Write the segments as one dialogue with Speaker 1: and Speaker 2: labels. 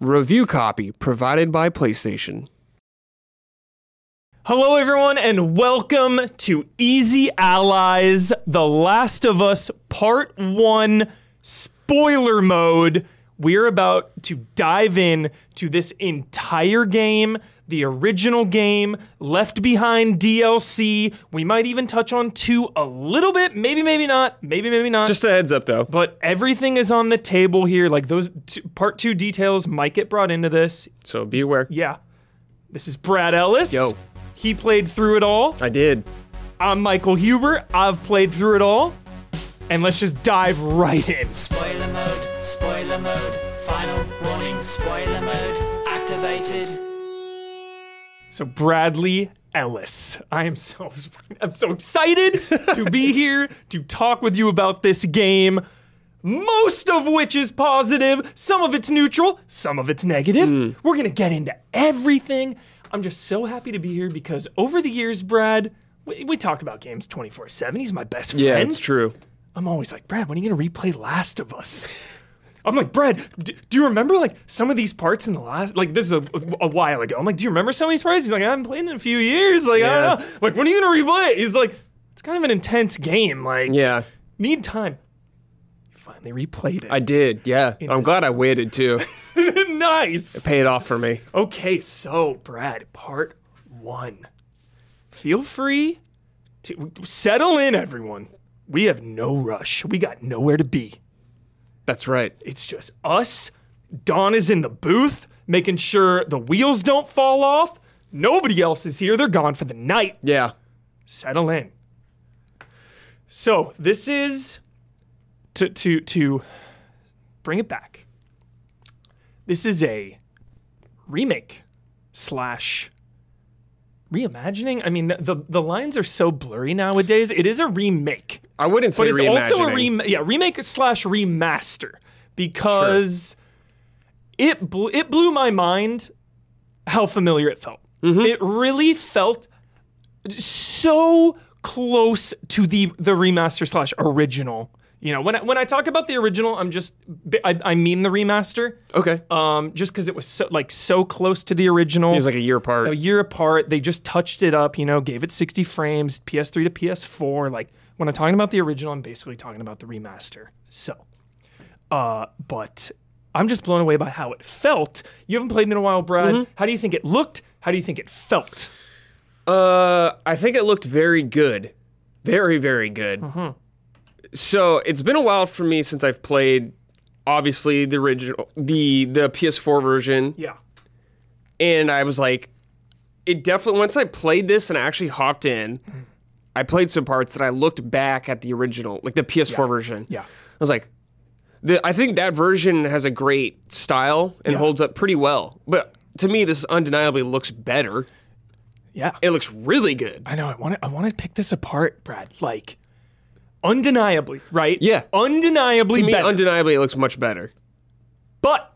Speaker 1: Review copy provided by PlayStation.
Speaker 2: Hello, everyone, and welcome to Easy Allies The Last of Us Part 1 Spoiler Mode. We're about to dive in to this entire game, the original game, Left Behind DLC. We might even touch on 2 a little bit, maybe, maybe not, maybe, maybe not.
Speaker 1: Just a heads up though.
Speaker 2: but everything is on the table here. Like those two, part 2 details might get brought into this.
Speaker 1: So be aware.
Speaker 2: Yeah. This is Brad Ellis.
Speaker 1: Yo.
Speaker 2: He played through it all.
Speaker 1: I did.
Speaker 2: I'm Michael Huber. I've played through it all. And let's just dive right in.
Speaker 3: Spoiler mode, spoiler mode, final warning, spoiler mode, activated.
Speaker 2: So Bradley Ellis, I am so I'm so excited to be here to talk with you about this game. Most of which is positive, some of it's neutral, some of it's negative.
Speaker 1: Hmm.
Speaker 2: We're going to get into everything. I'm just so happy to be here because over the years, Brad, we, we talk about games 24 7. He's my best friend.
Speaker 1: Yeah, it's true.
Speaker 2: I'm always like, Brad, when are you gonna replay Last of Us? I'm like, Brad, d- do you remember like some of these parts in the last? Like this is a, a while ago. I'm like, do you remember some of these parts? He's like, I haven't played in a few years. Like, I
Speaker 1: Yeah.
Speaker 2: don't know. Like, when are you gonna replay it? He's like, it's kind of an intense game. Like,
Speaker 1: Yeah,
Speaker 2: need time. You finally replayed it.
Speaker 1: I did. Yeah, I'm
Speaker 2: is.
Speaker 1: glad I waited too.
Speaker 2: nice.
Speaker 1: Paid off for me.
Speaker 2: Okay, so Brad, part one. Feel free to settle in, everyone. We have no rush. We got nowhere to be.
Speaker 1: That's right.
Speaker 2: It's just us. Don is in the booth, making sure the wheels don't fall off. Nobody else is here. They're gone for the night.
Speaker 1: Yeah,
Speaker 2: Settle in. So this is to to to bring it back. This is a remake slash reimagining. I mean, the the, the lines are so blurry nowadays. It is a remake
Speaker 1: I wouldn't say
Speaker 2: but it's also a
Speaker 1: reimagining.
Speaker 2: rem- yeah remake slash remaster because it bl- it blew my mind how familiar it felt. It really felt so close to the the remaster slash original. You know, when I, when I talk about the original, I'm just I, I mean the remaster,
Speaker 1: Okay,
Speaker 2: um, just because it was so, like so close to the original
Speaker 1: it was like a year apart.
Speaker 2: a year apart. They just touched it up, you know, gave it 60 frames, PS3 to PS4. Like when I'm talking about the original, I'm basically talking about the remaster. So, uh, but I'm just blown away by how it felt. You haven't played it in a while, Brad. How do you think it looked? How do you think it felt?
Speaker 1: Uh, I think it looked very good, very very good. So it's been a while for me since I've played, obviously the original, the the PS4 version,
Speaker 2: Yeah.
Speaker 1: and I was like, it definitely. Once I played this and I actually hopped in, I played some parts and I looked back at the original, like the PS4 version.
Speaker 2: Yeah.
Speaker 1: I was like, the, I think that version has a great style and
Speaker 2: Yeah.
Speaker 1: holds up pretty well. But to me, this undeniably looks better.
Speaker 2: Yeah.
Speaker 1: It looks really good.
Speaker 2: I know. I want to. I want to pick this apart, Brad. Like, undeniably, right?
Speaker 1: Yeah.
Speaker 2: Undeniably
Speaker 1: To me,
Speaker 2: better.
Speaker 1: undeniably, it looks much better.
Speaker 2: but.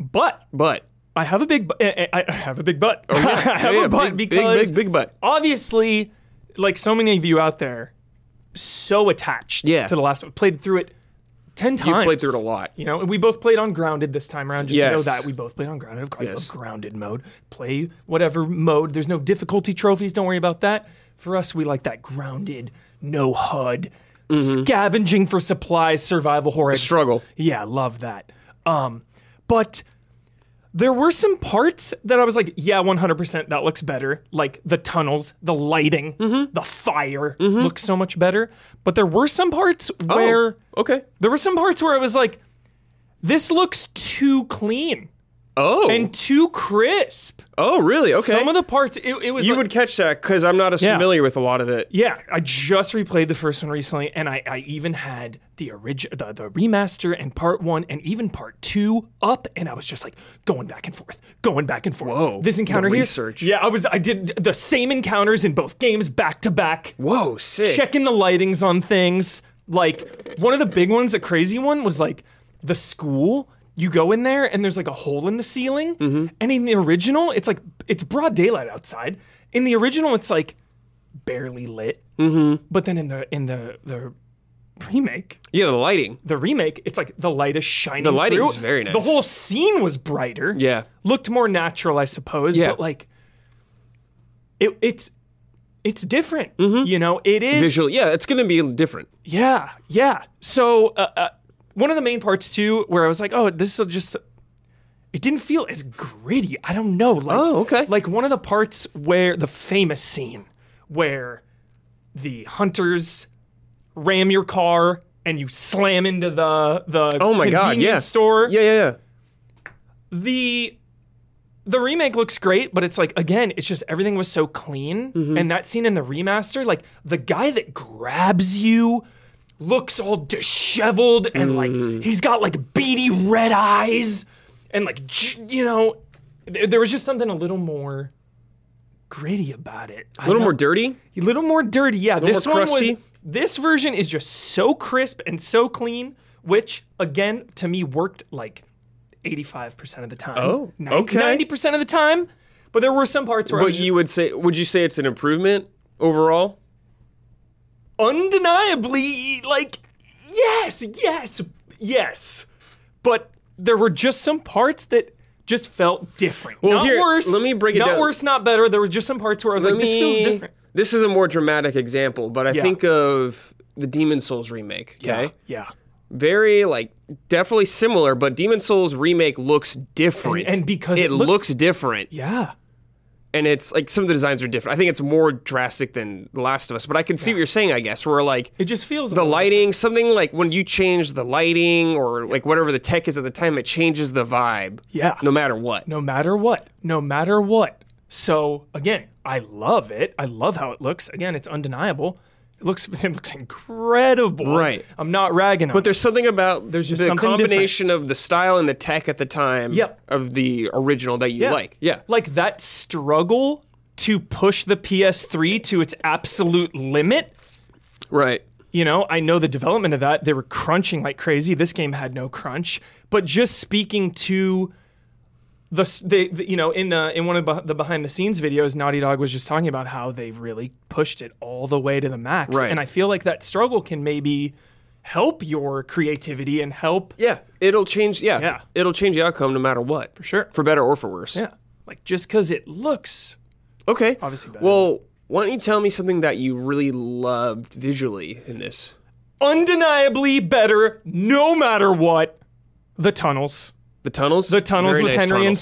Speaker 2: But
Speaker 1: But
Speaker 2: I have a big. Bu- eh, I, I I have a big butt. I have
Speaker 1: yeah,
Speaker 2: a butt
Speaker 1: big, big,
Speaker 2: because
Speaker 1: big, big butt.
Speaker 2: obviously, like so many of you out there, so attached
Speaker 1: Yeah.
Speaker 2: to the last one. Played through it ten times.
Speaker 1: you've played through it a lot.
Speaker 2: You know, and we both played on grounded this time around. Just
Speaker 1: Yes.
Speaker 2: know that we both played on grounded. Of course, I love
Speaker 1: Yes.
Speaker 2: grounded mode. Play whatever mode. There's no difficulty trophies. Don't worry about that. For us, we like that grounded, no HUD, scavenging for supplies, survival horror.
Speaker 1: Mm-hmm. struggle.
Speaker 2: Yeah, love that. Um, but there were some parts that I was like, yeah, 100% that looks better. Like the tunnels, the lighting,
Speaker 1: Mm-hmm.
Speaker 2: the fire looks so much better. But there were some parts
Speaker 1: Oh.
Speaker 2: where
Speaker 1: Okay.
Speaker 2: there were some parts where I was like, this looks too clean
Speaker 1: Oh.
Speaker 2: and too crisp.
Speaker 1: oh, really? Okay.
Speaker 2: Some of the parts, it, it was
Speaker 1: you
Speaker 2: like-
Speaker 1: would catch that because I'm not as
Speaker 2: Yeah.
Speaker 1: familiar with a lot of it.
Speaker 2: Yeah, I just replayed the first one recently, and I, I even had the original, the, the remaster, and part one, and even part two up, and I was just like going back and forth, going back and forth.
Speaker 1: Whoa,
Speaker 2: this
Speaker 1: the
Speaker 2: encounter here.
Speaker 1: research.
Speaker 2: Yeah, I was I did the same encounters in both games back to back,
Speaker 1: Whoa, sick.
Speaker 2: checking the lightings on things. Like one of the big ones, a crazy one, was like the school. You go in there and there's like a hole in the ceiling,
Speaker 1: Mm-hmm.
Speaker 2: and in the original, it's like it's broad daylight outside.
Speaker 1: Mm-hmm.
Speaker 2: In the original, it's like barely lit. But then in the in the the remake,
Speaker 1: Yeah, the lighting.
Speaker 2: the remake, it's like the light is shining.
Speaker 1: The lighting's
Speaker 2: through.
Speaker 1: very nice.
Speaker 2: The whole scene was brighter.
Speaker 1: Yeah.
Speaker 2: looked more natural, I suppose.
Speaker 1: Yeah.
Speaker 2: But like, it, it's it's different. You know, it is.
Speaker 1: Mm-hmm. Visually, yeah, it's gonna be different.
Speaker 2: Yeah, yeah. So uh, uh, one of the main parts too, where I was like, oh, this will just. It didn't feel as gritty. I don't know. Like,
Speaker 1: Oh, okay.
Speaker 2: Like one of the parts where the famous scene where the hunters ram your car and you slam into the the
Speaker 1: Oh my god,
Speaker 2: convenience
Speaker 1: yeah.
Speaker 2: store
Speaker 1: Yeah, yeah, yeah.
Speaker 2: the the remake looks great, but it's like again, it's just everything was so clean.
Speaker 1: Mm-hmm.
Speaker 2: And that scene in the remaster, like the guy that grabs you looks all disheveled and like
Speaker 1: Mm.
Speaker 2: he's got like beady red eyes and like j- you know, th- there was just something a little more gritty about it.
Speaker 1: A little more dirty.
Speaker 2: A little more dirty. Yeah, this
Speaker 1: more
Speaker 2: one was.
Speaker 1: crusty.
Speaker 2: This version is just so crisp and so clean, which again to me worked like eighty-five percent of the time.
Speaker 1: Oh, okay.
Speaker 2: Ninety percent of the time, but there were some parts where I
Speaker 1: But
Speaker 2: was
Speaker 1: you would say would you say it's an improvement overall?
Speaker 2: undeniably like yes, yes, yes, but there were just some parts that. Just felt different. not
Speaker 1: here,
Speaker 2: worse.
Speaker 1: let me break it
Speaker 2: not
Speaker 1: down.
Speaker 2: worse, not better. There were just some parts where I was like,
Speaker 1: Let
Speaker 2: "This feels
Speaker 1: me-
Speaker 2: different."
Speaker 1: This is a more dramatic example, but I
Speaker 2: Yeah.
Speaker 1: think of the Demon Souls remake. Okay.
Speaker 2: Yeah.
Speaker 1: Very like definitely similar, but Demon Souls remake looks different.
Speaker 2: And- and because
Speaker 1: it,
Speaker 2: it
Speaker 1: looks,
Speaker 2: looks-
Speaker 1: different.
Speaker 2: Yeah.
Speaker 1: And it's like some of the designs are different. I think it's more drastic than The Last of Us, but I can see what you're saying, I guess, where like
Speaker 2: It just feels a
Speaker 1: the
Speaker 2: little-
Speaker 1: lighting, something like when you change the lighting or like whatever the tech is at the time, it changes the vibe.
Speaker 2: Yeah.
Speaker 1: No matter what.
Speaker 2: no matter what, no matter what. So again, I love it. I love how it looks. Again, it's undeniable. It looks it looks incredible.
Speaker 1: Right.
Speaker 2: I'm not ragging on.
Speaker 1: But there's something about there's
Speaker 2: just
Speaker 1: the
Speaker 2: something
Speaker 1: combination of the style and the tech at the time
Speaker 2: Yep.
Speaker 1: of the original that you like. Yeah.
Speaker 2: Like that struggle to push the PS3 to its absolute limit.
Speaker 1: Right.
Speaker 2: You know, I know the development of that, they were crunching like crazy. This game had no crunch, but just speaking to the, s- the, the you know, in uh, in one of beh- the behind the scenes videos, Naughty Dog was just talking about how they really pushed it all the way to the max.
Speaker 1: Right.
Speaker 2: And I feel like that struggle can maybe help your creativity and help
Speaker 1: Yeah. It'll change yeah.
Speaker 2: Yeah.
Speaker 1: It'll change the outcome no matter what. For
Speaker 2: sure.
Speaker 1: For better or for worse.
Speaker 2: Yeah. Like just cuz it looks
Speaker 1: Okay.
Speaker 2: Obviously better.
Speaker 1: Well, why don't you tell me something that you really loved visually in this?
Speaker 2: undeniably better no matter what, the tunnels.
Speaker 1: The tunnels?
Speaker 2: The tunnels
Speaker 1: Very
Speaker 2: with
Speaker 1: nice
Speaker 2: Henry and
Speaker 1: tunnels.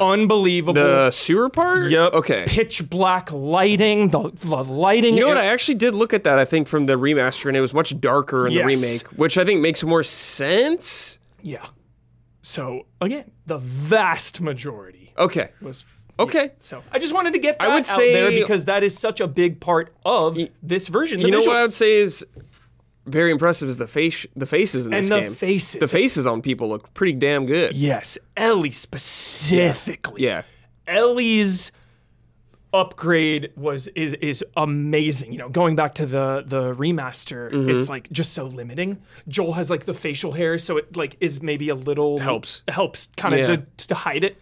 Speaker 2: Sam. Unbelievable.
Speaker 1: the sewer part?
Speaker 2: Yep.
Speaker 1: Okay.
Speaker 2: Pitch black lighting. The, the lighting.
Speaker 1: You know what? I actually did look at that. I think from the remaster, and it was much darker in
Speaker 2: Yes.
Speaker 1: the remake, which I think makes more sense.
Speaker 2: yeah. So again, the vast majority
Speaker 1: Okay.
Speaker 2: was.
Speaker 1: Okay.
Speaker 2: So I just wanted to get that
Speaker 1: would
Speaker 2: out
Speaker 1: say-
Speaker 2: there because that is such a big part of this version. The
Speaker 1: you know what I
Speaker 2: visuals.
Speaker 1: would say is very impressive is the face, the faces in
Speaker 2: And
Speaker 1: this
Speaker 2: the
Speaker 1: game.
Speaker 2: faces.
Speaker 1: the faces on people look pretty damn good.
Speaker 2: Yes, Ellie specifically.
Speaker 1: Yeah.
Speaker 2: Ellie's upgrade was is is amazing. You know, going back to the the remaster,
Speaker 1: Mm-hmm.
Speaker 2: it's like just so limiting. Joel has like the facial hair, so it like is maybe a little
Speaker 1: Helps.
Speaker 2: helps kind of
Speaker 1: Yeah.
Speaker 2: to, to hide it.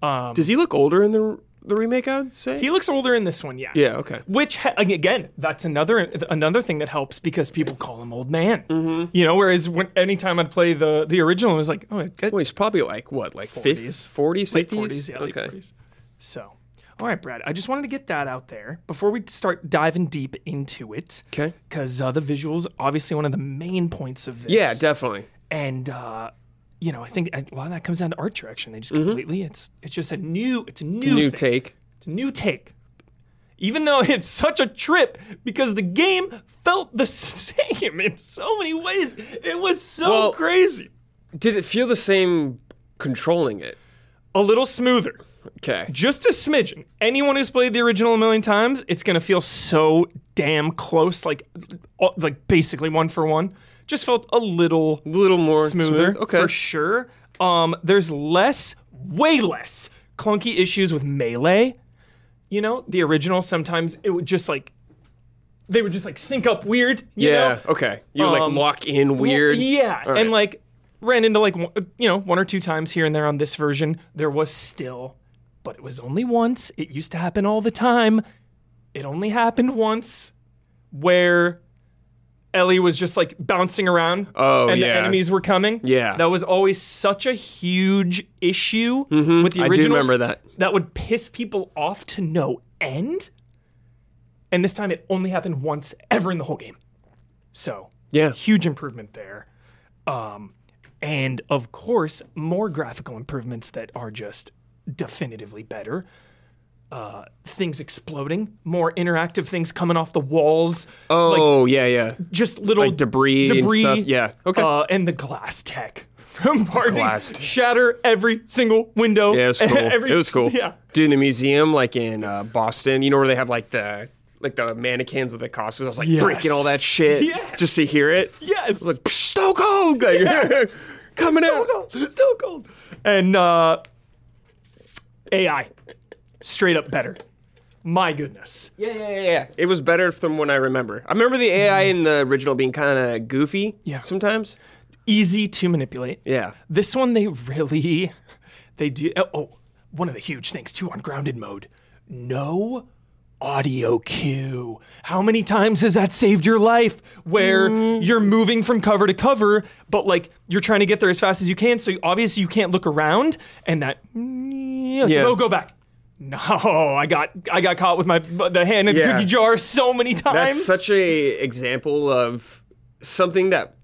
Speaker 1: Does he look older in the the remake? I would say.
Speaker 2: Um, He looks older in this one, yeah.
Speaker 1: yeah. Okay.
Speaker 2: Which ha- again, that's another another thing that helps because people call him old man.
Speaker 1: Mm-hmm.
Speaker 2: You know, whereas when anytime I'd play the the original, it was like, oh, good,
Speaker 1: Well, he's probably like what, like
Speaker 2: 40s.
Speaker 1: fifties, forties,
Speaker 2: late
Speaker 1: fifties.
Speaker 2: forties, yeah, late forties. So, all right, Brad. I just wanted to get that out there before we start diving deep into it.
Speaker 1: 'Kay.
Speaker 2: Because uh, the visuals, obviously, one of the main points of this.
Speaker 1: Yeah, definitely.
Speaker 2: and uh, you know, I think a lot of that comes down to art direction. They just completely. It's it's just a new. It's a new.
Speaker 1: Mm-hmm. New
Speaker 2: thing.
Speaker 1: take.
Speaker 2: It's a new take. Even though it's such a trip, because the game felt the same in so many ways. It was so
Speaker 1: Well-
Speaker 2: crazy.
Speaker 1: Did it feel the same controlling it?
Speaker 2: A little smoother.
Speaker 1: Okay.
Speaker 2: just a smidgen. Anyone who's played the original a million times, it's gonna feel so damn close, like, uh, like basically one for one. Just felt a little
Speaker 1: A little more
Speaker 2: smoother,
Speaker 1: smooth. Okay.
Speaker 2: for sure. Um, there's less, way less clunky issues with melee. You know, the original sometimes it would just like they would just like sync up weird. You
Speaker 1: yeah.
Speaker 2: know?
Speaker 1: Okay. You like
Speaker 2: Um,
Speaker 1: lock in weird.
Speaker 2: Well, yeah,
Speaker 1: All right.
Speaker 2: and like ran into like one- you know one or two times here and there on this version. There was still, but it was only once. It used to happen all the time. It only happened once, where Ellie was just like bouncing around.
Speaker 1: Oh,
Speaker 2: and
Speaker 1: yeah.
Speaker 2: the enemies were coming.
Speaker 1: Yeah.
Speaker 2: that was always such a huge issue with the
Speaker 1: Mm-hmm. I do
Speaker 2: original.
Speaker 1: remember that.
Speaker 2: That would piss people off to no end. And this time, it only happened once ever in the whole game. So
Speaker 1: Yeah.
Speaker 2: huge improvement there. Um, and of course, more graphical improvements that are just definitively better. Uh, things exploding, more interactive things coming off the walls.
Speaker 1: Oh yeah, yeah.
Speaker 2: just little
Speaker 1: like debris and
Speaker 2: debris,
Speaker 1: stuff? Yeah. Okay.
Speaker 2: Uh, and the glass tech from Marty
Speaker 1: glass tech.
Speaker 2: shatter every single window.
Speaker 1: Yeah, it was cool.
Speaker 2: every
Speaker 1: it was cool.
Speaker 2: Yeah.
Speaker 1: Dude, in the museum, like in uh, Boston, you know where they have like the like the mannequins with the costumes. I was like breaking all that shit
Speaker 2: Yes.
Speaker 1: just to hear it.
Speaker 2: Yes.
Speaker 1: Like "Psh, so cold, like, coming
Speaker 2: Still
Speaker 1: out.
Speaker 2: cold. Still cold. And uh, AI, straight up better. My goodness.
Speaker 1: Yeah, yeah, yeah, yeah. It was better from when I remember. I remember the AI in the original being kind of goofy.
Speaker 2: Mm-hmm. Yeah.
Speaker 1: Sometimes.
Speaker 2: Easy to manipulate.
Speaker 1: Yeah.
Speaker 2: This one they really, they do. oh, Oh, one of the huge things too on grounded mode. No audio cue. How many times has that saved your life? Where
Speaker 1: Mm.
Speaker 2: you're moving from cover to cover, but like you're trying to get there as fast as you can. So obviously you can't look around, and that.
Speaker 1: Yeah.
Speaker 2: Yeah. Oh, go back. No, I got I got caught with my the hand in the
Speaker 1: Yeah.
Speaker 2: cookie jar so many times.
Speaker 1: That's such a example of something that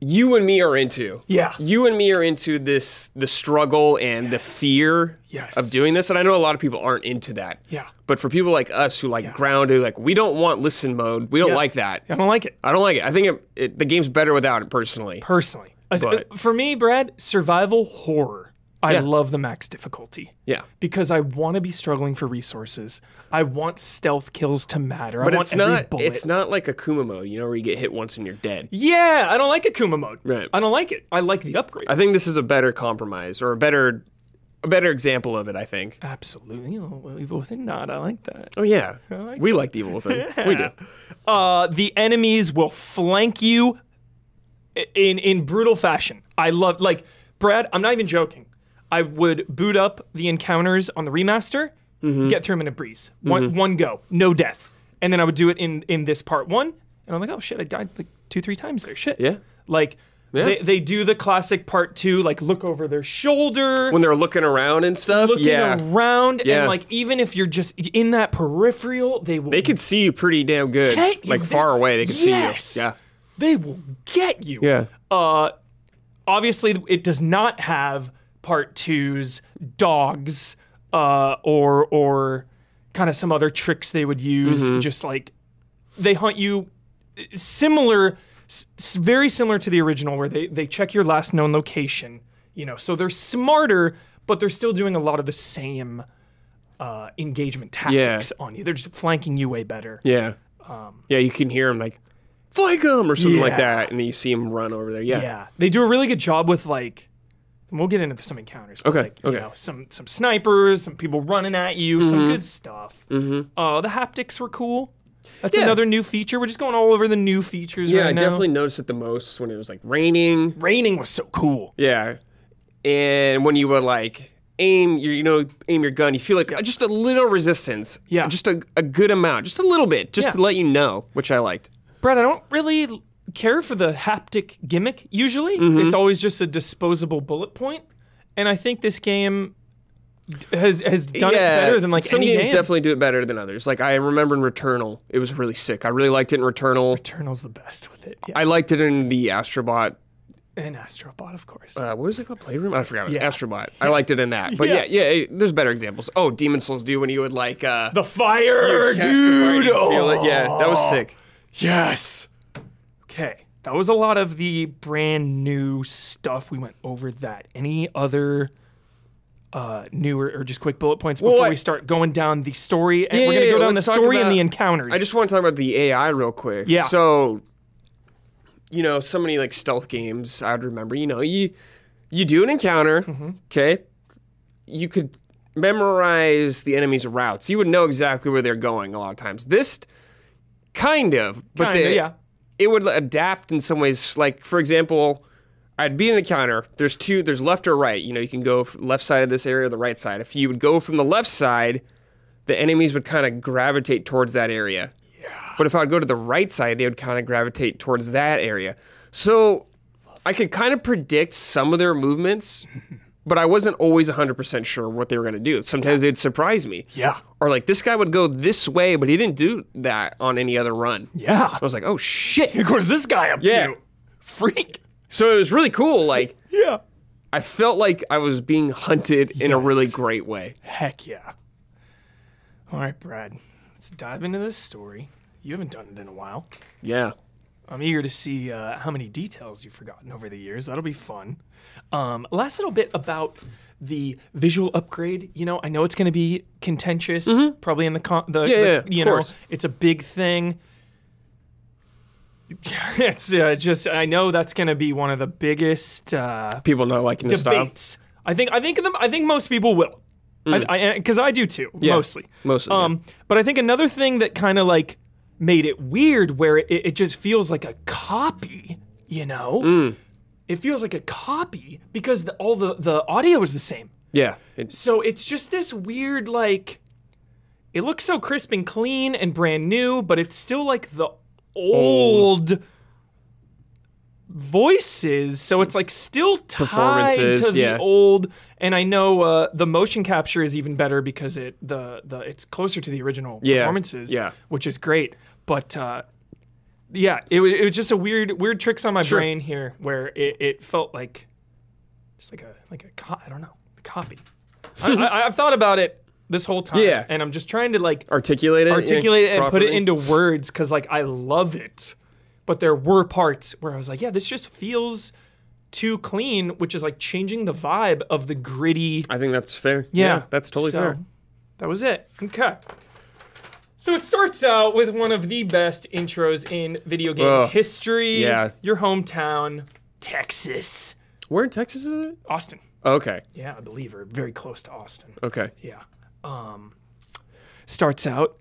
Speaker 1: you and me are into.
Speaker 2: Yeah.
Speaker 1: You and me are into this the struggle and the fear
Speaker 2: Yes.
Speaker 1: of doing this. And I know a lot of people aren't into that.
Speaker 2: Yeah.
Speaker 1: But for people like us who like grounded, like we don't want listen mode. We don't
Speaker 2: Yeah.
Speaker 1: like that.
Speaker 2: I don't like it.
Speaker 1: I don't like it. I think it, it, the game's better without it personally.
Speaker 2: personally. As- uh,
Speaker 1: But-
Speaker 2: for me, Brad, survival horror. I
Speaker 1: Yeah.
Speaker 2: love the max difficulty.
Speaker 1: Yeah.
Speaker 2: Because I want to be struggling for resources. I want stealth kills to matter.
Speaker 1: But
Speaker 2: I want
Speaker 1: it's
Speaker 2: every
Speaker 1: not
Speaker 2: bullet.
Speaker 1: it's not like Akuma mode, you know, where you get hit once and you're dead.
Speaker 2: yeah, I don't like Akuma mode.
Speaker 1: Right.
Speaker 2: I don't like it. I like the upgrades.
Speaker 1: I think this is a better compromise or a better a better example of it, I think.
Speaker 2: absolutely. Oh, well, even within not, I like that.
Speaker 1: Oh yeah. we like the evil thing. We do.
Speaker 2: Uh, the enemies will flank you i- in in brutal fashion. I love like Brad. I'm not even joking. I would boot up the encounters on the remaster,
Speaker 1: Mm-hmm.
Speaker 2: get through them in a breeze, one one go, no death, and then I would do it in in this part one, and I'm like, oh shit, I died like two three times there. Shit.
Speaker 1: Yeah.
Speaker 2: Like they they do the classic part two, like look over their shoulder
Speaker 1: when they're looking around and stuff.
Speaker 2: looking
Speaker 1: yeah,
Speaker 2: around,
Speaker 1: Yeah.
Speaker 2: and like even if you're just in that peripheral, they will
Speaker 1: they could see you pretty damn good.
Speaker 2: get you.
Speaker 1: Like
Speaker 2: They-
Speaker 1: far away, they could
Speaker 2: Yes.
Speaker 1: see you. Yeah,
Speaker 2: They will get you.
Speaker 1: yeah.
Speaker 2: Uh, obviously, it does not have part two's dogs uh, or or kind of some other tricks they would use.
Speaker 1: Mm-hmm.
Speaker 2: Just like they hunt you similar, s- s- very similar to the original, where they they check your last known location. You know, so they're smarter, but they're still doing a lot of the same uh, engagement tactics on you. They're just flanking you way better.
Speaker 1: yeah, yeah. You can hear them like flank them or something like
Speaker 2: Um, Yeah.
Speaker 1: that, and then you see them run over there. Yeah,
Speaker 2: Yeah, they do a really good job with like. and We'll get into some encounters. but,
Speaker 1: Okay,
Speaker 2: Like, you
Speaker 1: okay.
Speaker 2: know, some some snipers, some people running at you, some good stuff. Mm-hmm. Uh, the haptics were cool. That's
Speaker 1: Yeah.
Speaker 2: another new feature. We're just going all over the new features
Speaker 1: yeah.
Speaker 2: right
Speaker 1: I
Speaker 2: now.
Speaker 1: definitely noticed it the most when it was like raining.
Speaker 2: Raining was so cool.
Speaker 1: Yeah, and when you would like aim your, you know, aim your gun, you feel like just a little resistance.
Speaker 2: Yeah.
Speaker 1: just a, a good amount, just a little bit, just
Speaker 2: Yeah.
Speaker 1: to let you know, which I liked.
Speaker 2: Brad, I don't really l- care for the haptic gimmick usually.
Speaker 1: Mm-hmm.
Speaker 2: It's always just a disposable bullet point, and I think this game d- has has done it better than like
Speaker 1: some
Speaker 2: any
Speaker 1: games
Speaker 2: game.
Speaker 1: definitely do it better than others. Like I remember in Returnal, it was really sick. I really liked it in Returnal.
Speaker 2: Eternal's the best with it. Yeah.
Speaker 1: I liked it in the Astrobot.
Speaker 2: and Astrobot, of course.
Speaker 1: Uh, what was it called? Playroom? I forgot.
Speaker 2: Yeah.
Speaker 1: Astrobot. I liked it in that. But
Speaker 2: Yes.
Speaker 1: yeah, yeah. It, there's better examples. Oh, Demon Souls do when you would like uh,
Speaker 2: the fire,
Speaker 1: cast the fire and
Speaker 2: dude.
Speaker 1: you feel
Speaker 2: oh.
Speaker 1: it. Yeah, that was sick.
Speaker 2: Yes. Okay. That was a lot of the brand new stuff. We went over that. Any other uh, newer or just quick bullet points before
Speaker 1: I-
Speaker 2: we start going down the story? And
Speaker 1: Yeah,
Speaker 2: we're going to
Speaker 1: yeah,
Speaker 2: go
Speaker 1: yeah,
Speaker 2: down the
Speaker 1: let's talk
Speaker 2: story and
Speaker 1: about-
Speaker 2: the encounters.
Speaker 1: I just want to talk about the AI real quick.
Speaker 2: Yeah.
Speaker 1: So, you know, so many like stealth games. I'd remember. You know, you you do an encounter. Okay. You could memorize the enemy's routes. You would know exactly where they're going a lot of times. This kind of, but
Speaker 2: Kinda,
Speaker 1: the-
Speaker 2: yeah.
Speaker 1: it would adapt in some ways. Like for example. I'd be in a counter. There's two. There's left or right. You know, you can go f- left side of this area or the right side. If you would go from the left side, the enemies would kind of gravitate towards that area. But if I would go to the right side, they would kind of gravitate towards that area. So I could kind of predict some of their movements, but I wasn't always 100% sure what they were going to do. Sometimes they'd surprise me.
Speaker 2: Yeah.
Speaker 1: Or like this guy would go this way, but he didn't do that on any other run.
Speaker 2: Yeah.
Speaker 1: I was like, oh shit.
Speaker 2: Of course, this guy up
Speaker 1: Yeah.
Speaker 2: to freak.
Speaker 1: So it was really cool. Like,
Speaker 2: Yeah.
Speaker 1: I felt like I was being hunted in a really great way.
Speaker 2: Heck yeah. All right, Brad. Let's dive into this story. You haven't done it in a while.
Speaker 1: Yeah.
Speaker 2: I'm eager to see uh, how many details you've forgotten over the years. That'll be fun. Um, last little bit about the visual upgrade. You know, I know it's going to be contentious, probably in the con- the,
Speaker 1: Mm-hmm. Yeah,
Speaker 2: the-
Speaker 1: yeah, of
Speaker 2: you know,
Speaker 1: course.
Speaker 2: it's a big thing. it's uh, just I know that's going to be one of the biggest uh,
Speaker 1: People not liking the style. Mm.
Speaker 2: debates. I think I think them. I think most people will, because I, because I do too, mostly.
Speaker 1: mostly,
Speaker 2: Um, but I think another thing that kind of like made it weird, where it, it just feels like a copy. You know,
Speaker 1: Mm.
Speaker 2: it feels like a copy because the, all the the audio is the same.
Speaker 1: Yeah. It's,
Speaker 2: So it's just this weird like. It looks so crisp and clean and brand new, but it's still like the old voices. So it's like still tied to
Speaker 1: Performances,
Speaker 2: the
Speaker 1: yeah.
Speaker 2: old. And I know uh, the motion capture is even better because it the the it's closer to the original
Speaker 1: Yeah,
Speaker 2: performances,
Speaker 1: yeah.
Speaker 2: which is great. But uh, yeah, it, wa- it was just a weird weird tricks on my brain here where it, it felt like just like a like a co- I don't know a copy. I, I, I've thought about it this whole time,
Speaker 1: Yeah.
Speaker 2: and I'm just trying to like
Speaker 1: articulate it. yeah,
Speaker 2: articulate it and put it
Speaker 1: properly.
Speaker 2: into words because like I love it, but there were parts where I was like, yeah, this just feels too clean, which is like changing the vibe of the gritty.
Speaker 1: I think that's fair. that's totally
Speaker 2: So,
Speaker 1: fair.
Speaker 2: That was it. Okay. So it starts out with one of the best intros in video game
Speaker 1: Ugh.
Speaker 2: history.
Speaker 1: Yeah.
Speaker 2: Your hometown, Texas.
Speaker 1: Where in Texas is it?
Speaker 2: Austin.
Speaker 1: Okay.
Speaker 2: Yeah, I believe, or very close to Austin.
Speaker 1: Okay.
Speaker 2: Yeah. Um, starts out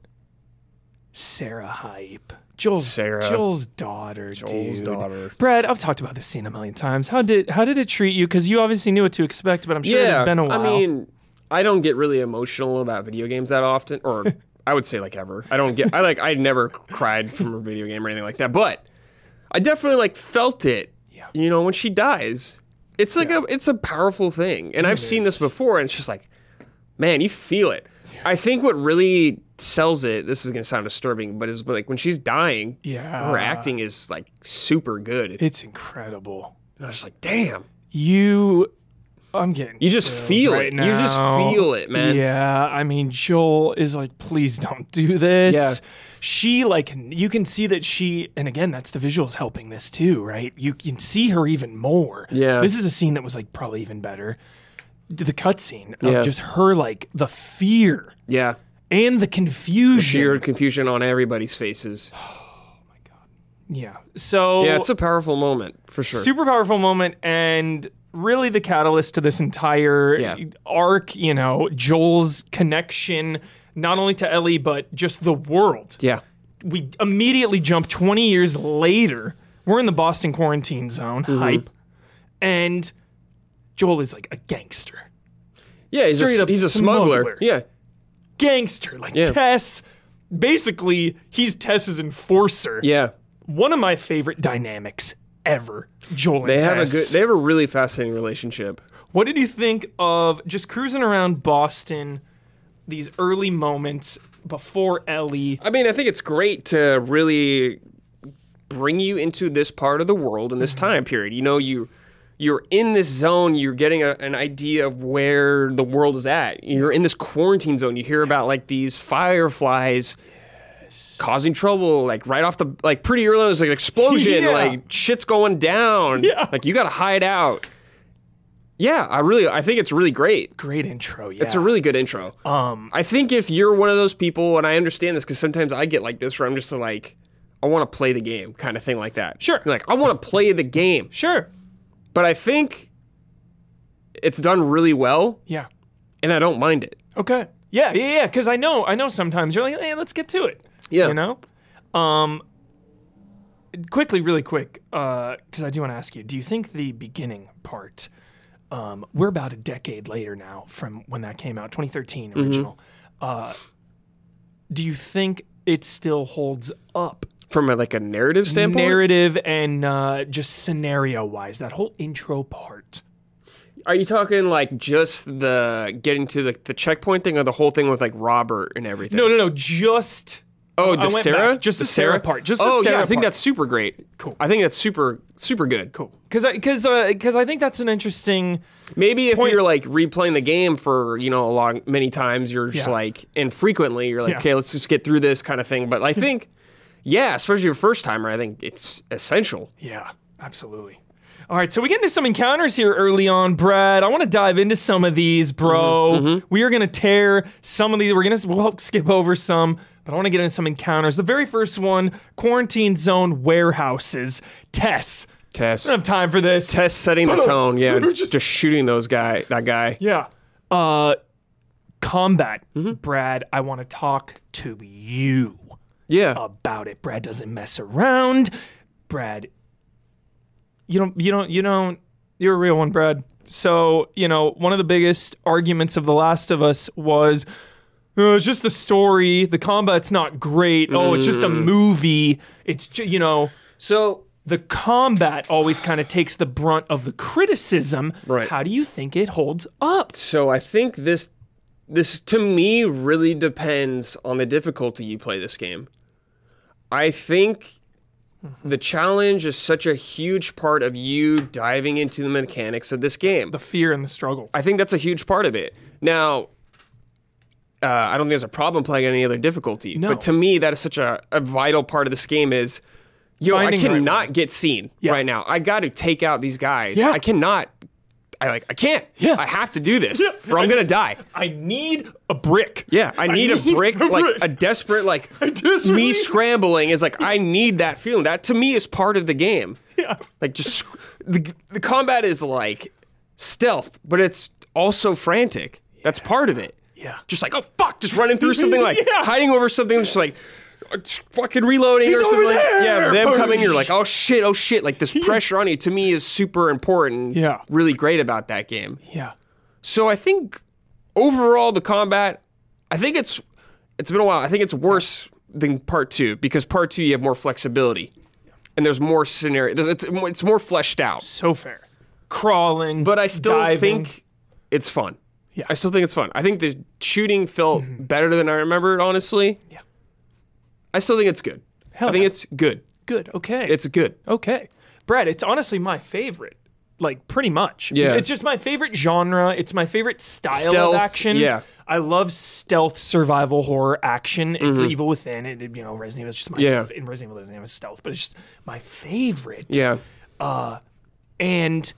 Speaker 2: Sarah Hype. Joel's
Speaker 1: Sarah.
Speaker 2: Joel's daughter. Joel's
Speaker 1: daughter.
Speaker 2: Brad, I've talked about this scene a million times. How did how did it treat you? Because you obviously knew what to expect, but I'm sure it
Speaker 1: yeah.
Speaker 2: had been a while.
Speaker 1: I mean, I don't get really emotional about video games that often, or I would say like ever. I don't get. I like. I never cried from a video game or anything like that. But I definitely like felt it.
Speaker 2: Yeah.
Speaker 1: You know, when she dies, it's like a it's a powerful thing, and I've seen this before, and it's just like, man, you feel it. I think what really sells it. This is gonna sound disturbing, but is like when she's dying.
Speaker 2: yeah,
Speaker 1: Her acting is like super good.
Speaker 2: it's incredible.
Speaker 1: And I was just like, damn.
Speaker 2: You, I'm getting.
Speaker 1: You just feel
Speaker 2: right
Speaker 1: it. You just
Speaker 2: now.
Speaker 1: feel it, man.
Speaker 2: Yeah, I mean Joel is like, please don't do this.
Speaker 1: Yeah.
Speaker 2: She like you can see that she and again that's the visuals helping this too, right? You can see her even more.
Speaker 1: Yeah.
Speaker 2: This is a scene that was like probably even better. The cutscene of
Speaker 1: Yeah.
Speaker 2: just her like the fear
Speaker 1: Yeah.
Speaker 2: and the confusion.
Speaker 1: Sheer confusion on everybody's faces.
Speaker 2: Yeah. So
Speaker 1: Yeah, it's a powerful moment for sure.
Speaker 2: super powerful moment and really the catalyst to this entire
Speaker 1: Yeah.
Speaker 2: arc, you know, Joel's connection not only to Ellie but just the world.
Speaker 1: yeah.
Speaker 2: we immediately jump 20 years later. We're in the Boston quarantine zone,
Speaker 1: Mm-hmm.
Speaker 2: hype. And Joel is like a gangster.
Speaker 1: Yeah, he's
Speaker 2: Straight
Speaker 1: a,
Speaker 2: up
Speaker 1: he's a smuggler.
Speaker 2: smuggler.
Speaker 1: Yeah.
Speaker 2: Gangster, like
Speaker 1: Yeah.
Speaker 2: Tess. Basically, he's Tess's enforcer.
Speaker 1: Yeah.
Speaker 2: One of my favorite dynamics ever. Joel and
Speaker 1: They have a
Speaker 2: Tess.
Speaker 1: good they have a really fascinating relationship.
Speaker 2: What did you think of just cruising around Boston, these early moments before Ellie?
Speaker 1: I mean, I think it's great to really bring you into this part of the world in
Speaker 2: Mm-hmm.
Speaker 1: this time period. You know, you you're in this zone, you're getting a, an idea of where the world is at. You're in this quarantine zone. You hear about like these fireflies causing trouble like right off the like pretty early on there's like an explosion
Speaker 2: Yeah.
Speaker 1: like shit's going down
Speaker 2: Yeah.
Speaker 1: like you gotta hide out yeah i really i think it's really great
Speaker 2: Great intro, yeah.
Speaker 1: it's a really good intro. Um, I think if you're one of those people, and I understand this because sometimes I get like this, where I'm just like, I want to play the game, kind of thing like that.
Speaker 2: Sure.
Speaker 1: You're like I want to play the game,
Speaker 2: sure.
Speaker 1: but I think it's done really well,
Speaker 2: Yeah.
Speaker 1: and I don't mind it.
Speaker 2: Okay. Yeah, yeah, yeah. Because I know, I know. Sometimes you're like, hey, let's get to it.
Speaker 1: Yeah.
Speaker 2: You know. Um. Quickly, really quick, because I do want to ask you: Do you think the beginning part? Um, we're about a decade later
Speaker 1: Mm-hmm.
Speaker 2: now from when that came out, 2013 original. Uh, do you think it still holds up.
Speaker 1: from a, like a narrative standpoint.
Speaker 2: Narrative and uh, just scenario wise, that whole intro part.
Speaker 1: Are you talking like just the getting to the, the checkpoint thing, or the whole thing with like Robert and everything?
Speaker 2: No, no, no, just
Speaker 1: Oh,
Speaker 2: I
Speaker 1: the
Speaker 2: went
Speaker 1: Sarah,
Speaker 2: back. Just the Sarah part. Just the
Speaker 1: oh, yeah,
Speaker 2: Sarah
Speaker 1: I think
Speaker 2: part.
Speaker 1: that's super great.
Speaker 2: Cool.
Speaker 1: I think that's super super good. Cool.
Speaker 2: because because because uh, I think that's an interesting.
Speaker 1: Maybe if
Speaker 2: Point-
Speaker 1: you're like replaying the game for you know a long many times, you're just
Speaker 2: Yeah.
Speaker 1: like and frequently, you're like,
Speaker 2: Yeah.
Speaker 1: okay, let's just get through this kind of thing. But I think, yeah, especially your first timer, I think it's essential.
Speaker 2: Yeah, absolutely. All right, so we get into some encounters here early on, Brad. I want to dive into some of these, bro. We are gonna tear some of these. We're gonna we'll skip over some, but I want to get into some encounters. The very first one: quarantine zone warehouses. Tess. I
Speaker 1: Tess,
Speaker 2: don't have time for this.
Speaker 1: Tess setting the tone. Yeah, just, shooting those guy, that guy.
Speaker 2: Yeah. Uh, combat, Brad. I want to talk to you
Speaker 1: Yeah,
Speaker 2: about it. Brad doesn't mess around. Brad, you don't, you don't, you don't, you're a real one, Brad. So, you know, one of the biggest arguments of The Last of Us was "Oh, it's just the story. The combat's not great. Oh, it's just a movie. It's, ju- you know,
Speaker 1: so
Speaker 2: the combat always kind of takes the brunt of the criticism.
Speaker 1: Right.
Speaker 2: How do you think it holds up?
Speaker 1: so I think this this to me really depends on the difficulty you play this game. I think
Speaker 2: Mm-hmm.
Speaker 1: the challenge is such a huge part of you diving into the mechanics of this game.
Speaker 2: The fear and the struggle.
Speaker 1: I think that's a huge part of it. Now, uh, I don't think there's a problem playing any other difficulty.
Speaker 2: No.
Speaker 1: But to me, that is such a, a vital part of this game is, yo,
Speaker 2: Finding
Speaker 1: I
Speaker 2: the right
Speaker 1: cannot get seen right now. I got to take out these guys.
Speaker 2: Yeah.
Speaker 1: I cannot. I like. I can't.
Speaker 2: Yeah.
Speaker 1: I have to do this, or I'm gonna die.
Speaker 2: I need a brick.
Speaker 1: Yeah, I need, a brick, like a desperate, like
Speaker 2: desperately-
Speaker 1: me scrambling is like I need that feeling. That to me is part of the game.
Speaker 2: Yeah.
Speaker 1: Like just the the combat is like stealth, but it's also frantic. That's part of it.
Speaker 2: Yeah.
Speaker 1: Just like oh fuck, just running through something like
Speaker 2: Yeah.
Speaker 1: hiding over something, just like uh, just fucking reloading or
Speaker 2: over
Speaker 1: something. like-
Speaker 2: there!
Speaker 1: Yeah, them coming, you're like oh shit, oh shit. Like this pressure on you to me is super important.
Speaker 2: Yeah.
Speaker 1: really great about that game.
Speaker 2: Yeah.
Speaker 1: So I think overall the combat, I think it's it's been a while. I think it's worse than part two because part two you have more flexibility and there's more scenario. there's- It's more- it's more fleshed out.
Speaker 2: So fair. Crawling.
Speaker 1: But I still
Speaker 2: diving.
Speaker 1: think it's fun.
Speaker 2: Yeah. Mm-hmm.
Speaker 1: I still think it's fun. I think the shooting felt better than I remembered. Honestly,
Speaker 2: Yeah.
Speaker 1: I still think it's good. I think
Speaker 2: yeah.
Speaker 1: it's good.
Speaker 2: Good. Okay.
Speaker 1: It's good.
Speaker 2: okay. Brad, it's honestly my favorite. Like pretty much.
Speaker 1: Yeah.
Speaker 2: It's just my favorite genre. It's my favorite style
Speaker 1: Stealth,
Speaker 2: of action.
Speaker 1: yeah.
Speaker 2: I love stealth survival horror action. It- Evil Within. It, you know, Resident Evil is just my
Speaker 1: Mm-hmm. Yeah.
Speaker 2: f- in Resident Evil Resident Evil is stealth, but it's just my favorite.
Speaker 1: Yeah.
Speaker 2: And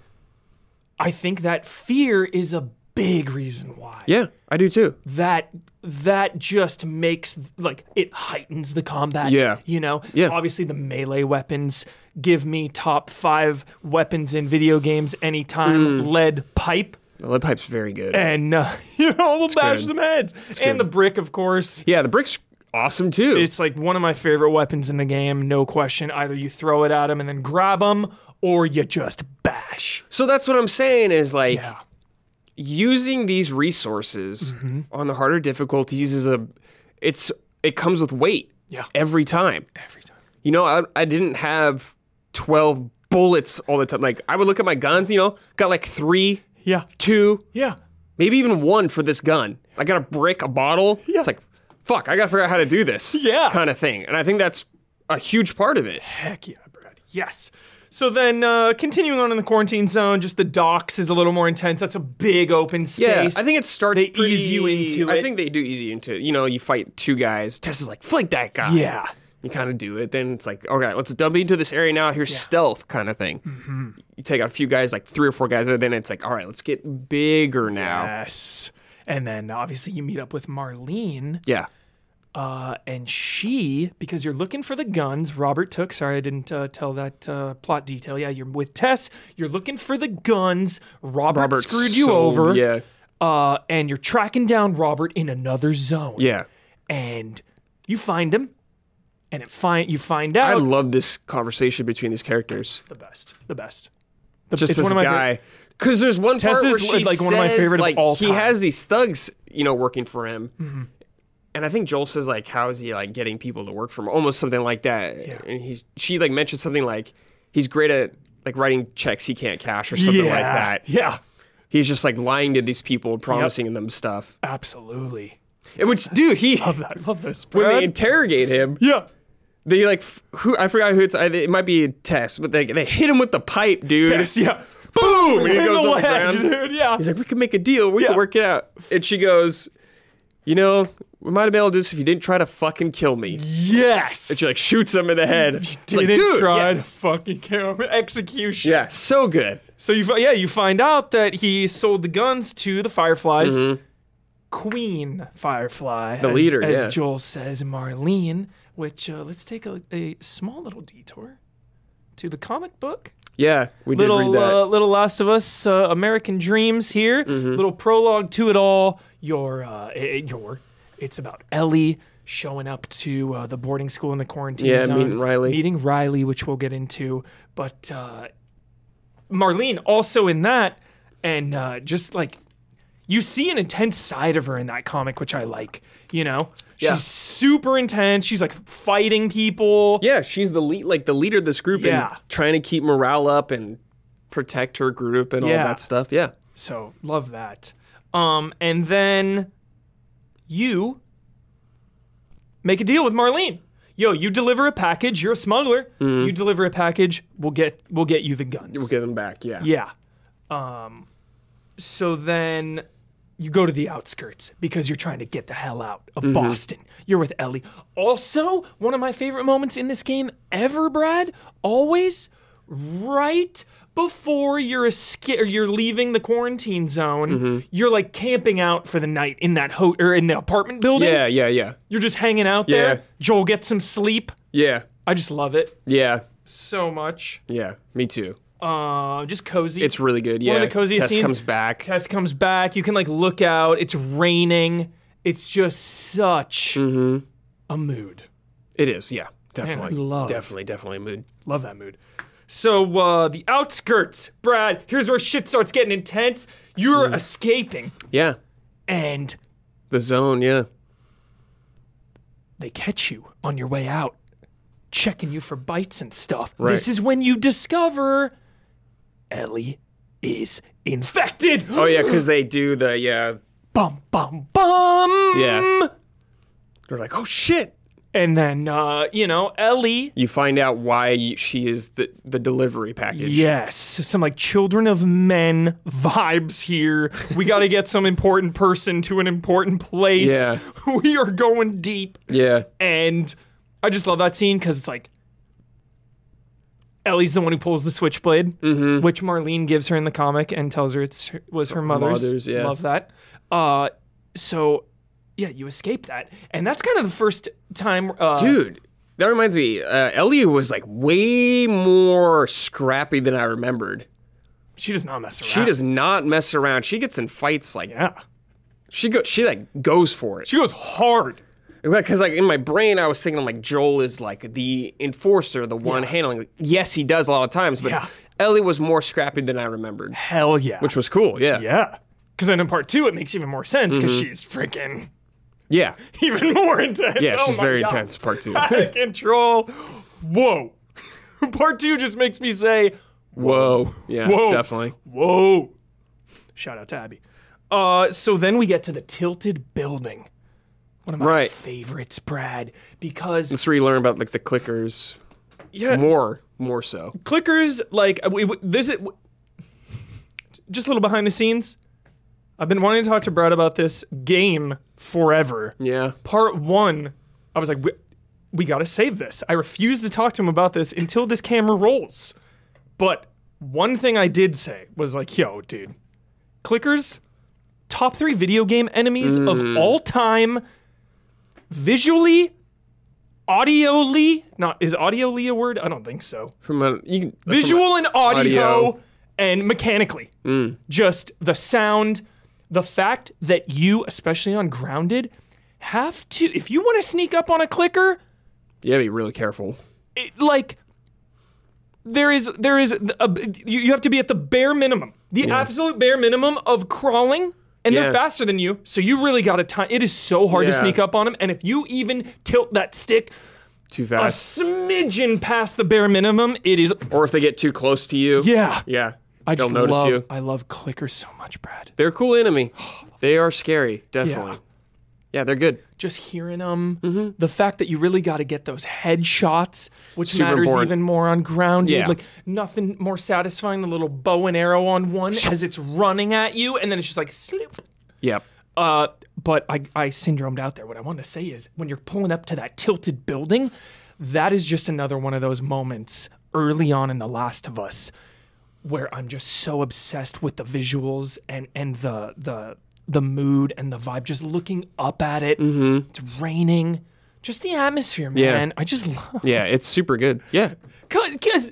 Speaker 2: I think that fear is a big reason why.
Speaker 1: Yeah, I do too.
Speaker 2: that that just makes like it heightens the combat.
Speaker 1: Yeah.
Speaker 2: You know?
Speaker 1: Yeah.
Speaker 2: Obviously the melee weapons give me top five weapons in video games anytime.
Speaker 1: Mm.
Speaker 2: Lead pipe
Speaker 1: The lead pipe's very good.
Speaker 2: and uh, you know, we'll bash
Speaker 1: good.
Speaker 2: some heads. and the brick, of course.
Speaker 1: Yeah, the brick's awesome too.
Speaker 2: It's like one of my favorite weapons in the game, no question. Either you throw it at them and then grab them, or you just bash.
Speaker 1: so that's what I'm saying is like
Speaker 2: Yeah.
Speaker 1: using these resources
Speaker 2: Mm-hmm.
Speaker 1: on the harder difficulties is a it's it comes with weight
Speaker 2: Yeah.
Speaker 1: every time
Speaker 2: Every time.
Speaker 1: you know I, I didn't have 12 bullets all the time like i would look at my guns you know got like three
Speaker 2: Yeah.
Speaker 1: two
Speaker 2: Yeah.
Speaker 1: maybe even one for this gun i got a brick a bottle
Speaker 2: Yeah.
Speaker 1: it's like fuck i gotta figure out how to do this
Speaker 2: Yeah.
Speaker 1: kind of thing and i think that's a huge part of it
Speaker 2: Heck yeah, Brad. Yes. So then, uh, continuing on in the quarantine zone, just the docks is a little more intense. That's a big open
Speaker 1: Yeah,
Speaker 2: space.
Speaker 1: I think it starts.
Speaker 2: They
Speaker 1: pretty,
Speaker 2: ease you into
Speaker 1: I
Speaker 2: it.
Speaker 1: think they do ease you into it. You know, you fight two guys. Tess is like, flank that guy.
Speaker 2: Yeah.
Speaker 1: You kind of do it. Then it's like, all right, let's dump into this area now. Here's stealth kind of thing.
Speaker 2: Mm-hmm.
Speaker 1: You take out a few guys, like three or four guys, and then it's like, all right, let's get bigger now.
Speaker 2: Yes. And then obviously you meet up with Marlene,
Speaker 1: Yeah.
Speaker 2: uh, and she, because you're looking for the guns Robert took. Sorry, I didn't uh, tell that uh, plot detail. Yeah, you're with Tess. You're looking for the guns. Robert,
Speaker 1: Robert
Speaker 2: screwed you
Speaker 1: sold-
Speaker 2: over.
Speaker 1: Yeah.
Speaker 2: Uh, and you're tracking down Robert in another zone.
Speaker 1: Yeah.
Speaker 2: And you find him, and it find you find out.
Speaker 1: I love this conversation between these characters.
Speaker 2: the best. The best.
Speaker 1: Just
Speaker 2: it's
Speaker 1: this
Speaker 2: one of my
Speaker 1: guy. Because there's one
Speaker 2: Tess
Speaker 1: part where
Speaker 2: is,
Speaker 1: she
Speaker 2: like, one of Mm-hmm. my
Speaker 1: says,
Speaker 2: favorite of
Speaker 1: like
Speaker 2: all
Speaker 1: he
Speaker 2: time.
Speaker 1: has these thugs, you know, working for him, and I think Joel says like, "How is he like getting people to work from?" Almost something like that. And he, she like mentioned something like, "He's great at like writing checks he can't cash or something like that."
Speaker 2: Yeah,
Speaker 1: He's just like lying to these people, and promising them stuff.
Speaker 2: absolutely.
Speaker 1: And Which, dude, he
Speaker 2: Love that. Love this.
Speaker 1: when they
Speaker 2: Brad.
Speaker 1: interrogate him,
Speaker 2: yeah.
Speaker 1: they like f- who I forgot who it's. I, it might be Tess, but they they hit him with the pipe, dude.
Speaker 2: Yes. Yeah. Boom!
Speaker 1: he goes
Speaker 2: in the
Speaker 1: on the
Speaker 2: leg,
Speaker 1: ground.
Speaker 2: dude. Yeah.
Speaker 1: He's like, we can make a deal. We
Speaker 2: Yeah.
Speaker 1: can work it out. And she goes, you know, we might have been able to do this if you didn't try to fucking kill me.
Speaker 2: yes.
Speaker 1: She like shoots him in the head. It's like,
Speaker 2: didn't
Speaker 1: dude,
Speaker 2: try
Speaker 1: Yeah.
Speaker 2: to fucking kill him. Execution.
Speaker 1: Yeah, so good.
Speaker 2: So you fi- yeah you find out that he sold the guns to the Fireflies. Queen Firefly, the
Speaker 1: Mm-hmm. leader,
Speaker 2: as
Speaker 1: yeah.
Speaker 2: Joel says, Marlene. Which uh, let's take a, a small little detour to the comic book.
Speaker 1: Yeah, we
Speaker 2: little
Speaker 1: did read that. Mm-hmm.
Speaker 2: Uh, little Last of Us, uh, American Dreams here. Little prologue to it all. Your uh, eh, your, it's about Ellie showing up to uh, the boarding school in the quarantine
Speaker 1: Yeah,
Speaker 2: zone,
Speaker 1: meeting Riley.
Speaker 2: meeting Riley, which we'll get into. But uh, Marlene also in that, and uh, just like you see an intense side of her in that comic, which I like. You know,
Speaker 1: Yeah.
Speaker 2: she's super intense. She's like fighting people.
Speaker 1: yeah, she's the lead, like the leader of this group,
Speaker 2: Yeah.
Speaker 1: and trying to keep morale up and protect her group and
Speaker 2: Yeah.
Speaker 1: all that stuff. Yeah,
Speaker 2: So love that. Um, and then you make a deal with Marlene. Yo, you deliver a package. You're a smuggler. You deliver a package. We'll get we'll get you the guns.
Speaker 1: Mm-hmm. we'll get them back. Yeah,
Speaker 2: yeah. Um, so then you go to the outskirts because you're trying to get the hell out
Speaker 1: Mm-hmm.
Speaker 2: of Boston. You're with Ellie. Also, one of my favorite moments in this game ever, Brad, always right before you're esca- or you're leaving the quarantine zone,
Speaker 1: Mm-hmm.
Speaker 2: you're like camping out for the night in that ho- or in the apartment building.
Speaker 1: yeah, yeah, yeah,
Speaker 2: You're just hanging out
Speaker 1: Yeah.
Speaker 2: there. Joel gets some sleep.
Speaker 1: yeah,
Speaker 2: I just love it
Speaker 1: yeah,
Speaker 2: so much.
Speaker 1: yeah. Me too.
Speaker 2: Uh, just cozy.
Speaker 1: It's really good. Yeah,
Speaker 2: One of the coziest
Speaker 1: Tess
Speaker 2: scenes-
Speaker 1: comes back.
Speaker 2: Tess comes back. You can like look out. It's raining. It's just such
Speaker 1: Mm-hmm.
Speaker 2: a mood.
Speaker 1: it is. Yeah, definitely,
Speaker 2: love-
Speaker 1: definitely, definitely a mood.
Speaker 2: Love that mood. So uh, the outskirts, Brad. Here's where shit starts getting intense. You're
Speaker 1: Mm.
Speaker 2: escaping,
Speaker 1: Yeah,
Speaker 2: and
Speaker 1: the zone. Yeah,
Speaker 2: they catch you on your way out, checking you for bites and stuff.
Speaker 1: Right.
Speaker 2: This is when you discover Ellie is infected.
Speaker 1: oh yeah, because they do the yeah.
Speaker 2: Bum bum bum.
Speaker 1: Yeah. They're like, oh shit.
Speaker 2: And then uh, you know Ellie
Speaker 1: You find out why you- she is the the delivery package.
Speaker 2: Yes, some like children of men vibes here. We got to get some important person to an important place.
Speaker 1: Yeah.
Speaker 2: We are going deep.
Speaker 1: Yeah.
Speaker 2: And I just love that scene because it's like Ellie's the one who pulls the switchblade,
Speaker 1: Mm-hmm.
Speaker 2: which Marlene gives her in the comic and tells her it's her- was her mother's.
Speaker 1: mother's, yeah.
Speaker 2: Love that. Uh, so yeah, you escape that, and that's kind of the first time. Uh,
Speaker 1: Dude, that reminds me. Uh, Ellie was like way more scrappy than I remembered.
Speaker 2: she does not mess around.
Speaker 1: She does not mess around. She gets in fights like
Speaker 2: Yeah,
Speaker 1: she go she like goes for it.
Speaker 2: she goes hard.
Speaker 1: Because like in my brain, I was thinking I'm like Joel is like the enforcer, the one handling. Yes, he does a lot of times, but
Speaker 2: Yeah.
Speaker 1: Ellie was more scrappy than I remembered,
Speaker 2: Hell yeah.
Speaker 1: which was cool. Yeah.
Speaker 2: Yeah. Because then in part two, it makes even more sense
Speaker 1: Mm-hmm.
Speaker 2: because she's freaking
Speaker 1: Yeah.
Speaker 2: even more intense.
Speaker 1: Yeah,
Speaker 2: Oh
Speaker 1: she's
Speaker 2: my
Speaker 1: very
Speaker 2: God.
Speaker 1: intense. Part two.
Speaker 2: Out of control. Whoa. part two just makes me say,
Speaker 1: Whoa. Yeah.
Speaker 2: Whoa.
Speaker 1: Definitely.
Speaker 2: whoa. Shout out to Abby. Uh, so then we get to the tilted building. One of my
Speaker 1: Right.
Speaker 2: favorites, Brad, because
Speaker 1: Let's relearn about like the clickers
Speaker 2: yeah,
Speaker 1: more, more so.
Speaker 2: clickers like uh, we, we- this is just a little behind the scenes. I've been wanting to talk to Brad about this game forever.
Speaker 1: Yeah.
Speaker 2: part one, I was like, we, we gotta save this. I refused to talk to him about this until this camera rolls. But one thing I did say was like, yo, dude, clickers, top three video game enemies of all time, visually, audioly, not is audioly a word? I don't think so.
Speaker 1: From a you, can- from a-
Speaker 2: Visual and audio,
Speaker 1: Audio. Mm.
Speaker 2: and mechanically. Just the sound, the fact that you, especially on grounded, have to if you want to sneak up on a clicker,
Speaker 1: yeah, be really careful.
Speaker 2: it, like there is there is a, you, you have to be at the bare minimum, the absolute bare minimum of crawling and
Speaker 1: Yeah.
Speaker 2: they're faster than you, so you really got to time. It is so hard to
Speaker 1: Yeah.
Speaker 2: sneak up on them, and if you even tilt that stick
Speaker 1: Too
Speaker 2: a
Speaker 1: fast.
Speaker 2: smidgen past the bare minimum, it is
Speaker 1: or if they get too close to you.
Speaker 2: yeah.
Speaker 1: Yeah.
Speaker 2: I
Speaker 1: They'll
Speaker 2: just
Speaker 1: notice
Speaker 2: love
Speaker 1: you.
Speaker 2: I love clickers so much, Brad.
Speaker 1: They're a cool enemy. They are scary, definitely. Yeah, they're good.
Speaker 2: Just hearing them,
Speaker 1: Mm-hmm.
Speaker 2: the fact that you really got to get those headshots, which
Speaker 1: Super
Speaker 2: matters
Speaker 1: important.
Speaker 2: even more on ground. dude.
Speaker 1: Yeah.
Speaker 2: Like nothing more satisfying than a little bow and arrow on one as it's running at you, and then it's just like sloop.
Speaker 1: Yep.
Speaker 2: Uh, but I, I syndromed out there. What I wanted to say is when you're pulling up to that tilted building, that is just another one of those moments early on in The Last of Us where I'm just so obsessed with the visuals and, and the, the, the mood and the vibe. Just looking up at it, it's raining. Just the atmosphere,
Speaker 1: Mm-hmm. Yeah.
Speaker 2: man. I just love
Speaker 1: Yeah, it's super good. Yeah.
Speaker 2: because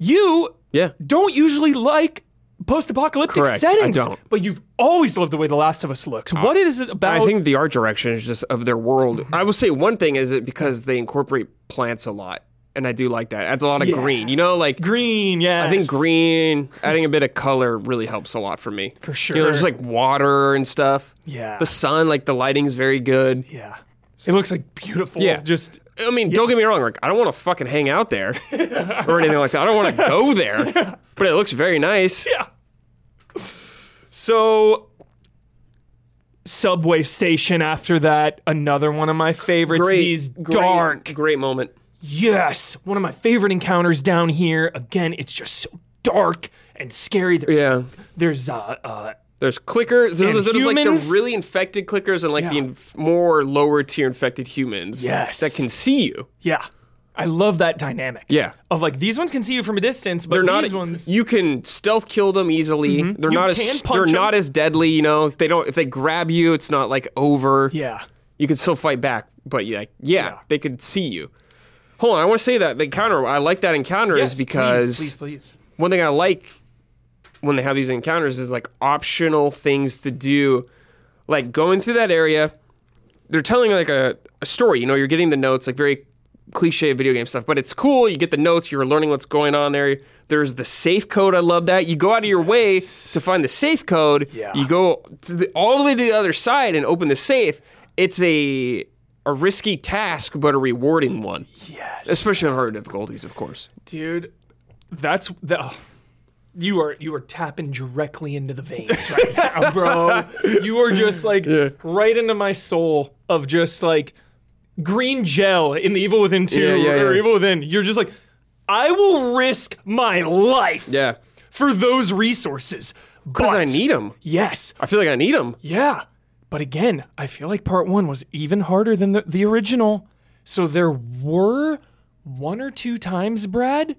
Speaker 2: you
Speaker 1: Yeah.
Speaker 2: don't usually like post-apocalyptic
Speaker 1: Correct, I
Speaker 2: settings,
Speaker 1: don't.
Speaker 2: but you've always loved the way The Last of Us looks. what is it about?
Speaker 1: I think the art direction is just of their world.
Speaker 2: Mm-hmm.
Speaker 1: I will say one thing is it because they incorporate plants a lot, and I do like that. Adds a lot of green. You know, like
Speaker 2: green. Yeah,
Speaker 1: I think green, adding a bit of color really helps a lot for me.
Speaker 2: For
Speaker 1: You know, there's
Speaker 2: sure.
Speaker 1: like water and stuff.
Speaker 2: Yeah,
Speaker 1: The sun, like the lighting's very good.
Speaker 2: yeah. It looks like beautiful.
Speaker 1: Yeah.
Speaker 2: just
Speaker 1: I mean, don't get me wrong. Like, I don't want to fucking hang out there or anything like that. I don't want to go there, but it looks very nice.
Speaker 2: yeah. So, subway station. After that, another one of my favorites. These dark.
Speaker 1: great moment.
Speaker 2: Yes, one of my favorite encounters down here. Again, it's just so dark and scary. There's,
Speaker 1: Yeah.
Speaker 2: There's uh, uh
Speaker 1: There's clickers. There's,
Speaker 2: And
Speaker 1: there's like the
Speaker 2: humans?
Speaker 1: really infected clickers and like the
Speaker 2: Yeah.
Speaker 1: inf- more lower tier infected humans.
Speaker 2: Yes.
Speaker 1: That can see you.
Speaker 2: yeah. I love that dynamic.
Speaker 1: Yeah.
Speaker 2: Of like these ones can see you from a distance, but
Speaker 1: They're not. e-
Speaker 2: these ones Mm-hmm.
Speaker 1: You can stealth kill them easily. They're
Speaker 2: You
Speaker 1: not
Speaker 2: can
Speaker 1: as.
Speaker 2: punch
Speaker 1: They're
Speaker 2: them.
Speaker 1: not as deadly. You know, if they don't. If they grab you, it's not like over.
Speaker 2: Yeah.
Speaker 1: you can still fight back, but yeah, yeah, they could see you. Hold on, I want to say that the encounter. I like that encounter
Speaker 2: Yes,
Speaker 1: is
Speaker 2: please,
Speaker 1: because
Speaker 2: please, please.
Speaker 1: one thing I like when they have these encounters is like optional things to do, like going through that area. They're telling like a, a story, you know. You're getting the notes, like very cliche video game stuff, but it's cool. You get the notes. You're learning what's going on there. There's the safe code. I love that. You go out of your way to find the safe code.
Speaker 2: Yeah.
Speaker 1: You go to the, all the way to the other side and open the safe. It's a a risky task, but a rewarding one,
Speaker 2: Yes.
Speaker 1: especially on harder difficulties, of course.
Speaker 2: dude that's the oh. you are you are tapping directly into the veins right now bro you are just like right into my soul of just like green gel in the evil within 2
Speaker 1: Yeah, yeah,
Speaker 2: or
Speaker 1: yeah.
Speaker 2: evil within you're just like i will risk my life
Speaker 1: Yeah,
Speaker 2: for those resources
Speaker 1: because
Speaker 2: because
Speaker 1: I need them.
Speaker 2: yes
Speaker 1: I feel like I need them.
Speaker 2: yeah. But again, I feel like part one was even harder than the, the original. So there were one or two times, Brad,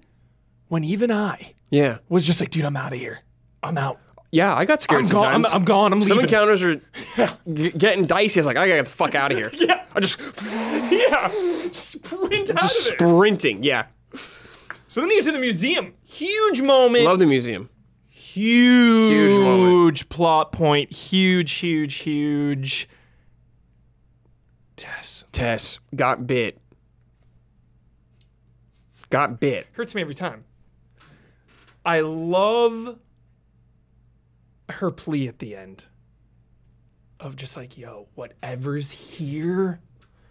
Speaker 2: when even I
Speaker 1: Yeah.
Speaker 2: was just like, dude, I'm out of here. I'm out.
Speaker 1: Yeah, I got scared
Speaker 2: I'm gone. I'm,
Speaker 1: sometimes.
Speaker 2: I'm gone. I'm
Speaker 1: Some
Speaker 2: leaving.
Speaker 1: encounters are g- getting dicey. I was like, I gotta get the fuck out of here.
Speaker 2: yeah.
Speaker 1: I just
Speaker 2: Yeah. Sprint out
Speaker 1: just
Speaker 2: of there.
Speaker 1: sprinting. Yeah,
Speaker 2: so then you get to the museum. Huge moment.
Speaker 1: love the museum.
Speaker 2: huge,
Speaker 1: moment.
Speaker 2: plot point. Huge, huge, huge. Tess.
Speaker 1: Tess got bit. Got bit.
Speaker 2: hurts me every time. I love her plea at the end of just like, yo, whatever's here,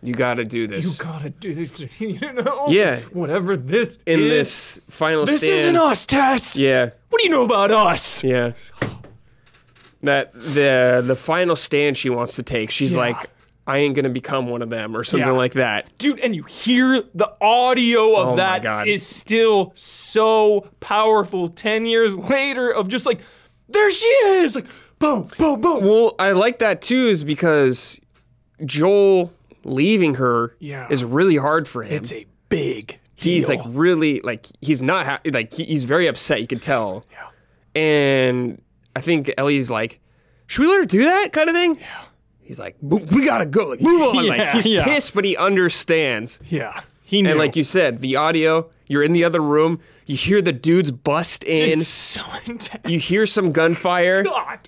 Speaker 1: You gotta do
Speaker 2: you
Speaker 1: this
Speaker 2: gotta do this, you know?
Speaker 1: Yeah.
Speaker 2: Whatever this
Speaker 1: in
Speaker 2: is,
Speaker 1: this final.
Speaker 2: This
Speaker 1: stand.
Speaker 2: isn't us, Tess.
Speaker 1: Yeah,
Speaker 2: What do you know about us?
Speaker 1: yeah. That the the final stand she wants to take. She's
Speaker 2: Yeah.
Speaker 1: like, I ain't gonna become one of them or something
Speaker 2: Yeah.
Speaker 1: like that.
Speaker 2: Dude, and you hear the audio
Speaker 1: Oh my
Speaker 2: of that
Speaker 1: God.
Speaker 2: is still so powerful 10 years later of just like, there she is. Like, boom, boom, boom.
Speaker 1: Well, I like that too, is because Joel leaving her
Speaker 2: Yeah.
Speaker 1: is really hard for him.
Speaker 2: It's a big deal.
Speaker 1: he's like really like he's not ha- like he- he's very upset. You can tell. Yeah. And I think Ellie's like, should we let her do that kind of thing? Yeah. He's like, "We- we gotta go, like move on. like
Speaker 2: Yeah,
Speaker 1: he's
Speaker 2: yeah.
Speaker 1: pissed, but he understands.
Speaker 2: yeah. He
Speaker 1: And
Speaker 2: knew.
Speaker 1: like you said, the audio. You're in the other room. You hear the dudes bust in.
Speaker 2: It's so intense.
Speaker 1: you hear some gunfire.
Speaker 2: God.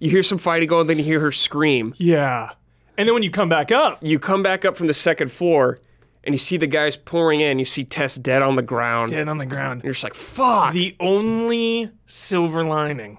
Speaker 1: You hear some fighting going. Then you hear her scream.
Speaker 2: Yeah. And then when you come back up,
Speaker 1: you come back up from the second floor and you see the guys pouring in. You see Tess dead on the ground.
Speaker 2: dead on the ground.
Speaker 1: You're just like, fuck.
Speaker 2: The only silver lining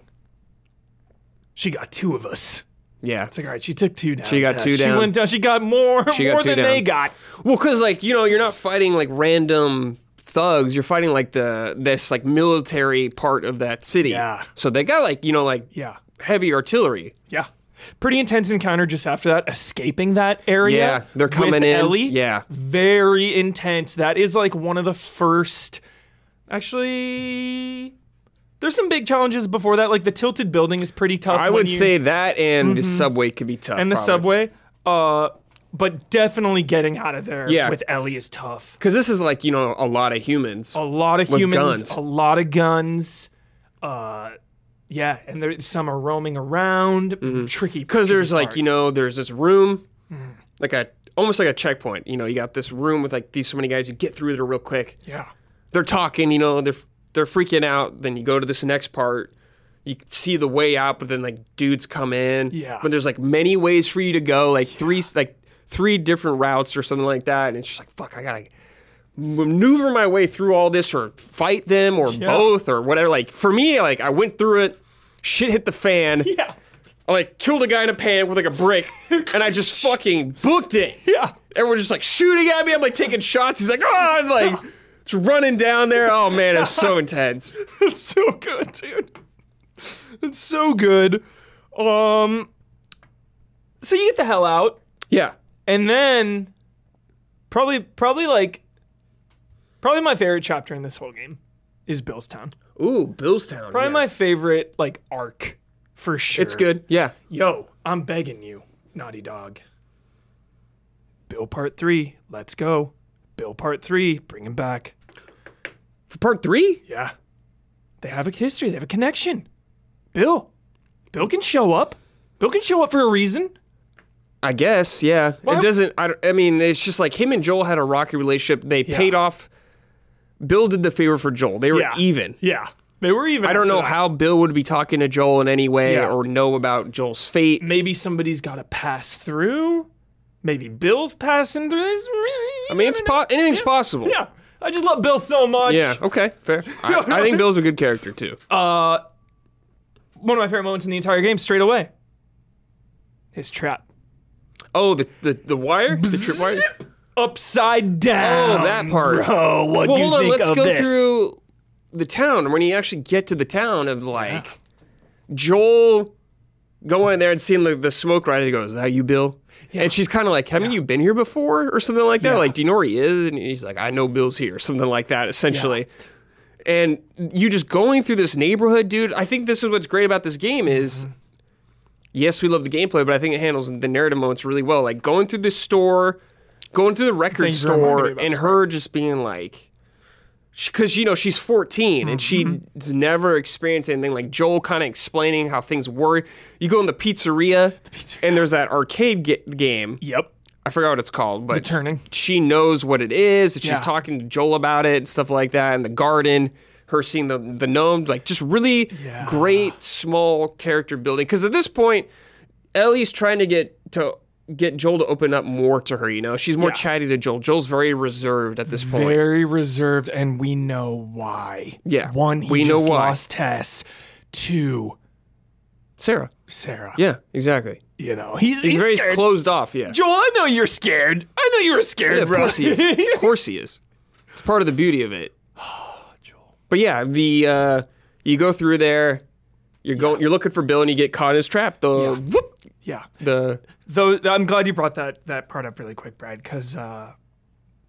Speaker 2: She got two of us.
Speaker 1: Yeah.
Speaker 2: It's like, all right, she took two down.
Speaker 1: She got
Speaker 2: Tess.
Speaker 1: two
Speaker 2: She
Speaker 1: down.
Speaker 2: went down. She got more,
Speaker 1: got
Speaker 2: more
Speaker 1: two
Speaker 2: than they
Speaker 1: down.
Speaker 2: got.
Speaker 1: Well, because like you know, you're not fighting like random thugs. You're fighting like the this like military part of that city.
Speaker 2: Yeah.
Speaker 1: So they got like you know like
Speaker 2: Yeah.
Speaker 1: heavy artillery.
Speaker 2: Yeah. Pretty intense encounter just after that, escaping that area.
Speaker 1: Yeah, they're coming
Speaker 2: with
Speaker 1: in.
Speaker 2: Ellie.
Speaker 1: Yeah.
Speaker 2: Very intense. That is like one of the first. Actually, there's some big challenges before that. Like the tilted building is pretty tough.
Speaker 1: I
Speaker 2: when
Speaker 1: would
Speaker 2: you- Mm-hmm.
Speaker 1: say that and the subway could be tough.
Speaker 2: And the
Speaker 1: probably.
Speaker 2: subway. Uh, but definitely getting out of there
Speaker 1: Yeah.
Speaker 2: with Ellie is tough.
Speaker 1: Because this is like you know a lot of humans.
Speaker 2: A lot of
Speaker 1: With
Speaker 2: humans,
Speaker 1: guns.
Speaker 2: a lot of guns. Uh, yeah, and there some are roaming around. Tricky.
Speaker 1: Because Mm-hmm. there's like you know there's this room,
Speaker 2: Mm-hmm.
Speaker 1: like a almost like a checkpoint. You know you got this room with like these so many guys. You get through there real quick.
Speaker 2: Yeah.
Speaker 1: they're talking, you know, they're they're freaking out. Then you go to this next part, you see the way out, but then like dudes come in.
Speaker 2: Yeah.
Speaker 1: But there's like many ways for you to go, like three like three different routes or something like that, and it's just like fuck, I gotta maneuver my way through all this or fight them or both or whatever. Like for me, like I went through it, shit hit the fan.
Speaker 2: Yeah.
Speaker 1: I like killed a guy in a pan with like a brick, and I just fucking booked it.
Speaker 2: Yeah.
Speaker 1: Everyone's just like shooting at me. I'm like taking shots. He's like, oh, I'm like just running down there. Oh man, it's so intense.
Speaker 2: It's so good, dude. It's so good. Um so you get the hell out
Speaker 1: Yeah.
Speaker 2: and then probably probably like probably my favorite chapter in this whole game is Billstown.
Speaker 1: Ooh, Billstown.
Speaker 2: Probably
Speaker 1: yeah.
Speaker 2: my favorite like arc for sure.
Speaker 1: It's good. Yeah.
Speaker 2: Yo, I'm begging you, Naughty Dog. Bill part 3, let's go. Bill part 3, bring him back.
Speaker 1: For part three.
Speaker 2: Yeah. They have a history, they have a connection. Bill. Bill can show up. Bill can show up for a reason.
Speaker 1: I guess. Yeah.
Speaker 2: Well-
Speaker 1: it doesn't. I, don't- I mean, it's just like him and Joel had a rocky relationship. They paid off. Bill did the favor for Joel. They were
Speaker 2: Yeah.
Speaker 1: even.
Speaker 2: Yeah. They were even.
Speaker 1: I don't know how Bill would be talking to Joel in any way
Speaker 2: Yeah. Mm,
Speaker 1: or know about Joel's fate.
Speaker 2: Maybe somebody's got to pass through. Maybe Bill's passing through. There's really.
Speaker 1: I mean, it's po- anything's possible.
Speaker 2: uh, Yeah. I just love Bill so much.
Speaker 1: Yeah. Okay. Fair. I, I think Bill's a good character too.
Speaker 2: Uh, One of my favorite moments in the entire game, straight away. His trap.
Speaker 1: oh, the the, the wire, the trip wire.
Speaker 2: Zip! Upside down.
Speaker 1: Oh, that part.
Speaker 2: Bro, what
Speaker 1: Well,
Speaker 2: do you
Speaker 1: hold on.
Speaker 2: think
Speaker 1: Let's
Speaker 2: of
Speaker 1: go
Speaker 2: this?
Speaker 1: through the town. And When you actually get to the town of like Joel going in there and seeing the, the smoke rise, he goes, "Is that you, Bill?" And she's kind of like, "Haven't you been here before?" or something like that.
Speaker 2: Yeah.
Speaker 1: Like, do you know where he is? And he's like, "I know Bill's here," something like that, essentially. And you just going through this neighborhood, dude. I think this is what's great about this game is.
Speaker 2: Mm-hmm.
Speaker 1: Yes, we love the gameplay, but I think it handles the narrative moments really well. Like going through the store, going through the record
Speaker 2: Thank you for reminding me
Speaker 1: store,
Speaker 2: about
Speaker 1: and
Speaker 2: this.
Speaker 1: her just being like, because you know she's 14 and
Speaker 2: Mm-hmm.
Speaker 1: she's never experienced anything like Joel kind of explaining how things were. You go in the pizzeria, and there's that arcade ga- game.
Speaker 2: Yep.
Speaker 1: I forgot what it's called, but
Speaker 2: Turning.
Speaker 1: she knows what it is. And she's
Speaker 2: Yeah.
Speaker 1: talking to Joel about it and stuff like that. And the garden, her seeing the the gnome, like just really
Speaker 2: Yeah.
Speaker 1: great small character building. Because at this point, Ellie's trying to get to get Joel to open up more to her. You know, she's more
Speaker 2: Yeah.
Speaker 1: chatty to Joel. Joel's very reserved at this point.
Speaker 2: Very reserved, and we know why.
Speaker 1: Yeah,
Speaker 2: One, he
Speaker 1: we know
Speaker 2: just
Speaker 1: why.
Speaker 2: lost Tess. Two,
Speaker 1: Sarah.
Speaker 2: Sarah.
Speaker 1: Yeah, exactly.
Speaker 2: You know, he's,
Speaker 1: He's, very
Speaker 2: scared.
Speaker 1: closed off. Yeah.
Speaker 2: Joel, I know you're scared. I know you were scared,
Speaker 1: Yeah, of
Speaker 2: bro.
Speaker 1: course he is. Of course he is. It's part of the beauty of it.
Speaker 2: Ah,
Speaker 1: But yeah, the uh, you go through there, you're going, you're looking for Bill, and you get caught in his trap. The whoop,
Speaker 2: yeah.
Speaker 1: the
Speaker 2: Though I'm glad you brought that that part up really quick, Brad, because uh,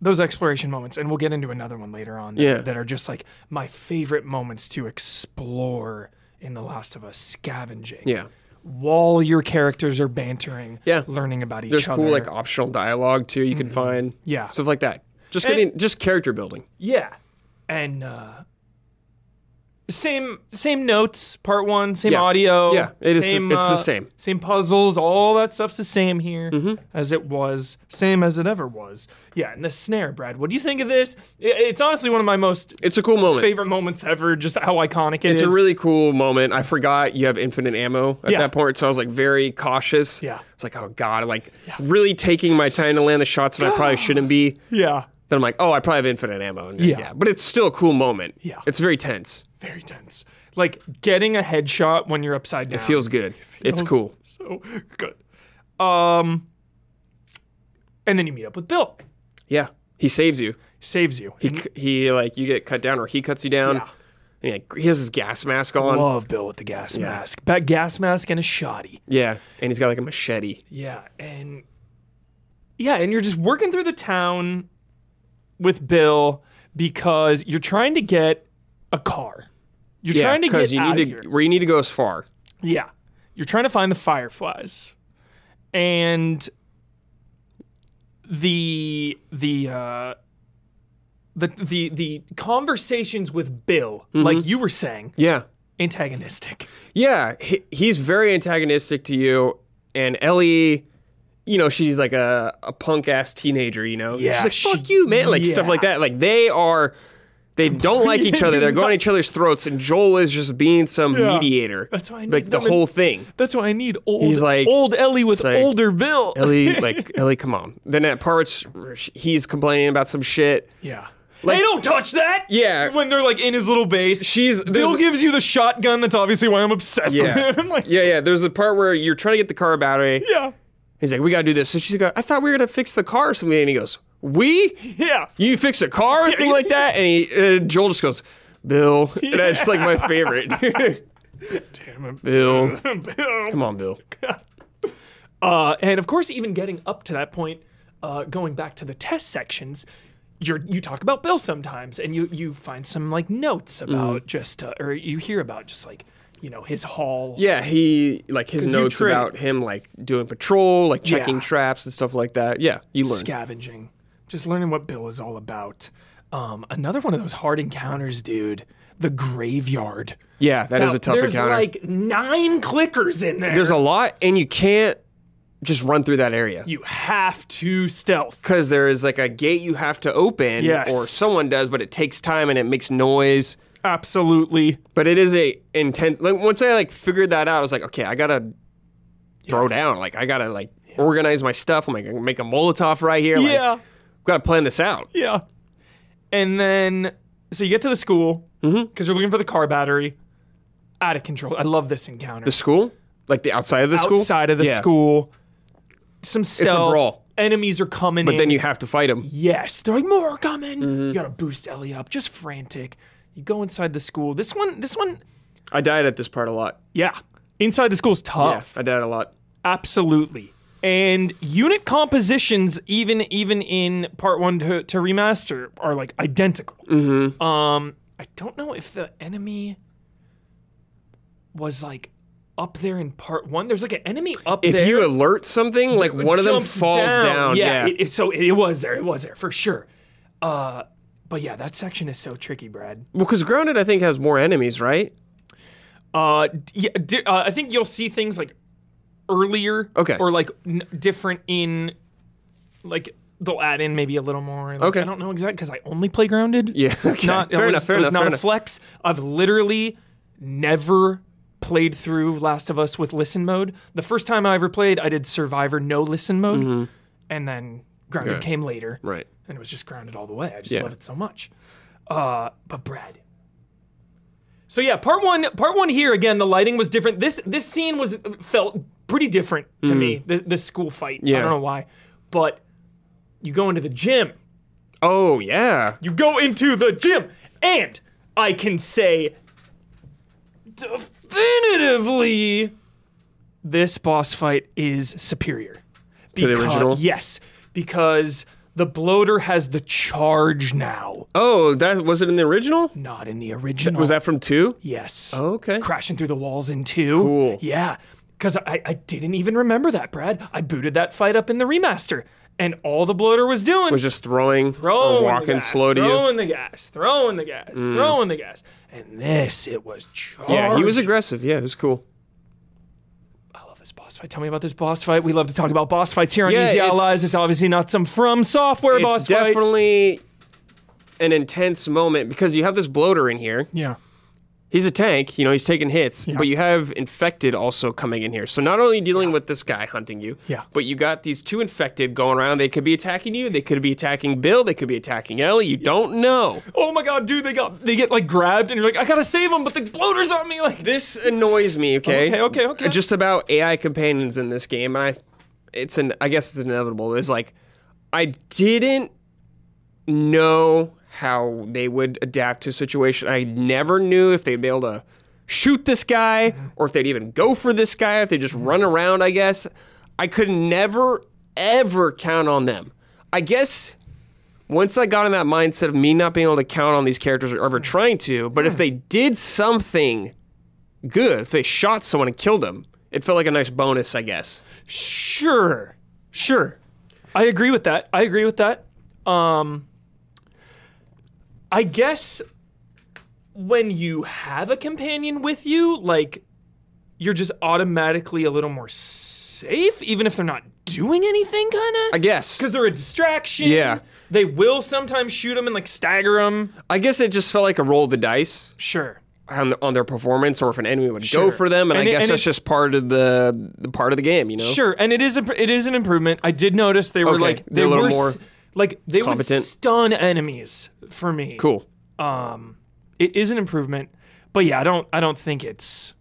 Speaker 2: those exploration moments, and we'll get into another one later on. That,
Speaker 1: Yeah.
Speaker 2: that are just like my favorite moments to explore in The Last of Us, scavenging.
Speaker 1: yeah,
Speaker 2: While your characters are bantering,
Speaker 1: Yeah.
Speaker 2: learning about each
Speaker 1: there's
Speaker 2: other.
Speaker 1: cool like optional dialogue too you can find.
Speaker 2: Mm-hmm. Yeah.
Speaker 1: stuff like that. Just getting just character building.
Speaker 2: Yeah. And uh same same notes, part one, same
Speaker 1: Yeah.
Speaker 2: audio.
Speaker 1: Yeah, it is-
Speaker 2: same,
Speaker 1: it's the
Speaker 2: uh,
Speaker 1: same. Mm-hmm.
Speaker 2: Same puzzles, all that stuff's the same here as it was, same as it ever was. Yeah, and the snare, Brad. What do you think of this? I- It's honestly one of my most
Speaker 1: It's a cool moment.
Speaker 2: favorite moments ever, just how iconic it
Speaker 1: it's a
Speaker 2: is.
Speaker 1: really cool moment. I forgot you have infinite ammo at
Speaker 2: Yeah.
Speaker 1: that point, so I was like very cautious.
Speaker 2: Yeah.
Speaker 1: it's like oh god, I'm like really taking my time to land the shots when I probably shouldn't be.
Speaker 2: yeah.
Speaker 1: then I'm like, oh, I probably have infinite ammo. And
Speaker 2: Yeah.
Speaker 1: But it's still a cool moment.
Speaker 2: Yeah.
Speaker 1: It's very tense.
Speaker 2: Very tense. Like getting a headshot when you're upside down.
Speaker 1: It feels good. it's
Speaker 2: Um, feels
Speaker 1: cool.
Speaker 2: so good. Um, and then you meet up with Bill.
Speaker 1: Yeah. He saves you.
Speaker 2: Saves you.
Speaker 1: He, c- he like you get cut down or he cuts you down.
Speaker 2: Yeah.
Speaker 1: And he, like, he has his gas mask on.
Speaker 2: Love Bill with the gas mask. That gas mask and a shoddy.
Speaker 1: Yeah. And he's got like a machete.
Speaker 2: Yeah, and yeah, and you're just working through the town with Bill because you're trying to get a car. You're
Speaker 1: Yeah,
Speaker 2: trying to get
Speaker 1: you
Speaker 2: out
Speaker 1: need
Speaker 2: of
Speaker 1: to
Speaker 2: here.
Speaker 1: where you need to go is far.
Speaker 2: Yeah, you're trying to find the fireflies, and the the uh, the the the conversations with Bill, like
Speaker 1: Mm-hmm.
Speaker 2: you were saying,
Speaker 1: Yeah.
Speaker 2: antagonistic.
Speaker 1: Yeah, he, he's very antagonistic to you. And Ellie, you know, she's like a, a punk ass teenager, you know?
Speaker 2: Yeah,
Speaker 1: she's like,
Speaker 2: she-
Speaker 1: fuck you, man. Like stuff
Speaker 2: yeah.
Speaker 1: like that. Like they are, they don't like each other. They're going at each other's throats. And Joel is just being some mediator.
Speaker 2: That's why I
Speaker 1: Like
Speaker 2: need
Speaker 1: the
Speaker 2: women-
Speaker 1: whole thing.
Speaker 2: That's why I need old
Speaker 1: He's like-
Speaker 2: old Ellie with
Speaker 1: like,
Speaker 2: older Bill.
Speaker 1: Ellie, like, Ellie, come on. Then at parts, he's complaining about some shit.
Speaker 2: Yeah. Like, hey, don't touch that!
Speaker 1: Yeah.
Speaker 2: When they're like in his little base.
Speaker 1: She's-
Speaker 2: Bill
Speaker 1: there's-
Speaker 2: gives you the shotgun. That's obviously why I'm obsessed
Speaker 1: Yeah.
Speaker 2: with him. like,
Speaker 1: yeah, yeah. There's a part where you're trying to get the car battery.
Speaker 2: yeah.
Speaker 1: He's like, we got to do this. So she's like, I thought we were going to fix the car or something. And he goes, we?
Speaker 2: Yeah.
Speaker 1: you fix a car or thing like that? And he, uh, Joel just goes, Bill. And that's just like my favorite.
Speaker 2: Damn
Speaker 1: Bill.
Speaker 2: him, Bill.
Speaker 1: Come on, Bill.
Speaker 2: Uh, and of course, even getting up to that point, uh, going back to the test sections, you're, you talk about Bill sometimes, and you you find some like notes
Speaker 1: Mm-hmm.
Speaker 2: about just uh, or you hear about just like you know his haul.
Speaker 1: Yeah, he, like, his
Speaker 2: 'Cause you
Speaker 1: notes
Speaker 2: trade.
Speaker 1: about him, like, doing patrol, like, checking
Speaker 2: Yeah.
Speaker 1: traps and stuff like that. Yeah, you learn.
Speaker 2: scavenging, just learning what Bill is all about. Um, another one of those hard encounters, dude. The graveyard.
Speaker 1: yeah, that is
Speaker 2: Now,
Speaker 1: a tough
Speaker 2: there's
Speaker 1: encounter.
Speaker 2: like nine clickers in there.
Speaker 1: there's a lot, and you can't just run through that area.
Speaker 2: you have to stealth.
Speaker 1: Because there is, like, a gate you have to open,
Speaker 2: Yes.
Speaker 1: or someone does, but it takes time and it makes noise.
Speaker 2: Absolutely.
Speaker 1: But it is a intense. Like once I like figured that out, I was like, okay, I gotta throw down. Like I gotta like organize my stuff. I'm like, I can make a Molotov right here. Like,
Speaker 2: yeah.
Speaker 1: gotta plan this out.
Speaker 2: Yeah. And then, so you get to the school because
Speaker 1: Mm-hmm.
Speaker 2: you're looking for the car battery. Out of control. I love this encounter.
Speaker 1: The school, like the outside of the school,
Speaker 2: Outside of the
Speaker 1: Yeah.
Speaker 2: school, some stealth.
Speaker 1: brawl.
Speaker 2: Enemies are coming
Speaker 1: But
Speaker 2: in.
Speaker 1: then you have to fight them.
Speaker 2: yes, they're like more are coming.
Speaker 1: Mm-hmm.
Speaker 2: You gotta boost Ellie up, just frantic. You go inside the school. This one, this one,
Speaker 1: I died at this part a lot.
Speaker 2: yeah. Inside the school's
Speaker 1: Yeah,
Speaker 2: tough,
Speaker 1: I died a lot.
Speaker 2: absolutely. And unit compositions, even even in part one to, to remaster, are like identical.
Speaker 1: Mm-hmm.
Speaker 2: Um, I don't know if the enemy was like up there in part one. There's like an enemy up
Speaker 1: If
Speaker 2: there.
Speaker 1: you alert something, like one of them
Speaker 2: jumps
Speaker 1: falls down. Yeah,
Speaker 2: It, it- so it was there. It was there for sure. Uh, but yeah, that section is so tricky, Brad.
Speaker 1: because grounded, I think, has more enemies, right?
Speaker 2: Uh, d- yeah, di- uh, I think you'll see things like earlier,
Speaker 1: Okay.
Speaker 2: or like n- different in, like they'll add in maybe a little more. Like,
Speaker 1: Okay.
Speaker 2: I don't know exactly because I only play grounded.
Speaker 1: Yeah, okay.
Speaker 2: not
Speaker 1: Fair
Speaker 2: it was,
Speaker 1: enough, fair
Speaker 2: it was
Speaker 1: enough,
Speaker 2: Not
Speaker 1: fair
Speaker 2: a
Speaker 1: enough.
Speaker 2: flex. I've literally never played through Last of Us with listen mode. The first time I ever played, I did Survivor no listen mode,
Speaker 1: Mm-hmm.
Speaker 2: and then grounded came later
Speaker 1: Right.
Speaker 2: and it was just grounded all the way. I just
Speaker 1: Yeah.
Speaker 2: love it so much. Uh, but Brad. So yeah, part one, part one here again. The lighting was different. This this scene was uh, felt pretty different to me. This, this school fight. I
Speaker 1: Mm. Yeah.
Speaker 2: don't know why, but you go into the gym.
Speaker 1: Oh yeah.
Speaker 2: You go into the gym, and I can say definitively, this boss fight is superior
Speaker 1: To the
Speaker 2: Becau-
Speaker 1: original?
Speaker 2: Yes, because the bloater has the charge now.
Speaker 1: Oh, that was it in the original.
Speaker 2: Not in the original.
Speaker 1: Was that from two?
Speaker 2: Yes.
Speaker 1: Oh, okay.
Speaker 2: Crashing through the walls in two.
Speaker 1: Cool.
Speaker 2: Yeah. Because I, I didn't even remember that, Brad. I booted that fight up in the remaster, and all the bloater was doing
Speaker 1: Was just throwing,
Speaker 2: throwing
Speaker 1: or
Speaker 2: the
Speaker 1: walking
Speaker 2: gas,
Speaker 1: slow to you. Mm.
Speaker 2: throwing the gas, throwing the gas, throwing the gas. And this, it was charged.
Speaker 1: Yeah, he was aggressive. Yeah, it was cool.
Speaker 2: I love this boss fight. Tell me about this boss fight. We love to talk about boss fights here on
Speaker 1: Yeah,
Speaker 2: Easy
Speaker 1: it's-
Speaker 2: Allies. It's obviously not some From Software
Speaker 1: it's
Speaker 2: boss fight.
Speaker 1: definitely an intense moment because you have this bloater in here
Speaker 2: Yeah.
Speaker 1: he's a tank. You know, he's taking hits, but you have infected also coming in here. So not only dealing with this guy hunting you,
Speaker 2: Yeah.
Speaker 1: but you got these two infected going around. They could be attacking you. They could be attacking Bill. They could be attacking Ellie. You don't know.
Speaker 2: Oh my god, dude, they got they get like grabbed, and you're like, I gotta save them, but the bloater's on me. Like,
Speaker 1: This annoys me. Okay.
Speaker 2: Okay, okay, okay.
Speaker 1: Just about AI companions in this game, and I, it's an I guess it's inevitable. It's like I didn't know how they would adapt to a situation. I never knew if they'd be able to shoot this guy or if they'd even go for this guy, if they just run around, I guess. I could never, ever count on them. I guess once I got in that mindset of me not being able to count on these characters or ever trying to, but if they did something good, if they shot someone and killed them, it felt like a nice bonus, I guess.
Speaker 2: sure, sure, I agree with that. I agree with that. Um, I guess when you have a companion with you, like, you're just automatically a little more safe, even if they're not doing anything, kind of.
Speaker 1: I guess.
Speaker 2: because they're a distraction.
Speaker 1: Yeah.
Speaker 2: They will sometimes shoot them and like stagger them.
Speaker 1: I guess it just felt like a roll of the dice.
Speaker 2: Sure.
Speaker 1: on, on their performance or if an enemy would go
Speaker 2: Sure.
Speaker 1: for them and,
Speaker 2: And
Speaker 1: I
Speaker 2: it-
Speaker 1: guess
Speaker 2: and
Speaker 1: that's
Speaker 2: it-
Speaker 1: just part of the, the part of the game you know
Speaker 2: Sure. And it is a it is an improvement. I did notice they were
Speaker 1: Okay,
Speaker 2: like they
Speaker 1: they're a little
Speaker 2: were s-
Speaker 1: more
Speaker 2: like they would
Speaker 1: competent.
Speaker 2: stun enemies for me.
Speaker 1: cool
Speaker 2: It is an improvement, but yeah, I don't I don't think it's.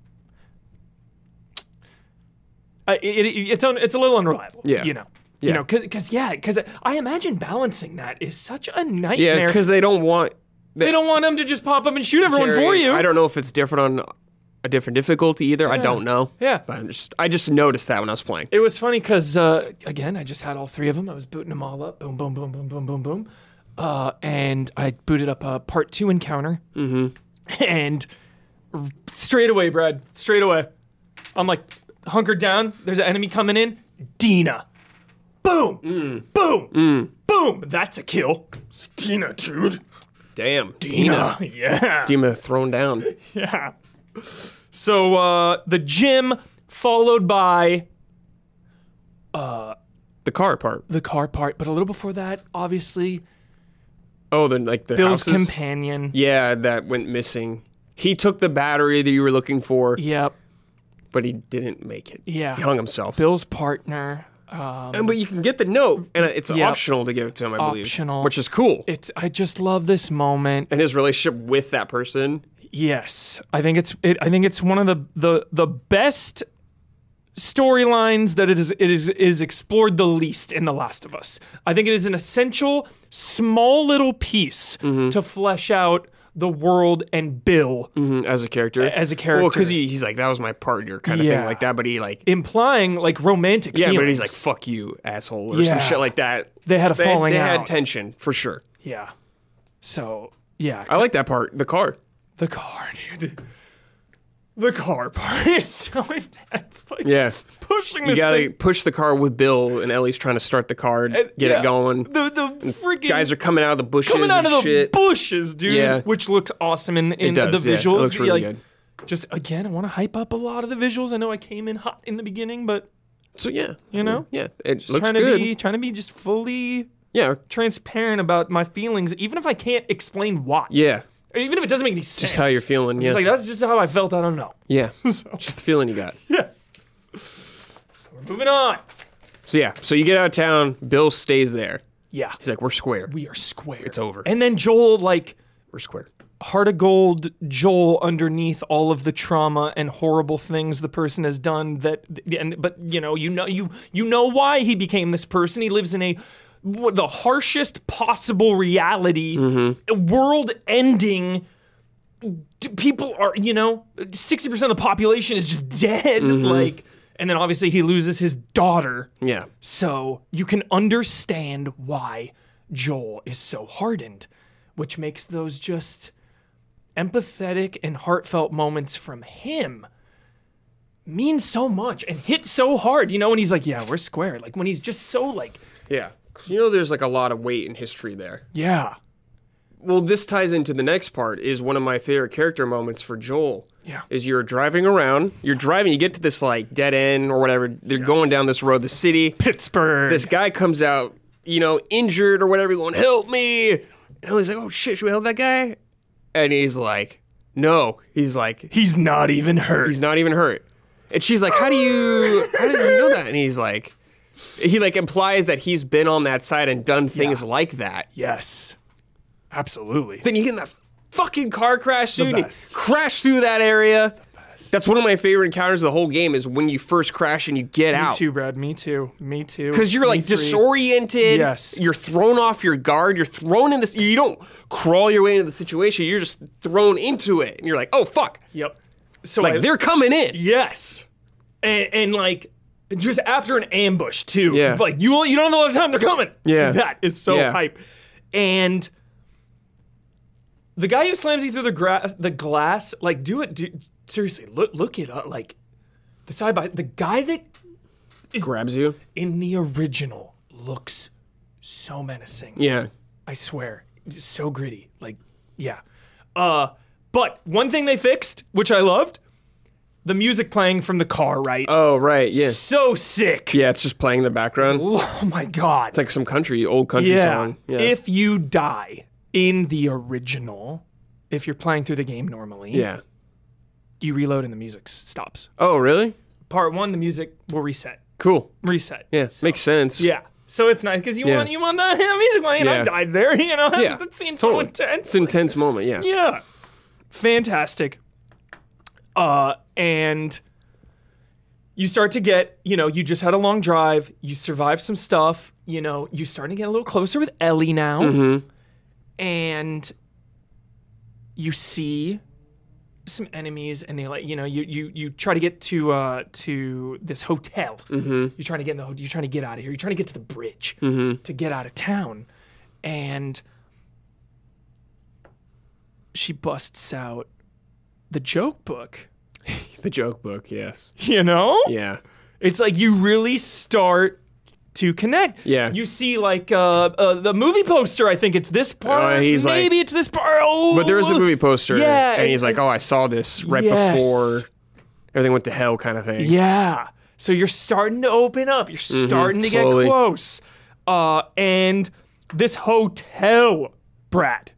Speaker 2: I it, it- it's un, it's a little unreliable.
Speaker 1: Yeah.
Speaker 2: You know. You
Speaker 1: Yeah.
Speaker 2: know, cause, 'cause, yeah, cause I imagine balancing that is such a
Speaker 1: yeah
Speaker 2: nightmare.
Speaker 1: because they don't want
Speaker 2: they don't want them to just pop up and shoot everyone for you.
Speaker 1: i don't know if it's different on a different difficulty either i don't know
Speaker 2: Yeah.
Speaker 1: but I'm just, i just noticed that when i was playing
Speaker 2: It was funny because uh, again, I just had all three of them. I was booting them all up, boom, boom, boom, boom, boom, boom, boom, uh, and I booted up a part two encounter, mm-hmm. and r- straight away, Brad, straight away, I'm like hunkered down. There's an enemy coming in, Dina, boom, boom, boom. That's a kill, It's like, Dina, dude,
Speaker 1: damn
Speaker 2: Dina, yeah,
Speaker 1: Dima thrown down
Speaker 2: yeah. So uh, the gym followed by
Speaker 1: the car part
Speaker 2: the car part, but a little before that, obviously.
Speaker 1: oh then like the
Speaker 2: Bill's
Speaker 1: houses
Speaker 2: companion.
Speaker 1: yeah that went missing he took the battery that you were looking for
Speaker 2: Yep.
Speaker 1: but he didn't make it
Speaker 2: Yeah.
Speaker 1: he hung himself
Speaker 2: Bill's partner. Um,
Speaker 1: and, but you can get the note and it's
Speaker 2: Yep.
Speaker 1: optional to give it to him i believe
Speaker 2: Optional.
Speaker 1: which is cool
Speaker 2: it's. I just love this moment.
Speaker 1: and his relationship with that person.
Speaker 2: Yes, I think it's. It, I think it's one of the the the best storylines that it is it is is explored the least in The Last of Us. I think it is an essential small little piece
Speaker 1: Mm-hmm.
Speaker 2: to flesh out the world and Bill,
Speaker 1: mm-hmm, as a character.
Speaker 2: as a
Speaker 1: Well, because
Speaker 2: character.
Speaker 1: he, he's like, that was my partner kind of
Speaker 2: Yeah.
Speaker 1: thing like that, but he like,
Speaker 2: implying like romantic.
Speaker 1: yeah,
Speaker 2: feelings.
Speaker 1: but he's like, fuck you, asshole, or
Speaker 2: Yeah.
Speaker 1: some shit like that.
Speaker 2: They had a falling
Speaker 1: they
Speaker 2: out.
Speaker 1: had tension for sure.
Speaker 2: yeah. So yeah,
Speaker 1: I like that part. The car.
Speaker 2: The car, dude. The car part is so intense. Like
Speaker 1: Yeah,
Speaker 2: pushing this
Speaker 1: you gotta
Speaker 2: thing.
Speaker 1: push the car with Bill, and Ellie's trying to start the car, and get
Speaker 2: Yeah.
Speaker 1: it going.
Speaker 2: The the freaking
Speaker 1: Guys are coming out of the bushes.
Speaker 2: coming out
Speaker 1: and
Speaker 2: of the
Speaker 1: shit.
Speaker 2: bushes, dude.
Speaker 1: Yeah.
Speaker 2: Which looks awesome in, in
Speaker 1: does,
Speaker 2: the
Speaker 1: yeah.
Speaker 2: visuals.
Speaker 1: It looks
Speaker 2: You,
Speaker 1: really
Speaker 2: like,
Speaker 1: good.
Speaker 2: Just again, I want to hype up a lot of the visuals. I know I came in hot in the beginning, but
Speaker 1: so yeah,
Speaker 2: you know,
Speaker 1: yeah, it looks
Speaker 2: trying
Speaker 1: good.
Speaker 2: to be trying to be just fully
Speaker 1: yeah,
Speaker 2: transparent about my feelings, even if I can't explain why.
Speaker 1: yeah,
Speaker 2: Or Even if it doesn't make any sense.
Speaker 1: how you're feeling,
Speaker 2: Just
Speaker 1: yeah.
Speaker 2: like that's just how I felt. I don't know.
Speaker 1: yeah. Just the feeling you got.
Speaker 2: Yeah. So we're moving on.
Speaker 1: So yeah, so you get out of town. Bill stays there.
Speaker 2: Yeah.
Speaker 1: He's like, we're square.
Speaker 2: we are square. It's
Speaker 1: over.
Speaker 2: And then Joel, like,
Speaker 1: We're square.
Speaker 2: heart of gold Joel underneath all of the trauma and horrible things the person has done that and but you know, you know you you know why he became this person. He lives in a w- the harshest possible reality, world-ending d- people are, you know, 60% of the population is just dead like and then obviously he loses his daughter.
Speaker 1: Yeah.
Speaker 2: So you can understand why Joel is so hardened, which makes those just empathetic and heartfelt moments from him mean so much and hit so hard, you know, when he's like, yeah, we're square. Like when he's just so like,
Speaker 1: Yeah. You know, there's like a lot of weight in history there.
Speaker 2: yeah,
Speaker 1: Well, this ties into the next part is one of my favorite character moments for Joel.
Speaker 2: Yeah.
Speaker 1: Is you're driving around, you're driving, you get to this like dead end or whatever. They're going down this road, the city.
Speaker 2: Pittsburgh.
Speaker 1: This guy comes out, you know, injured or whatever, going, help me. And he's like, oh shit, should we help that guy? And he's like, no. He's like,
Speaker 2: He's not even hurt.
Speaker 1: he's not even hurt. And she's like, how do you, how did you know that? And he's like, he like implies that he's been on that side and done things like that.
Speaker 2: yes. Absolutely.
Speaker 1: Then you get in that fucking car crash, dude. and you
Speaker 2: best.
Speaker 1: Crash through that area. That's one of my favorite encounters of the whole game is when you first crash and you get
Speaker 2: Me
Speaker 1: out.
Speaker 2: too, Brad. Me too. Me too.
Speaker 1: because you're
Speaker 2: Me
Speaker 1: like
Speaker 2: three.
Speaker 1: disoriented.
Speaker 2: Yes.
Speaker 1: you're thrown off your guard. You're thrown in this. You don't crawl your way into the situation. You're just thrown into it, and you're like, "Oh fuck!"
Speaker 2: Yep. So
Speaker 1: Like
Speaker 2: I,
Speaker 1: they're coming in.
Speaker 2: Yes. And, and like just after an ambush too.
Speaker 1: Yeah.
Speaker 2: Like you you don't have a lot of time, they're coming.
Speaker 1: Yeah.
Speaker 2: That is so
Speaker 1: Yeah.
Speaker 2: hype. And the guy who slams you through the grass the glass, like do it do, seriously, look look it up like the side by the guy that
Speaker 1: Grabs you.
Speaker 2: in the original looks so menacing.
Speaker 1: Yeah.
Speaker 2: I swear, it's so gritty. Like, yeah. Uh, but one thing they fixed, which I loved, the music playing from the car, right?
Speaker 1: Oh right. Yeah.
Speaker 2: so sick.
Speaker 1: Yeah. It's just playing in the background. It's
Speaker 2: Oh my god.
Speaker 1: like some country, old country
Speaker 2: yeah.
Speaker 1: song. Yeah.
Speaker 2: If you die in the original, if you're playing through the game normally,
Speaker 1: yeah.
Speaker 2: you reload and the music s- stops.
Speaker 1: Oh really?
Speaker 2: Part one, the music will reset.
Speaker 1: Cool.
Speaker 2: Reset.
Speaker 1: Yeah. Makes sense.
Speaker 2: Yeah. So it's nice because you
Speaker 1: Yeah.
Speaker 2: want you want the music playing. I
Speaker 1: Yeah.
Speaker 2: died there, you know.
Speaker 1: Yeah.
Speaker 2: that seems
Speaker 1: totally.
Speaker 2: so intense.
Speaker 1: It's an intense moment. Yeah.
Speaker 2: Yeah. Fantastic. Uh, and you start to get, you know, you just had a long drive, you survived some stuff, you know, you starting to get a little closer with Ellie now. And you see some enemies and they like you know you you you try to get to uh to this hotel you're trying to get in the hotel you're trying to get out of here you're trying to get to the bridge to get out of town and she busts out the joke book.
Speaker 1: The joke book. Yes.
Speaker 2: You know?
Speaker 1: Yeah.
Speaker 2: It's like you really start to connect.
Speaker 1: Yeah.
Speaker 2: You see, like, uh, uh, the movie poster, I think it's this part.
Speaker 1: Uh, he's like-
Speaker 2: Maybe it's this part. Oh.
Speaker 1: But there was a movie poster,
Speaker 2: Yeah,
Speaker 1: and
Speaker 2: it-
Speaker 1: he's like, "Oh, I saw this right
Speaker 2: Yes.
Speaker 1: before everything went to hell," kind of thing. Mm-hmm.
Speaker 2: Yeah. So you're starting to open up. You're starting to
Speaker 1: slowly.
Speaker 2: get close. Uh, and this hotel, Brad.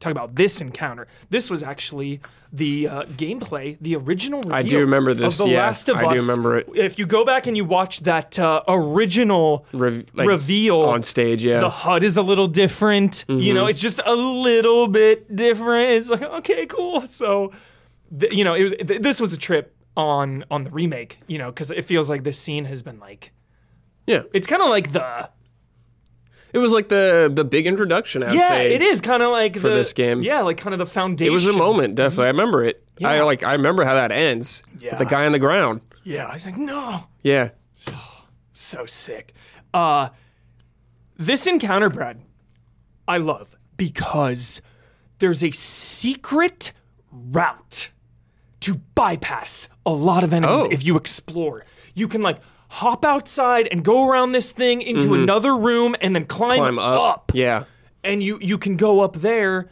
Speaker 2: Talk about this encounter. This was actually the uh, gameplay, the original. Reveal
Speaker 1: do remember this,
Speaker 2: Of the
Speaker 1: yeah.
Speaker 2: Last of
Speaker 1: I do
Speaker 2: Us.
Speaker 1: remember it.
Speaker 2: If you go back and you watch that uh, original
Speaker 1: Rev- like,
Speaker 2: reveal
Speaker 1: on stage. Yeah, Mm-hmm.
Speaker 2: the HUD is a little different. You know, it's just a little bit different. It's like okay, cool. So, th- you know, it was th- this was a trip on on the remake. You know, because it feels like this scene has been like
Speaker 1: yeah.
Speaker 2: it's kind of like the
Speaker 1: It was like the the big introduction. I'd
Speaker 2: yeah,
Speaker 1: say.
Speaker 2: it is kind of like for the,
Speaker 1: this game.
Speaker 2: Yeah, like kind of the foundation.
Speaker 1: It was a moment, definitely. I remember it. I
Speaker 2: Yeah.
Speaker 1: like. I remember how that ends.
Speaker 2: Yeah.
Speaker 1: With the guy on the ground.
Speaker 2: Yeah, I was like, no,
Speaker 1: Yeah.
Speaker 2: so sick. Uh, this encounter, Brad, I love because there's a secret route to bypass a lot of enemies
Speaker 1: Oh.
Speaker 2: if you explore. You can like hop outside and go around this thing into another room and then climb,
Speaker 1: Mm-hmm. Climb up. Yeah.
Speaker 2: and you you can go up there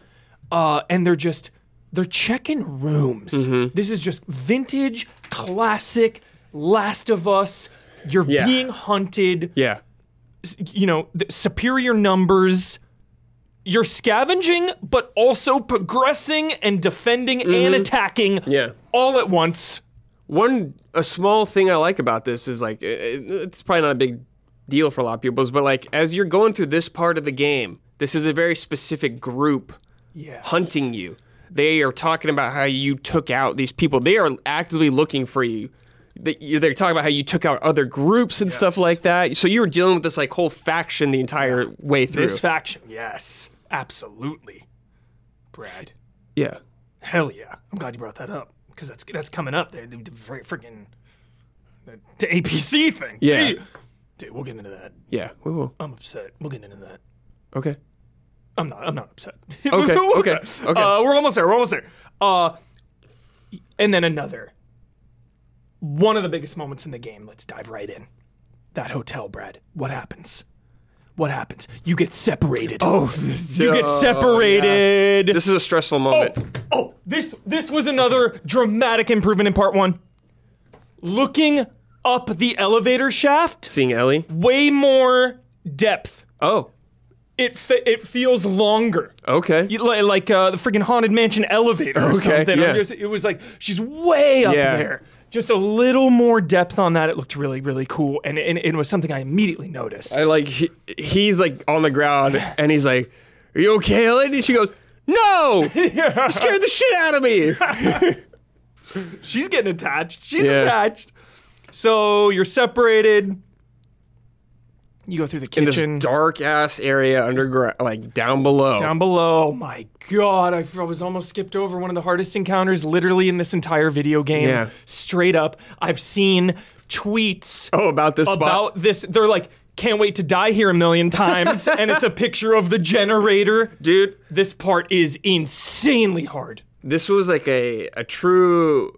Speaker 2: uh, and they're just they're checking rooms
Speaker 1: Mm-hmm.
Speaker 2: this is just vintage classic last of us you're
Speaker 1: Yeah.
Speaker 2: being hunted
Speaker 1: Yeah.
Speaker 2: s- you know th- superior numbers you're scavenging but also progressing and defending and attacking
Speaker 1: Mm-hmm. Yeah.
Speaker 2: all at once
Speaker 1: One a small thing I like about this is like it, it- it's probably not a big deal for a lot of people, but like as you're going through this part of the game, this is a very specific group
Speaker 2: yeah
Speaker 1: hunting you. They are talking about how you took out these people. They are actively looking for you. They- you- They're talking about how you took out other groups and stuff
Speaker 2: Yes.
Speaker 1: like that. So you were dealing with this like whole faction the entire way through.
Speaker 2: this faction yes absolutely brad
Speaker 1: yeah,
Speaker 2: Hell yeah! I'm glad you brought that up because that's that's coming up. The, the, the fr- freaking the, the APC thing.
Speaker 1: Yeah.
Speaker 2: Dude. Dude, we'll get into that.
Speaker 1: yeah. We will.
Speaker 2: I'm upset. We'll get into that.
Speaker 1: Okay.
Speaker 2: I'm not. I'm not upset.
Speaker 1: Okay,
Speaker 2: We'll
Speaker 1: okay,
Speaker 2: get-
Speaker 1: okay.
Speaker 2: Uh, we're almost there. We're almost there. Uh, and then another. One of the biggest moments in the game. Let's dive right in. That hotel, Brad. What happens? What happens? You get separated. Oh, you get
Speaker 1: oh,
Speaker 2: separated.
Speaker 1: This is a stressful moment.
Speaker 2: Oh, this this was another dramatic improvement in part one. Looking up the elevator shaft,
Speaker 1: Seeing Ellie.
Speaker 2: way more depth.
Speaker 1: Oh,
Speaker 2: it fe- it feels longer.
Speaker 1: Okay.
Speaker 2: You- li- like uh, the freaking haunted mansion elevator or
Speaker 1: Okay,
Speaker 2: something.
Speaker 1: yeah.
Speaker 2: Just- it was like she's way up
Speaker 1: Yeah.
Speaker 2: there. Just a little more depth on that. It looked really really cool, and and, it was something I immediately noticed.
Speaker 1: I like he, he's like on the ground and he's like, "Are you okay, Ellen?" And she goes, "No, you scared the shit out of me."
Speaker 2: she's getting attached. She's
Speaker 1: Yeah.
Speaker 2: attached. So you're separated. You go through the
Speaker 1: In this
Speaker 2: kitchen.
Speaker 1: dark ass area underground, like down below.
Speaker 2: down below. Oh My God, I, I was almost skipped over one of the hardest encounters literally in this entire video game.
Speaker 1: Yeah.
Speaker 2: Straight up, I've seen tweets
Speaker 1: oh, about this spot.
Speaker 2: about this. They're like, can't wait to die here a million times. and it's a picture of the generator.
Speaker 1: Dude,
Speaker 2: This part is insanely hard.
Speaker 1: this was like a a true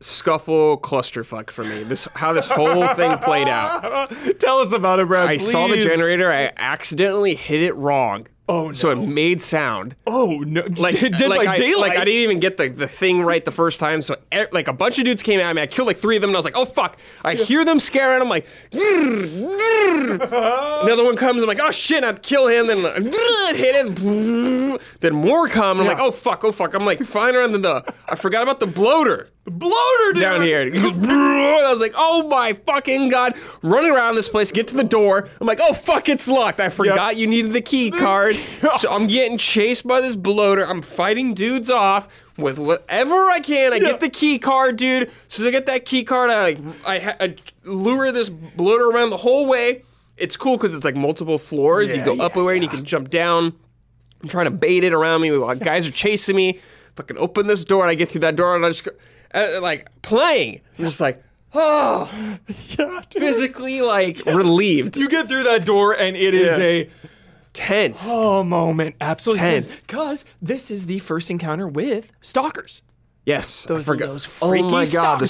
Speaker 1: scuffle clusterfuck for me. This how this whole thing played out.
Speaker 2: Tell us about it, Brad.
Speaker 1: I saw the
Speaker 2: please.
Speaker 1: generator. I accidentally hit it wrong.
Speaker 2: Oh, no.
Speaker 1: So it made sound.
Speaker 2: Oh, no. Like, it did like,
Speaker 1: I,
Speaker 2: daylight.
Speaker 1: Like I didn't even get the, the thing right the first time. So e- like a bunch of dudes came at me. I killed like three of them, and I was like, oh fuck! I hear them scaring. I'm like, "Grrr, grrr." another one comes. I'm like, oh shit! I'd kill him. Then like, grrr, hit it. brrr. Then more come. and I'm like, oh fuck! Oh fuck! I'm like, fine around the, the. I forgot about the bloater
Speaker 2: Bloater, dude.
Speaker 1: down here. It goes, "Brrr," and I was like, oh my fucking god! Running around this place, get to the door. I'm like, oh fuck, it's locked. I forgot you needed the key card. so I'm getting chased by this bloater. I'm fighting dudes off with whatever I can. I get the key card, dude. So I get that key card. I I, ha- I lure this bloater around the whole way. It's cool because it's like multiple floors. you
Speaker 2: Yeah,
Speaker 1: go up
Speaker 2: yeah,
Speaker 1: away and you can jump down. I'm trying to bait it around me. while Guys are chasing me. Fucking open this door, and I get through that door, and I just go, uh, like playing. I'm just like, oh,
Speaker 2: Yeah, dude.
Speaker 1: physically like relieved,
Speaker 2: You get through that door, and it is
Speaker 1: Yeah.
Speaker 2: a.
Speaker 1: tense.
Speaker 2: Oh, moment. Absolutely.
Speaker 1: Tense.
Speaker 2: Because this is the first encounter with stalkers.
Speaker 1: Yes,
Speaker 2: Those-
Speaker 1: I forgot.
Speaker 2: those
Speaker 1: oh my
Speaker 2: freaky
Speaker 1: god, the
Speaker 2: They're hunting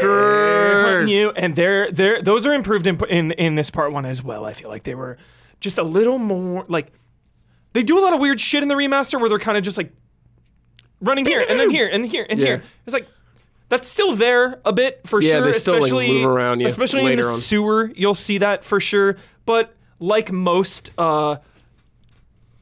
Speaker 1: stalkers.
Speaker 2: you, and they're, they're, those are improved in, in, in this part one as well. I feel like they were just a little more like. They do a lot of weird shit in the remaster where they're kind of just like running here and then here and here and
Speaker 1: Yeah.
Speaker 2: here. It's like. That's still there a bit for
Speaker 1: Yeah,
Speaker 2: sure.
Speaker 1: they still, like,
Speaker 2: especially,
Speaker 1: move around you
Speaker 2: especially in
Speaker 1: later
Speaker 2: the
Speaker 1: on.
Speaker 2: sewer, you'll see that for sure. But like most uh,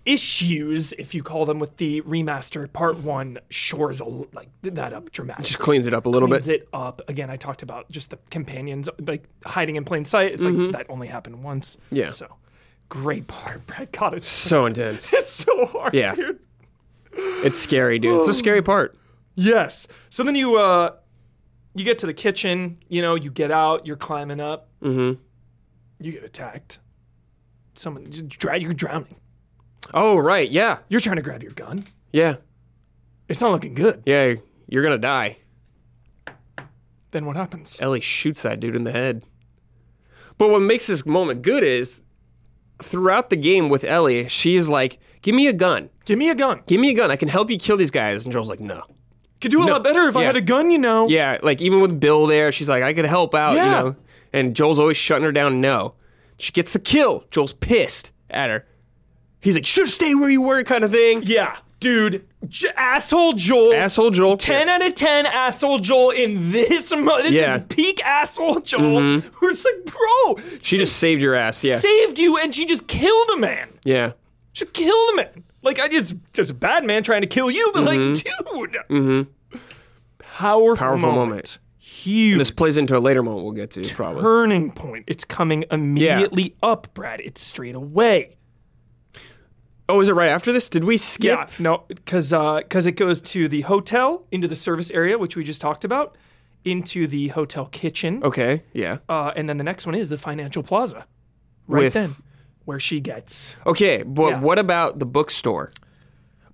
Speaker 2: issues, if you call them with the remaster part one, shores a, l- like did that up dramatically
Speaker 1: Just cleans it up a little
Speaker 2: cleans
Speaker 1: bit.
Speaker 2: it up. Again, I talked about just the companions like hiding in plain sight. It's like that only happened once.
Speaker 1: Mm-hmm. Yeah.
Speaker 2: So great part, Brad. God, it's
Speaker 1: So intense.
Speaker 2: it's so hard,
Speaker 1: Yeah.
Speaker 2: dude.
Speaker 1: It's scary, dude. It's a scary part.
Speaker 2: Yes. So then you uh you get to the kitchen, you know, you get out, you're climbing up. Mm-hmm. You get attacked. Someone you dry, you're drowning.
Speaker 1: Oh right, yeah,
Speaker 2: You're trying to grab your gun.
Speaker 1: yeah,
Speaker 2: It's not looking good.
Speaker 1: yeah. You're gonna die.
Speaker 2: Then what happens?
Speaker 1: Ellie shoots that dude in the head. But what makes this moment good is throughout the game with Ellie, she is like, Give me a gun.
Speaker 2: Give me a gun.
Speaker 1: Give me a gun. I can help you kill these guys. And Joel's like, No.
Speaker 2: Could do a lot better if I
Speaker 1: Yeah.
Speaker 2: had a gun, you know.
Speaker 1: Yeah, like even with Bill there, she's like, I could help out,
Speaker 2: Yeah.
Speaker 1: you know? And Joel's always shutting her down, no. She gets the kill. Joel's pissed at her. He's like, Should stay where you were, kind of thing.
Speaker 2: Yeah, dude, J- asshole Joel.
Speaker 1: Asshole Joel.
Speaker 2: Ten out of ten, asshole Joel in this. Mo- this
Speaker 1: Yeah.
Speaker 2: is peak asshole Joel. Who's like, bro,
Speaker 1: She just saved your ass. Yeah.
Speaker 2: saved you, and she just killed a man.
Speaker 1: yeah.
Speaker 2: She killed a man. Like, I just, just a bad man trying to kill you, but like, dude. Mm-hmm. Powerful,
Speaker 1: Powerful moment.
Speaker 2: Huge
Speaker 1: This plays into a later moment we'll get to, probably.
Speaker 2: turning point. It's coming immediately up, Brad. It's straight away.
Speaker 1: Oh, is it right after this? Did we skip?
Speaker 2: Yeah, no, because because it goes to the hotel, into the service area, which we just talked about, into the hotel kitchen,
Speaker 1: Okay, yeah.
Speaker 2: uh, and then the next one is the financial plaza, right
Speaker 1: With-
Speaker 2: then, where she gets
Speaker 1: Okay, but
Speaker 2: Yeah.
Speaker 1: what about the bookstore?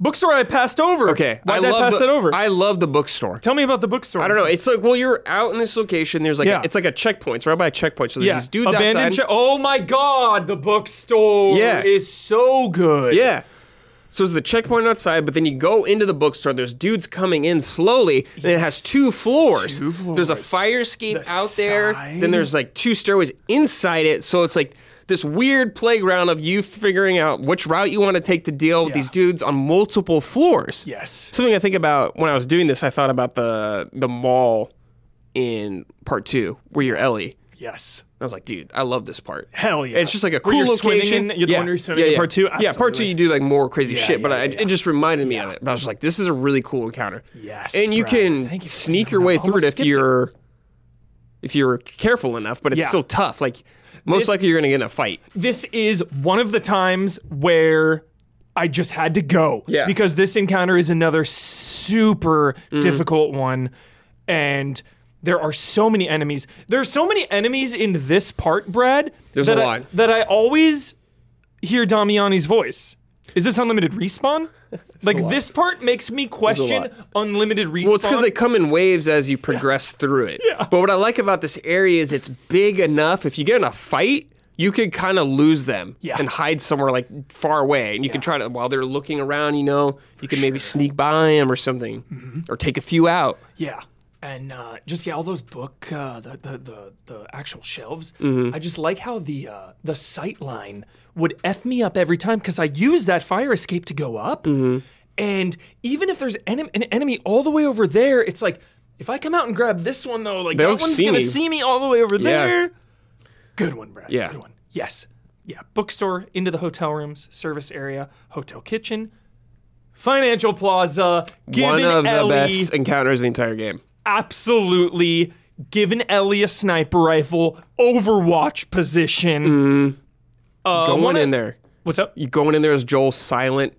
Speaker 2: bookstore. I passed over.
Speaker 1: Okay,
Speaker 2: why
Speaker 1: I
Speaker 2: did I
Speaker 1: love
Speaker 2: pass
Speaker 1: the,
Speaker 2: that over?
Speaker 1: I love the bookstore.
Speaker 2: Tell me about the bookstore.
Speaker 1: I don't know. It's like well, you're out in this location. There's like
Speaker 2: Yeah.
Speaker 1: a, it's like a checkpoint. It's right by a checkpoint. So there's
Speaker 2: Yeah,
Speaker 1: these dudes
Speaker 2: abandoned.
Speaker 1: outside.
Speaker 2: cha- oh my God, the bookstore
Speaker 1: Yeah.
Speaker 2: is so good.
Speaker 1: yeah. So there's the checkpoint outside, but then you go into the bookstore. There's dudes coming in slowly, and it has two floors.
Speaker 2: two
Speaker 1: There's a
Speaker 2: floors.
Speaker 1: fire escape
Speaker 2: The
Speaker 1: out there.
Speaker 2: side.
Speaker 1: Then there's like two stairways inside it. So it's like this weird playground of you figuring out which route you want to take to deal with
Speaker 2: Yeah.
Speaker 1: these dudes on multiple floors.
Speaker 2: Yes.
Speaker 1: Something I think about when I was doing this, I thought about the the mall in part two, where you're Ellie.
Speaker 2: yes.
Speaker 1: I was like, dude, I love this part.
Speaker 2: Hell yeah.
Speaker 1: And it's just like a
Speaker 2: Where
Speaker 1: cool
Speaker 2: you're swimming
Speaker 1: location.
Speaker 2: in- you're the one who's swimming in part two?
Speaker 1: Yeah, part two
Speaker 2: Absolutely.
Speaker 1: you do like more crazy
Speaker 2: Yeah,
Speaker 1: shit, but
Speaker 2: yeah,
Speaker 1: I,
Speaker 2: yeah, yeah.
Speaker 1: it just reminded me of it. But I was like, this is a really cool encounter.
Speaker 2: Yes,
Speaker 1: And you
Speaker 2: Brian.
Speaker 1: can
Speaker 2: Thank you for
Speaker 1: sneak
Speaker 2: bringing
Speaker 1: your
Speaker 2: that
Speaker 1: way
Speaker 2: up.
Speaker 1: through it
Speaker 2: Almost
Speaker 1: if
Speaker 2: skipped it.
Speaker 1: you're if you're careful enough, but it's
Speaker 2: Yeah.
Speaker 1: still tough. Like most
Speaker 2: This-
Speaker 1: likely you're gonna get in a fight.
Speaker 2: This is one of the times where I just had to go.
Speaker 1: Yeah. Mm.
Speaker 2: Because this encounter is another super difficult one. And there are so many enemies. There are so many enemies in this part, Brad.
Speaker 1: There's
Speaker 2: that
Speaker 1: a
Speaker 2: I-
Speaker 1: lot.
Speaker 2: that I always hear Damiani's voice. Is this unlimited respawn? like this part makes me question
Speaker 1: lot.
Speaker 2: unlimited respawn.
Speaker 1: Well, it's because they come in waves as you progress through it. But what I like about this area is it's big enough. If you get in a fight, you could kind of lose them
Speaker 2: Yeah.
Speaker 1: and hide somewhere like far away, and you can try to while they're looking around. You know, you can maybe sneak by them or something,
Speaker 2: Mm-hmm.
Speaker 1: or take a few out.
Speaker 2: Yeah. And uh, just yeah, all those book, uh, the, the the the actual shelves.
Speaker 1: Mm-hmm.
Speaker 2: I just like how the uh, the sight line would f me up every time because I use that fire escape to go up.
Speaker 1: Mm-hmm.
Speaker 2: And even if there's enem- an enemy all the way over there, it's like if I come out and grab this one though, like that
Speaker 1: don't
Speaker 2: one's
Speaker 1: see
Speaker 2: gonna
Speaker 1: me.
Speaker 2: see me all the way over
Speaker 1: Yeah.
Speaker 2: there. Good one, Brad.
Speaker 1: Yeah.
Speaker 2: Good one. Yes. Yeah. Bookstore into the hotel rooms, service area, hotel kitchen, financial plaza.
Speaker 1: One
Speaker 2: given
Speaker 1: of the
Speaker 2: Ellie
Speaker 1: best encounters in the entire game.
Speaker 2: absolutely given Ellie a sniper rifle, Overwatch position.
Speaker 1: Mm.
Speaker 2: Uh,
Speaker 1: Going
Speaker 2: one of-
Speaker 1: in there,
Speaker 2: What's up?
Speaker 1: you going in there as Joel silent.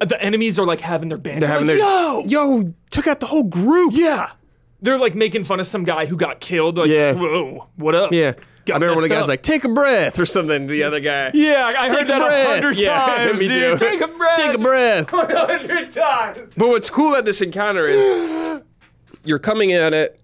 Speaker 2: The enemies are like having their banter.
Speaker 1: They're having
Speaker 2: like,
Speaker 1: their
Speaker 2: yo,
Speaker 1: yo took out the whole group.
Speaker 2: yeah. They're like making fun of some guy who got killed. Like,
Speaker 1: Yeah.
Speaker 2: whoa, what up?
Speaker 1: Yeah,
Speaker 2: Got
Speaker 1: I remember when
Speaker 2: messed
Speaker 1: the guy's
Speaker 2: up.
Speaker 1: like, "Take a breath" or something. to The other guy,
Speaker 2: yeah, I heard that a hundred
Speaker 1: Yeah,
Speaker 2: times,
Speaker 1: me
Speaker 2: dude.
Speaker 1: too.
Speaker 2: Take a breath.
Speaker 1: Take a breath.
Speaker 2: a hundred times.
Speaker 1: But what's cool about this encounter is you're coming at it,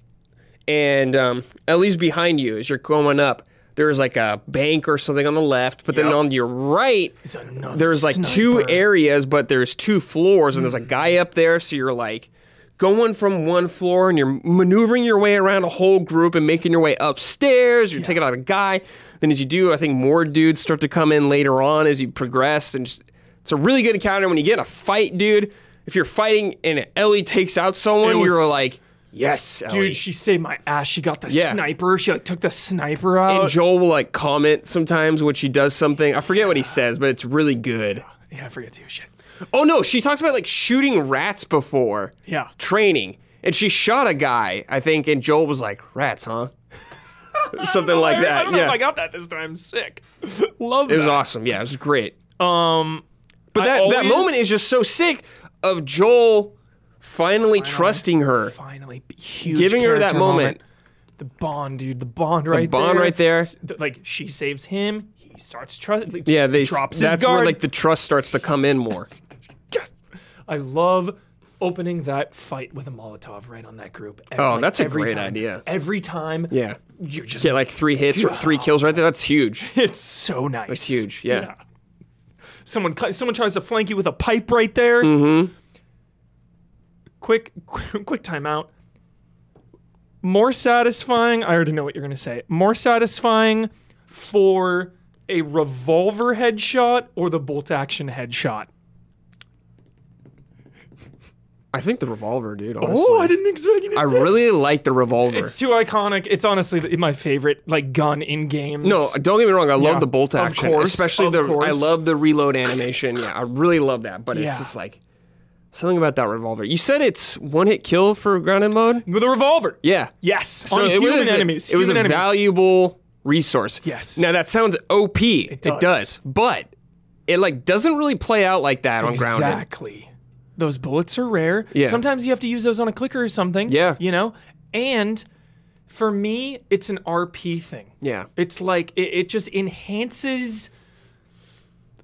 Speaker 1: and um, at least behind you as you're going up, there's like a bank or something on the left. But then
Speaker 2: Yep.
Speaker 1: on your right,
Speaker 2: another
Speaker 1: there's like two
Speaker 2: sniper. Mm.
Speaker 1: areas, but there's two floors, and there's a guy up there. So you're like going from one floor, and you're maneuvering your way around a whole group and making your way upstairs. You're taking out a guy. Then as you do, I think more dudes start to come in later on as you progress, and just, it's a really good encounter when you get in a fight, dude. If you're fighting and Ellie takes out
Speaker 2: It
Speaker 1: someone,
Speaker 2: was-
Speaker 1: you're like, yes, Ellie.
Speaker 2: Dude, Oh, she saved my ass. She got the
Speaker 1: Yeah.
Speaker 2: sniper. She like took the sniper out.
Speaker 1: And Joel will like comment sometimes when she does something. I forget what he says, but it's really good.
Speaker 2: yeah, I forget to shit.
Speaker 1: Oh no, she talks about like shooting rats before.
Speaker 2: Yeah.
Speaker 1: Training. And she shot a guy, I think, and Joel was like, rats, huh? Something like
Speaker 2: I
Speaker 1: that.
Speaker 2: don't know if
Speaker 1: Yeah.
Speaker 2: I got that this time. Sick. Love
Speaker 1: it was
Speaker 2: that.
Speaker 1: awesome. Yeah, it was great. Um But
Speaker 2: I
Speaker 1: that, that
Speaker 2: always-
Speaker 1: moment is just so sick of Joel finally trusting her.
Speaker 2: finally b- huge
Speaker 1: Giving her that
Speaker 2: character
Speaker 1: moment.
Speaker 2: The bond, dude. The bond right there.
Speaker 1: bond right there.
Speaker 2: S- th- Like she saves him. He starts trusting. Like,
Speaker 1: Yeah, they
Speaker 2: drops
Speaker 1: that's
Speaker 2: his guard.
Speaker 1: where like the trust starts to come in more.
Speaker 2: yes. I love opening that fight with a Molotov right on that group. Ev-
Speaker 1: Oh,
Speaker 2: like,
Speaker 1: that's a
Speaker 2: every
Speaker 1: great
Speaker 2: time.
Speaker 1: idea.
Speaker 2: Every time.
Speaker 1: Yeah.
Speaker 2: You're just.
Speaker 1: Get like three hits or three kills right there. That's huge.
Speaker 2: It's so nice. It's
Speaker 1: huge, yeah.
Speaker 2: Someone cu- someone tries to flank you with a pipe right there. Mm-hmm. Quick, quick, quick timeout. More satisfying. I already know what you're gonna say. More satisfying for a revolver headshot or the bolt action headshot.
Speaker 1: I think the revolver, dude, honestly.
Speaker 2: Oh, I didn't expect you to
Speaker 1: I
Speaker 2: say.
Speaker 1: really like the revolver.
Speaker 2: It's too iconic. It's honestly th- my favorite like gun in games.
Speaker 1: No, don't get me wrong. I love
Speaker 2: Yeah.
Speaker 1: the bolt
Speaker 2: Of
Speaker 1: action,
Speaker 2: course,
Speaker 1: especially
Speaker 2: of
Speaker 1: the. I
Speaker 2: course.
Speaker 1: love the reload animation. Yeah, I really love that. But
Speaker 2: Yeah.
Speaker 1: it's just like something about that revolver. You said it's one hit kill for grounded mode.
Speaker 2: with a revolver.
Speaker 1: Yeah.
Speaker 2: Yes. on
Speaker 1: it
Speaker 2: human
Speaker 1: was a-
Speaker 2: enemies.
Speaker 1: It was
Speaker 2: human
Speaker 1: a
Speaker 2: enemies.
Speaker 1: valuable resource.
Speaker 2: Yes.
Speaker 1: Now that sounds OP. It
Speaker 2: does.
Speaker 1: but it like doesn't really play out like that on grounded.
Speaker 2: Exactly. Those bullets are rare.
Speaker 1: Yeah.
Speaker 2: Sometimes you have to use those on a clicker or something.
Speaker 1: Yeah.
Speaker 2: You know? And for me, it's an RP thing.
Speaker 1: Yeah.
Speaker 2: It's like it, it just enhances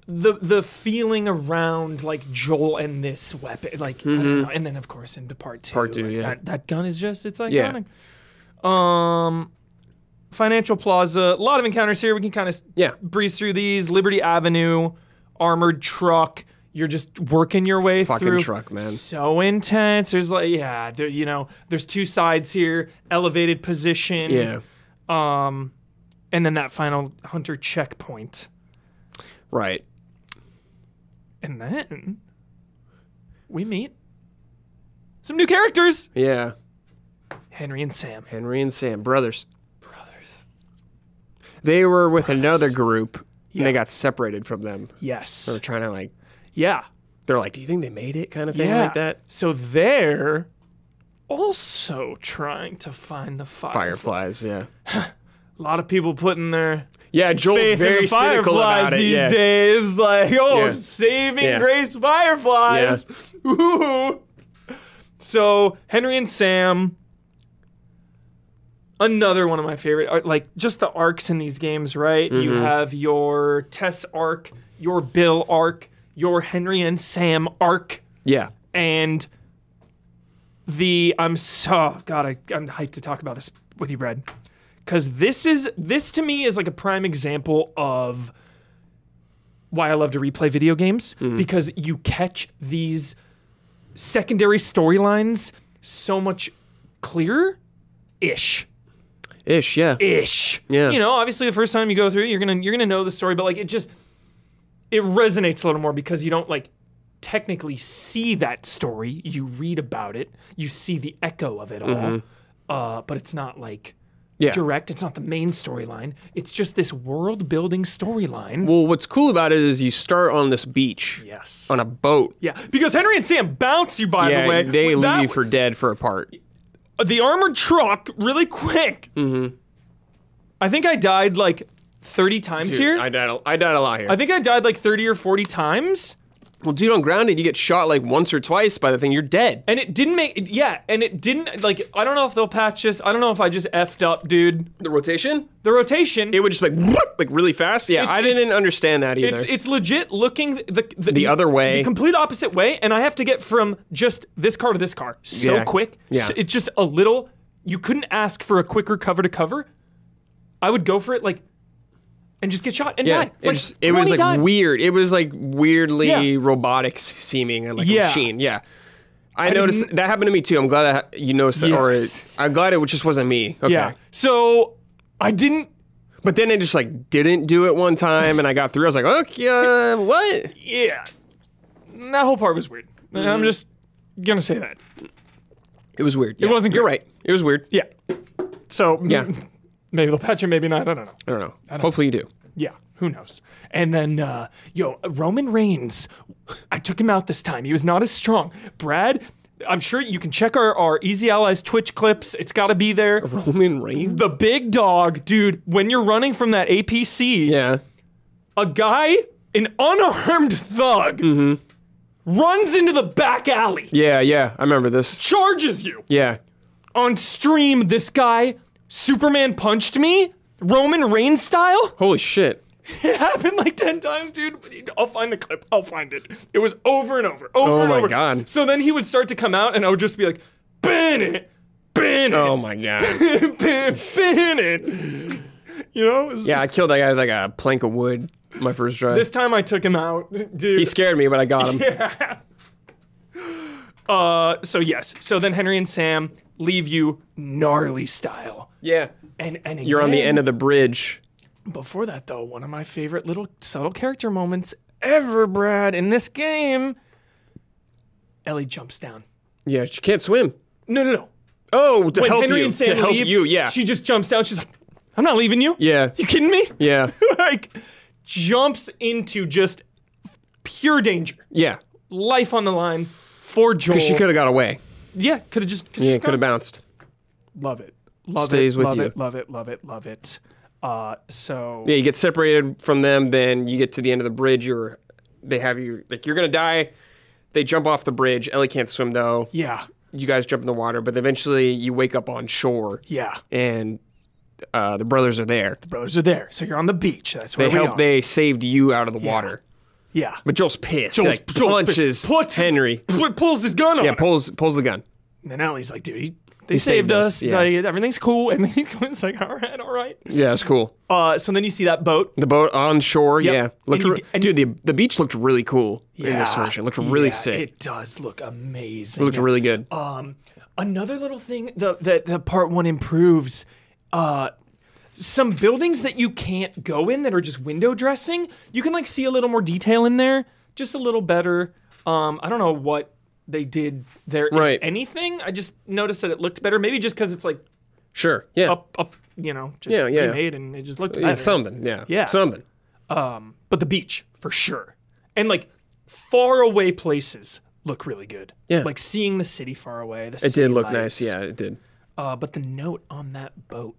Speaker 2: the the feeling around like Joel and this weapon. Like I don't know. and then of course into part two.
Speaker 1: Mm-hmm. Part two,
Speaker 2: like,
Speaker 1: yeah.
Speaker 2: that, that gun is just it's iconic.
Speaker 1: Yeah.
Speaker 2: Um Financial Plaza, a lot of encounters here. We can kind of
Speaker 1: Yeah.
Speaker 2: breeze through these. Liberty Avenue, armored truck. You're just working your way
Speaker 1: Fucking
Speaker 2: through.
Speaker 1: truck, man.
Speaker 2: So intense. There's like, yeah, there, you know, there's two sides here. Elevated position.
Speaker 1: Yeah.
Speaker 2: And then that final hunter checkpoint.
Speaker 1: Right.
Speaker 2: And then we meet some new characters.
Speaker 1: Yeah.
Speaker 2: Henry and Sam.
Speaker 1: Henry and Sam, brothers.
Speaker 2: Brothers.
Speaker 1: They were with another group and
Speaker 2: Yeah.
Speaker 1: they got separated from them.
Speaker 2: Yes.
Speaker 1: They're trying to like
Speaker 2: Yeah.
Speaker 1: they're like, Do you think they made it? kind of thing
Speaker 2: yeah.
Speaker 1: like that.
Speaker 2: So they're also trying to find the fire.
Speaker 1: Fireflies, yeah.
Speaker 2: A lot of people putting their
Speaker 1: Yeah, Joel's
Speaker 2: faith in
Speaker 1: very
Speaker 2: the
Speaker 1: cynical
Speaker 2: fireflies
Speaker 1: about it.
Speaker 2: these
Speaker 1: yeah.
Speaker 2: days. Like, oh,
Speaker 1: Yeah.
Speaker 2: saving
Speaker 1: Yeah.
Speaker 2: grace fireflies. Ooh. So Henry and Sam, another one of my favorite, ar- like just the arcs in these games, right? You
Speaker 1: Mm-hmm.
Speaker 2: have your Tess arc, your Bill arc, your Henry and Sam arc,
Speaker 1: Yeah.
Speaker 2: and the I'm so God, I, I'm hyped to talk about this with you, Brad, because this is this to me is like a prime example of why I love to replay video games because you catch these secondary storylines so much clearer ish
Speaker 1: Ish, yeah.
Speaker 2: ish.
Speaker 1: Yeah.
Speaker 2: You know, obviously the first time you go through, it, you're gonna you're gonna know the story, but like it just it resonates a little more because you don't like technically see that story. You read about it, you see the echo of it all, uh, but it's not like
Speaker 1: Mm-hmm. Yeah.
Speaker 2: direct. It's not the main storyline. It's just this world building storyline.
Speaker 1: Well, what's cool about it is you start on this beach
Speaker 2: Yes.
Speaker 1: on a boat.
Speaker 2: Yeah, because Henry and Sam bounce you. By
Speaker 1: Yeah,
Speaker 2: the way,
Speaker 1: they
Speaker 2: With
Speaker 1: leave
Speaker 2: that-
Speaker 1: you for dead for a part.
Speaker 2: the armored truck really quick. Mm-hmm. I think I died like thirty times here.
Speaker 1: I died. A, I died a lot here.
Speaker 2: I think I died like 30 or 40 times.
Speaker 1: well, dude, on grounded, you get shot like once or twice by the thing. You're dead.
Speaker 2: And it didn't make, it- yeah, and it didn't, like, I don't know if they'll patch this. I don't know if I just effed up, dude.
Speaker 1: The rotation,
Speaker 2: The rotation,
Speaker 1: it would just like whoop, like really fast. Yeah,
Speaker 2: It's-
Speaker 1: I
Speaker 2: it's-
Speaker 1: didn't understand that either.
Speaker 2: it's, it's legit looking the, the,
Speaker 1: The other way.
Speaker 2: The complete opposite way, and I have to get from just this car to this car so
Speaker 1: Yeah.
Speaker 2: quick.
Speaker 1: Yeah.
Speaker 2: So it's just a little, you couldn't ask for a quicker cover to cover. I would go for it, like, and just get shot and
Speaker 1: yeah,
Speaker 2: die.
Speaker 1: it,
Speaker 2: like,
Speaker 1: just- it was
Speaker 2: 20
Speaker 1: like
Speaker 2: times.
Speaker 1: weird. It was like weirdly
Speaker 2: Yeah.
Speaker 1: robotic seeming, like a
Speaker 2: Yeah.
Speaker 1: machine. Yeah. I, noticed
Speaker 2: didn't-
Speaker 1: that happened to me too. I'm glad that you noticed that, or
Speaker 2: Yes.
Speaker 1: I'm glad it just wasn't me. Okay.
Speaker 2: Yeah. So I didn't
Speaker 1: But then it just like didn't do it one time, and I got through. I was like, okay, uh, what?
Speaker 2: yeah, that whole part was weird. And
Speaker 1: Mm-hmm.
Speaker 2: I'm just gonna say that.
Speaker 1: It was weird. It
Speaker 2: wasn't
Speaker 1: You're
Speaker 2: great.
Speaker 1: right. It was weird.
Speaker 2: Yeah. So
Speaker 1: Yeah.
Speaker 2: maybe they'll patch it, maybe not. I don't know.
Speaker 1: I don't know. Hopefully you do.
Speaker 2: Yeah, who knows? And then, uh, yo, Roman Reigns, I took him out this time. He was not as strong. Brad, I'm sure you can check our, our Easy Allies Twitch clips. It's got to be there.
Speaker 1: Roman Reigns.
Speaker 2: The big dog, dude. When you're running from that APC,
Speaker 1: Yeah.
Speaker 2: a guy, an unarmed thug, runs into the back alley,
Speaker 1: Mm-hmm. Yeah. Yeah. I remember this.
Speaker 2: charges you.
Speaker 1: Yeah.
Speaker 2: on stream this guy Superman punched me Roman Reigns style.
Speaker 1: Holy shit.
Speaker 2: It happened like 10 times, dude. I'll find the clip. I'll find it. It was over and over. Over
Speaker 1: Oh
Speaker 2: and
Speaker 1: my
Speaker 2: over.
Speaker 1: God.
Speaker 2: So then he would start to come out and I would just be like, Bennett, Bennett,
Speaker 1: Oh my god.
Speaker 2: Ben- Bennett. You know?
Speaker 1: Yeah, I killed that guy with like a plank of wood my first try.
Speaker 2: This time I took him out, dude.
Speaker 1: he scared me, but I got him.
Speaker 2: uh, so yes. So then Henry and Sam leave you gnarly style.
Speaker 1: Yeah.
Speaker 2: And and
Speaker 1: You're on the
Speaker 2: again-
Speaker 1: end of the bridge.
Speaker 2: Before that, though, one of my favorite little subtle character moments ever, Brad, in this game, Ellie jumps down.
Speaker 1: Yeah, she can't swim.
Speaker 2: No, no, no.
Speaker 1: Oh, to
Speaker 2: When
Speaker 1: help
Speaker 2: Henry
Speaker 1: you.
Speaker 2: and Sam
Speaker 1: to help
Speaker 2: leave,
Speaker 1: you, yeah.
Speaker 2: She just jumps down. She's like, I'm not leaving you.
Speaker 1: yeah.
Speaker 2: You kidding me?
Speaker 1: Yeah.
Speaker 2: like, jumps into just pure danger.
Speaker 1: Yeah.
Speaker 2: Life on the line for Joel.
Speaker 1: She could have got away.
Speaker 2: yeah, could have just. Could've
Speaker 1: Yeah,
Speaker 2: just
Speaker 1: could have
Speaker 2: gone.
Speaker 1: bounced.
Speaker 2: Love it. Love
Speaker 1: Stays
Speaker 2: it.
Speaker 1: with
Speaker 2: love
Speaker 1: you.
Speaker 2: it. Love it. Love it. Love it. Uh, so
Speaker 1: Yeah, you get separated from them, then you get to the end of the bridge, you're they have you like you're gonna die. They jump off the bridge. Ellie can't swim though.
Speaker 2: yeah,
Speaker 1: You guys jump in the water, but eventually you wake up on shore
Speaker 2: yeah.
Speaker 1: and uh, the brothers are there.
Speaker 2: Brothers are there, so you're on the beach. That's where
Speaker 1: They
Speaker 2: we
Speaker 1: help
Speaker 2: are.
Speaker 1: they saved you out of the water.
Speaker 2: yeah.
Speaker 1: But Joel's pissed. Joel's,
Speaker 2: Joel's-
Speaker 1: like,
Speaker 2: Joel's
Speaker 1: punches
Speaker 2: pissed. Puts-
Speaker 1: Henry.
Speaker 2: pu- pulls his gun on
Speaker 1: Yeah,
Speaker 2: him.
Speaker 1: pulls pulls the gun.
Speaker 2: and then Ellie's like, dude, he, they saved,
Speaker 1: saved
Speaker 2: us.
Speaker 1: us,
Speaker 2: He's
Speaker 1: yeah.
Speaker 2: Like, everything's cool. And then he goes like, all right, all right.
Speaker 1: Yeah, that's cool.
Speaker 2: Uh, so then you see that boat.
Speaker 1: The boat on shore. Yeah,
Speaker 2: And
Speaker 1: looked
Speaker 2: you
Speaker 1: re-
Speaker 2: get- and
Speaker 1: dude. The the beach looked really cool in this
Speaker 2: Yeah.
Speaker 1: version. Looked really
Speaker 2: Yeah,
Speaker 1: sick.
Speaker 2: It does look amazing.
Speaker 1: looked really good.
Speaker 2: Um, another little thing that that, that part one improves. Uh, some buildings that you can't go in that are just window dressing, you can like see a little more detail in there, just a little better. Um, I don't know what they did there, if
Speaker 1: Right.
Speaker 2: anything. I just noticed that it looked better. Maybe just because it's like
Speaker 1: Sure. Yeah.
Speaker 2: up up you know just
Speaker 1: Yeah, yeah.
Speaker 2: remade and it just looked
Speaker 1: Yeah,
Speaker 2: better.
Speaker 1: something. Yeah.
Speaker 2: Yeah.
Speaker 1: Something.
Speaker 2: Um, but the beach for sure, and like far away places look really good.
Speaker 1: Yeah.
Speaker 2: like seeing the city far away. The
Speaker 1: It did look nice. Yeah, it did.
Speaker 2: uh, but the note on that boat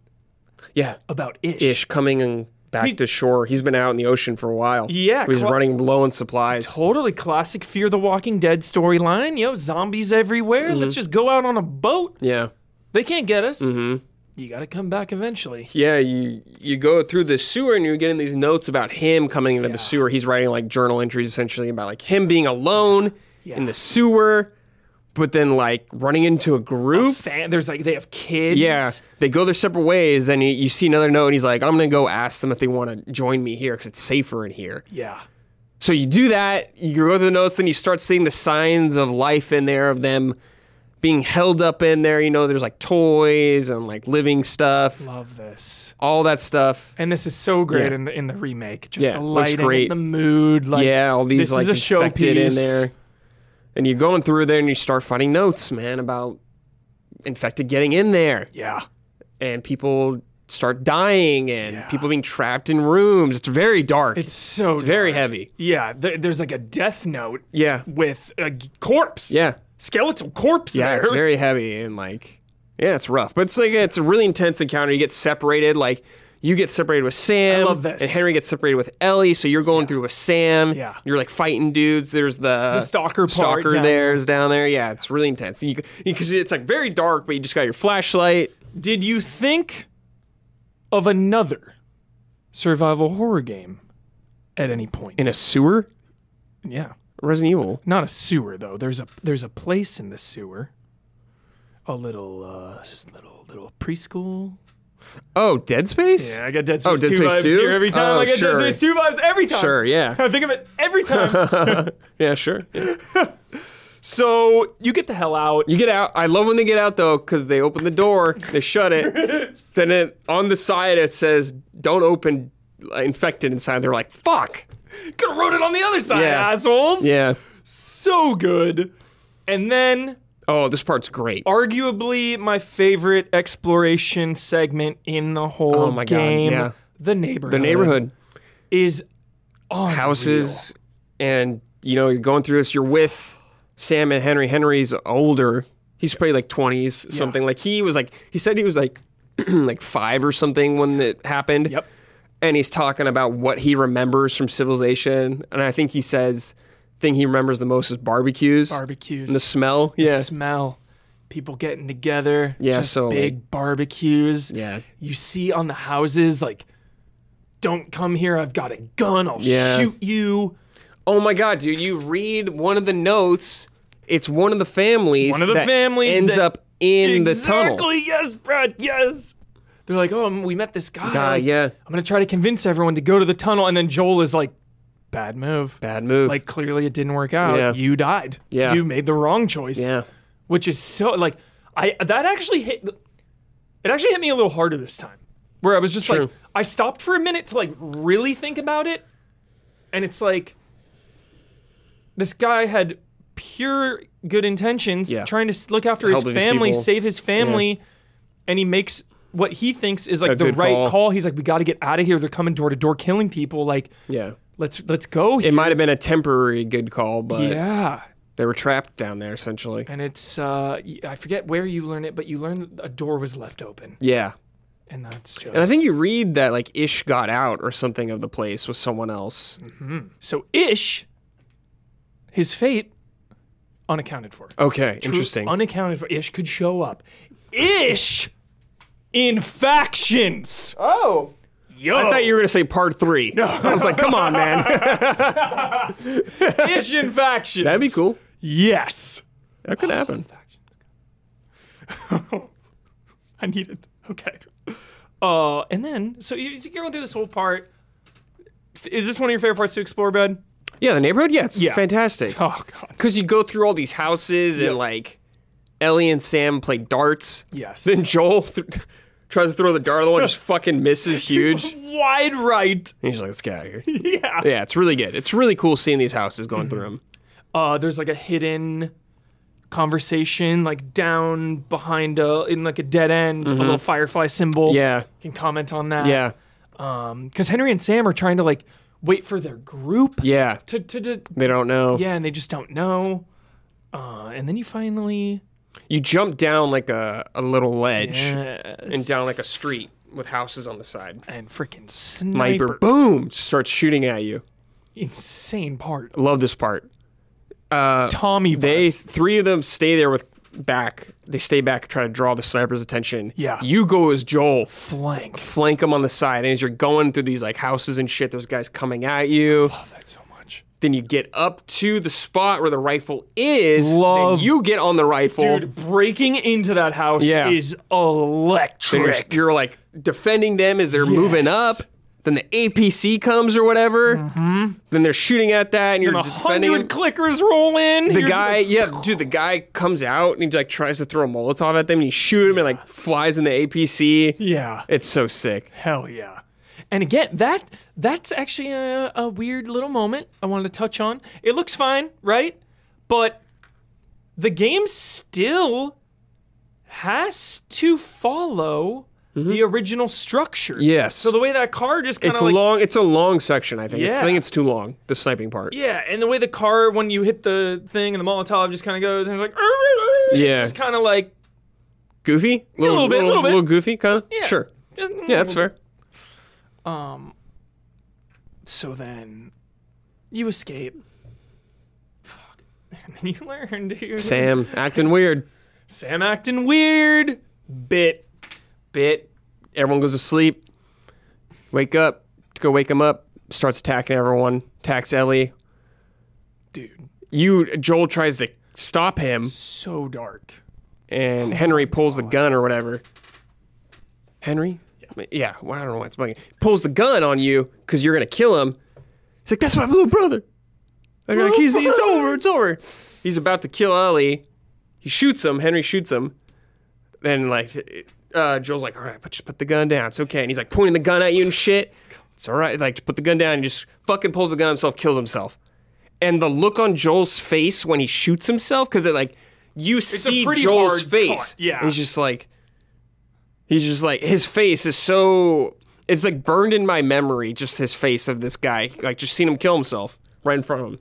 Speaker 1: Yeah.
Speaker 2: about ish.
Speaker 1: Ish coming and back to shore. He's been out in the ocean for a while.
Speaker 2: Yeah,
Speaker 1: He's
Speaker 2: Cla-
Speaker 1: running low on supplies.
Speaker 2: Totally classic Fear the Walking Dead storyline. You know, zombies everywhere.
Speaker 1: Mm-hmm.
Speaker 2: Let's just go out on a boat.
Speaker 1: yeah.
Speaker 2: They can't get us.
Speaker 1: Mm-hmm.
Speaker 2: You got to come back eventually.
Speaker 1: Yeah, you you go through the sewer and you're getting these notes about him coming into the sewer. He's writing like journal entries essentially about like him being alone in the sewer, but then like running into a group.
Speaker 2: Fan, there's like they have kids.
Speaker 1: yeah, they go their separate ways. Then you, you see another note, and he's like, "I'm gonna go ask them if they want to join me here because it's safer in here."
Speaker 2: yeah.
Speaker 1: So you do that. You go through the notes, then you start seeing the signs of life in there of them being held up in there. You know, there's like toys and like living stuff,
Speaker 2: Love this.
Speaker 1: all that stuff.
Speaker 2: And this is so great
Speaker 1: Yeah.
Speaker 2: in the in the remake. Just
Speaker 1: Yeah,
Speaker 2: the
Speaker 1: looks
Speaker 2: lighting,
Speaker 1: great.
Speaker 2: the mood. Like
Speaker 1: yeah, all these
Speaker 2: this
Speaker 1: like
Speaker 2: is a
Speaker 1: infected in
Speaker 2: showpiece.
Speaker 1: there. And you're going through there and you start finding notes, man, about infected getting in there
Speaker 2: Yeah,
Speaker 1: and people start dying and people being trapped in rooms. It's very dark.
Speaker 2: it's so
Speaker 1: It's very
Speaker 2: dark.
Speaker 1: heavy.
Speaker 2: Yeah, th- there's like a death note
Speaker 1: Yeah.
Speaker 2: with a g- corpse.
Speaker 1: Yeah.
Speaker 2: skeletal corpse.
Speaker 1: Yeah,
Speaker 2: there.
Speaker 1: it's very heavy and like yeah, it's rough. But it's like it's a really intense encounter. You get separated like you get separated with Sam.
Speaker 2: love this.
Speaker 1: And Henry gets separated with Ellie, so you're going through with Sam.
Speaker 2: Yeah.
Speaker 1: You're like fighting dudes. There's the,
Speaker 2: The stalker part
Speaker 1: uh, stalker
Speaker 2: down
Speaker 1: there's down there. Yeah, it's really intense. You because it's like very dark, but you just got your flashlight.
Speaker 2: Did you think of another survival horror game at any point?
Speaker 1: In a sewer?
Speaker 2: yeah,
Speaker 1: Resident Evil.
Speaker 2: not a sewer though. There's a there's a place in the sewer. A little uh, just little little preschool.
Speaker 1: Oh, Dead Space?
Speaker 2: Yeah, I got Dead
Speaker 1: Oh,
Speaker 2: Space
Speaker 1: Dead
Speaker 2: 2
Speaker 1: Space
Speaker 2: vibes
Speaker 1: 2?
Speaker 2: here every time.
Speaker 1: Oh,
Speaker 2: I get
Speaker 1: sure.
Speaker 2: Dead Space 2 vibes every time.
Speaker 1: Sure, yeah.
Speaker 2: I think of it every time.
Speaker 1: Yeah, sure.
Speaker 2: so you get the hell out.
Speaker 1: You get out. I love when they get out though, because they open the door, they shut it. then it, on the side it says, "Don't open uh, infected inside." They're like, "Fuck."
Speaker 2: Could have wrote it on the other side,
Speaker 1: Yeah.
Speaker 2: assholes.
Speaker 1: Yeah.
Speaker 2: So good. And then,
Speaker 1: Oh, this part's great.
Speaker 2: arguably, my favorite exploration segment in the whole
Speaker 1: Oh my God,
Speaker 2: game
Speaker 1: yeah.
Speaker 2: the neighborhood.
Speaker 1: The neighborhood
Speaker 2: is on
Speaker 1: houses, and you know you're going through this. You're with Sam and Henry. Henry's older. He's probably like 20s, something like he was like he said he was like like five or something when it happened.
Speaker 2: Yep.
Speaker 1: and he's talking about what he remembers from civilization and i think he says thing he remembers the most is barbecues
Speaker 2: Barbecues.
Speaker 1: and the smell yeah
Speaker 2: smell. People getting together.
Speaker 1: Yeah,
Speaker 2: just
Speaker 1: so,
Speaker 2: big barbecues.
Speaker 1: Yeah.
Speaker 2: You see on the houses like, don't come here. I've got a gun. I'll
Speaker 1: Yeah.
Speaker 2: shoot you.
Speaker 1: oh my god dude you read one of the notes it's one of the families
Speaker 2: One of the
Speaker 1: that
Speaker 2: families
Speaker 1: ends
Speaker 2: that-
Speaker 1: up in the tunnel
Speaker 2: Exactly. Yes, Brad. Yes. They're like, oh, we met this guy.
Speaker 1: Guy, yeah
Speaker 2: I'm gonna try to convince everyone to go to the tunnel, and then Joel is like, bad move.
Speaker 1: bad move
Speaker 2: Like clearly it didn't work out.
Speaker 1: Yeah.
Speaker 2: You died.
Speaker 1: Yeah.
Speaker 2: You made the wrong choice.
Speaker 1: yeah
Speaker 2: which is so like I that actually hit it actually hit me a little harder this time where I was just like
Speaker 1: True.
Speaker 2: I stopped for a minute to like really think about it and it's like this guy had pure good intentions
Speaker 1: Yeah.
Speaker 2: trying to s- look after
Speaker 1: Help
Speaker 2: his
Speaker 1: these
Speaker 2: family
Speaker 1: people.
Speaker 2: save his family and he makes what he thinks is like
Speaker 1: A
Speaker 2: the
Speaker 1: good
Speaker 2: right
Speaker 1: call.
Speaker 2: call. he's like we got to get out of here they're coming door to door killing people like
Speaker 1: yeah
Speaker 2: let's let's go
Speaker 1: it
Speaker 2: here.
Speaker 1: might have been a temporary good call but
Speaker 2: yeah
Speaker 1: they were trapped down there essentially
Speaker 2: and it's uh y- I forget where you learn it but you learn that a door was left open
Speaker 1: yeah
Speaker 2: And that's just.
Speaker 1: and i think you read that like ish got out or something of the place with someone else
Speaker 2: so. Ish, his fate, unaccounted for.
Speaker 1: okay Oh, interesting
Speaker 2: Unaccounted for. Ish could show up. Ish, in factions.
Speaker 1: oh
Speaker 2: Yo,
Speaker 1: I thought you were gonna say part three. I was like, come on, man.
Speaker 2: ish in factions.
Speaker 1: That'd be cool.
Speaker 2: Yes.
Speaker 1: That could happen.
Speaker 2: I need it. Okay. Uh, and then so you- you're going through this whole part. Is this one of your favorite parts to explore, bud?
Speaker 1: Yeah, the neighborhood. Yeah, it's
Speaker 2: Yeah.
Speaker 1: fantastic.
Speaker 2: Oh God.
Speaker 1: Because you go through all these houses
Speaker 2: Yep.
Speaker 1: and like, Ellie and Sam play darts.
Speaker 2: Yes.
Speaker 1: Then Joel th- tries to throw the dart, the one just fucking misses huge. And
Speaker 2: wide right.
Speaker 1: he's like, let's get out of here.
Speaker 2: Yeah.
Speaker 1: Yeah, it's really good. It's really cool seeing these houses going through 'em. through them.
Speaker 2: Uh, there's like a hidden conversation, like down behind a in like a dead end, a little firefly symbol.
Speaker 1: Mm-hmm. Yeah.
Speaker 2: can comment on that.
Speaker 1: Yeah.
Speaker 2: because Henry and Sam are trying to like wait for their group.
Speaker 1: Yeah.
Speaker 2: to to, to
Speaker 1: They don't know.
Speaker 2: yeah, and they just don't know. Uh, and then you finally
Speaker 1: You jump down like a, a little ledge
Speaker 2: and
Speaker 1: and down like a street with houses on the side.
Speaker 2: uh, and freaking
Speaker 1: Sniper,
Speaker 2: sniper,
Speaker 1: boom, starts shooting at you.
Speaker 2: insane part.
Speaker 1: Love this part.
Speaker 2: Tommy,
Speaker 1: Uh, They
Speaker 2: vibes.
Speaker 1: three of them stay there with back. They stay back, try to draw the sniper's attention.
Speaker 2: Yeah.
Speaker 1: You go as Joel,
Speaker 2: flank.
Speaker 1: flank him on the side, and as you're going through these like houses and shit, there's guys coming at you.
Speaker 2: Love that so much,
Speaker 1: Then you get up to the spot where the rifle is.
Speaker 2: Love-
Speaker 1: Then you get on the rifle.
Speaker 2: dude. Breaking into that house
Speaker 1: Yeah.
Speaker 2: is
Speaker 1: Then you're,
Speaker 2: electric.
Speaker 1: you're like defending them as they're moving up.
Speaker 2: Yes.
Speaker 1: Then the APC comes or whatever. Mm-hmm. Then they're shooting at that, and you're
Speaker 2: A
Speaker 1: defending
Speaker 2: hundred
Speaker 1: him.
Speaker 2: clickers roll in.
Speaker 1: The guy, yeah, dude, the guy comes out and he like tries to throw a Molotov at them, and you shoot him, and like flies in the APC.
Speaker 2: yeah,
Speaker 1: It's so sick.
Speaker 2: Hell yeah. And again, that that's actually a, a weird little moment I wanted to touch on. It looks fine, right? But the game still has to follow the original structure.
Speaker 1: Yes.
Speaker 2: So the way that car just kind
Speaker 1: Mm-hmm. It's
Speaker 2: of like
Speaker 1: a long. It's a long section. I think. It's, I
Speaker 2: Yeah.
Speaker 1: think it's too long. The sniping part.
Speaker 2: yeah, and the way the car when you hit the thing and the Molotov just kind of goes and it's like
Speaker 1: Yeah.
Speaker 2: it's just kind of like
Speaker 1: Goofy.
Speaker 2: little bit, little bit.
Speaker 1: Little goofy, kind of.
Speaker 2: Yeah.
Speaker 1: Sure.
Speaker 2: just-
Speaker 1: Yeah, that's fair.
Speaker 2: So then you escape. Fuck. And then you learn, dude.
Speaker 1: Sam acting weird.
Speaker 2: Sam acting weird. Bit. Bit.
Speaker 1: Everyone goes to sleep. Wake up. Go wake him up. Starts attacking everyone. Attacks Ellie.
Speaker 2: Dude.
Speaker 1: You Joel tries to stop him,
Speaker 2: So dark.
Speaker 1: and Henry pulls the gun or whatever. Henry. Yeah. well, I don't know why it's bugging. Pulls the gun on you because you're gonna kill him. He's like, "That's my little brother." They're like, he's, "It's over. It's over." He's about to kill Ellie. He shoots him. Henry shoots him. Then like uh, Joel's like, all right, but just put the gun down. It's okay. And he's like pointing the gun at you and shit. It's all right. Like just put the gun down. And just fucking pulls the gun himself, kills himself. And the look on Joel's face when he shoots himself, because it like you see
Speaker 2: pretty
Speaker 1: Joel's
Speaker 2: hard
Speaker 1: face.
Speaker 2: cut, yeah.
Speaker 1: And he's just like, he's just like his face is so it's like burned in my memory. Just his face of this guy, like just seeing him kill himself right in front of him.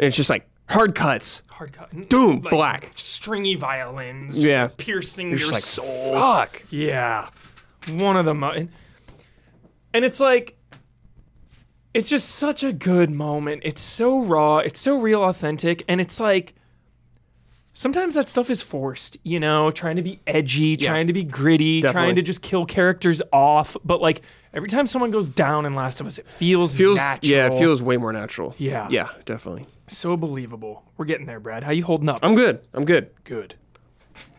Speaker 1: And it's just like hard cuts.
Speaker 2: Hard cut.
Speaker 1: Doom, black.
Speaker 2: Stringy violins. just
Speaker 1: Yeah.
Speaker 2: Piercing
Speaker 1: You're
Speaker 2: your
Speaker 1: just like,
Speaker 2: soul.
Speaker 1: fuck.
Speaker 2: Yeah. One of the mo- and, and it's like it's just such a good moment. It's so raw, it's so real authentic and it's like sometimes that stuff is forced, you know, trying to be edgy, trying to be gritty,
Speaker 1: Definitely.
Speaker 2: trying to just kill characters off, but like every time someone goes down in Last of Us, it feels
Speaker 1: Feels
Speaker 2: natural.
Speaker 1: yeah, it feels way more natural.
Speaker 2: Yeah.
Speaker 1: yeah, definitely.
Speaker 2: so believable. We're getting there, Brad. How you holding up?
Speaker 1: I'm good. I'm good.
Speaker 2: good.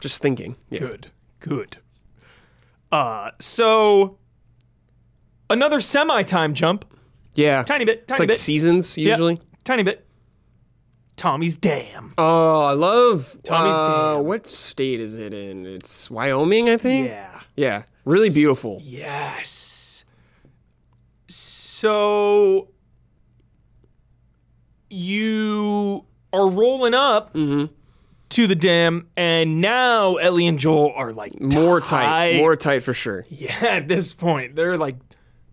Speaker 1: Just thinking. Yeah.
Speaker 2: good good uh so another semi time jump
Speaker 1: Yeah.
Speaker 2: tiny bit tiny
Speaker 1: it's like
Speaker 2: bit
Speaker 1: seasons
Speaker 2: Yep,
Speaker 1: usually.
Speaker 2: tiny bit tommy's dam
Speaker 1: Oh, I love
Speaker 2: Tommy's
Speaker 1: uh,
Speaker 2: Dam.
Speaker 1: What state is it in? It's Wyoming, I think.
Speaker 2: yeah
Speaker 1: Yeah. Really beautiful.
Speaker 2: yes so you are rolling up to the dam and now ellie and joel are like
Speaker 1: More tight.
Speaker 2: tight.
Speaker 1: More tight for sure.
Speaker 2: yeah at this point they're like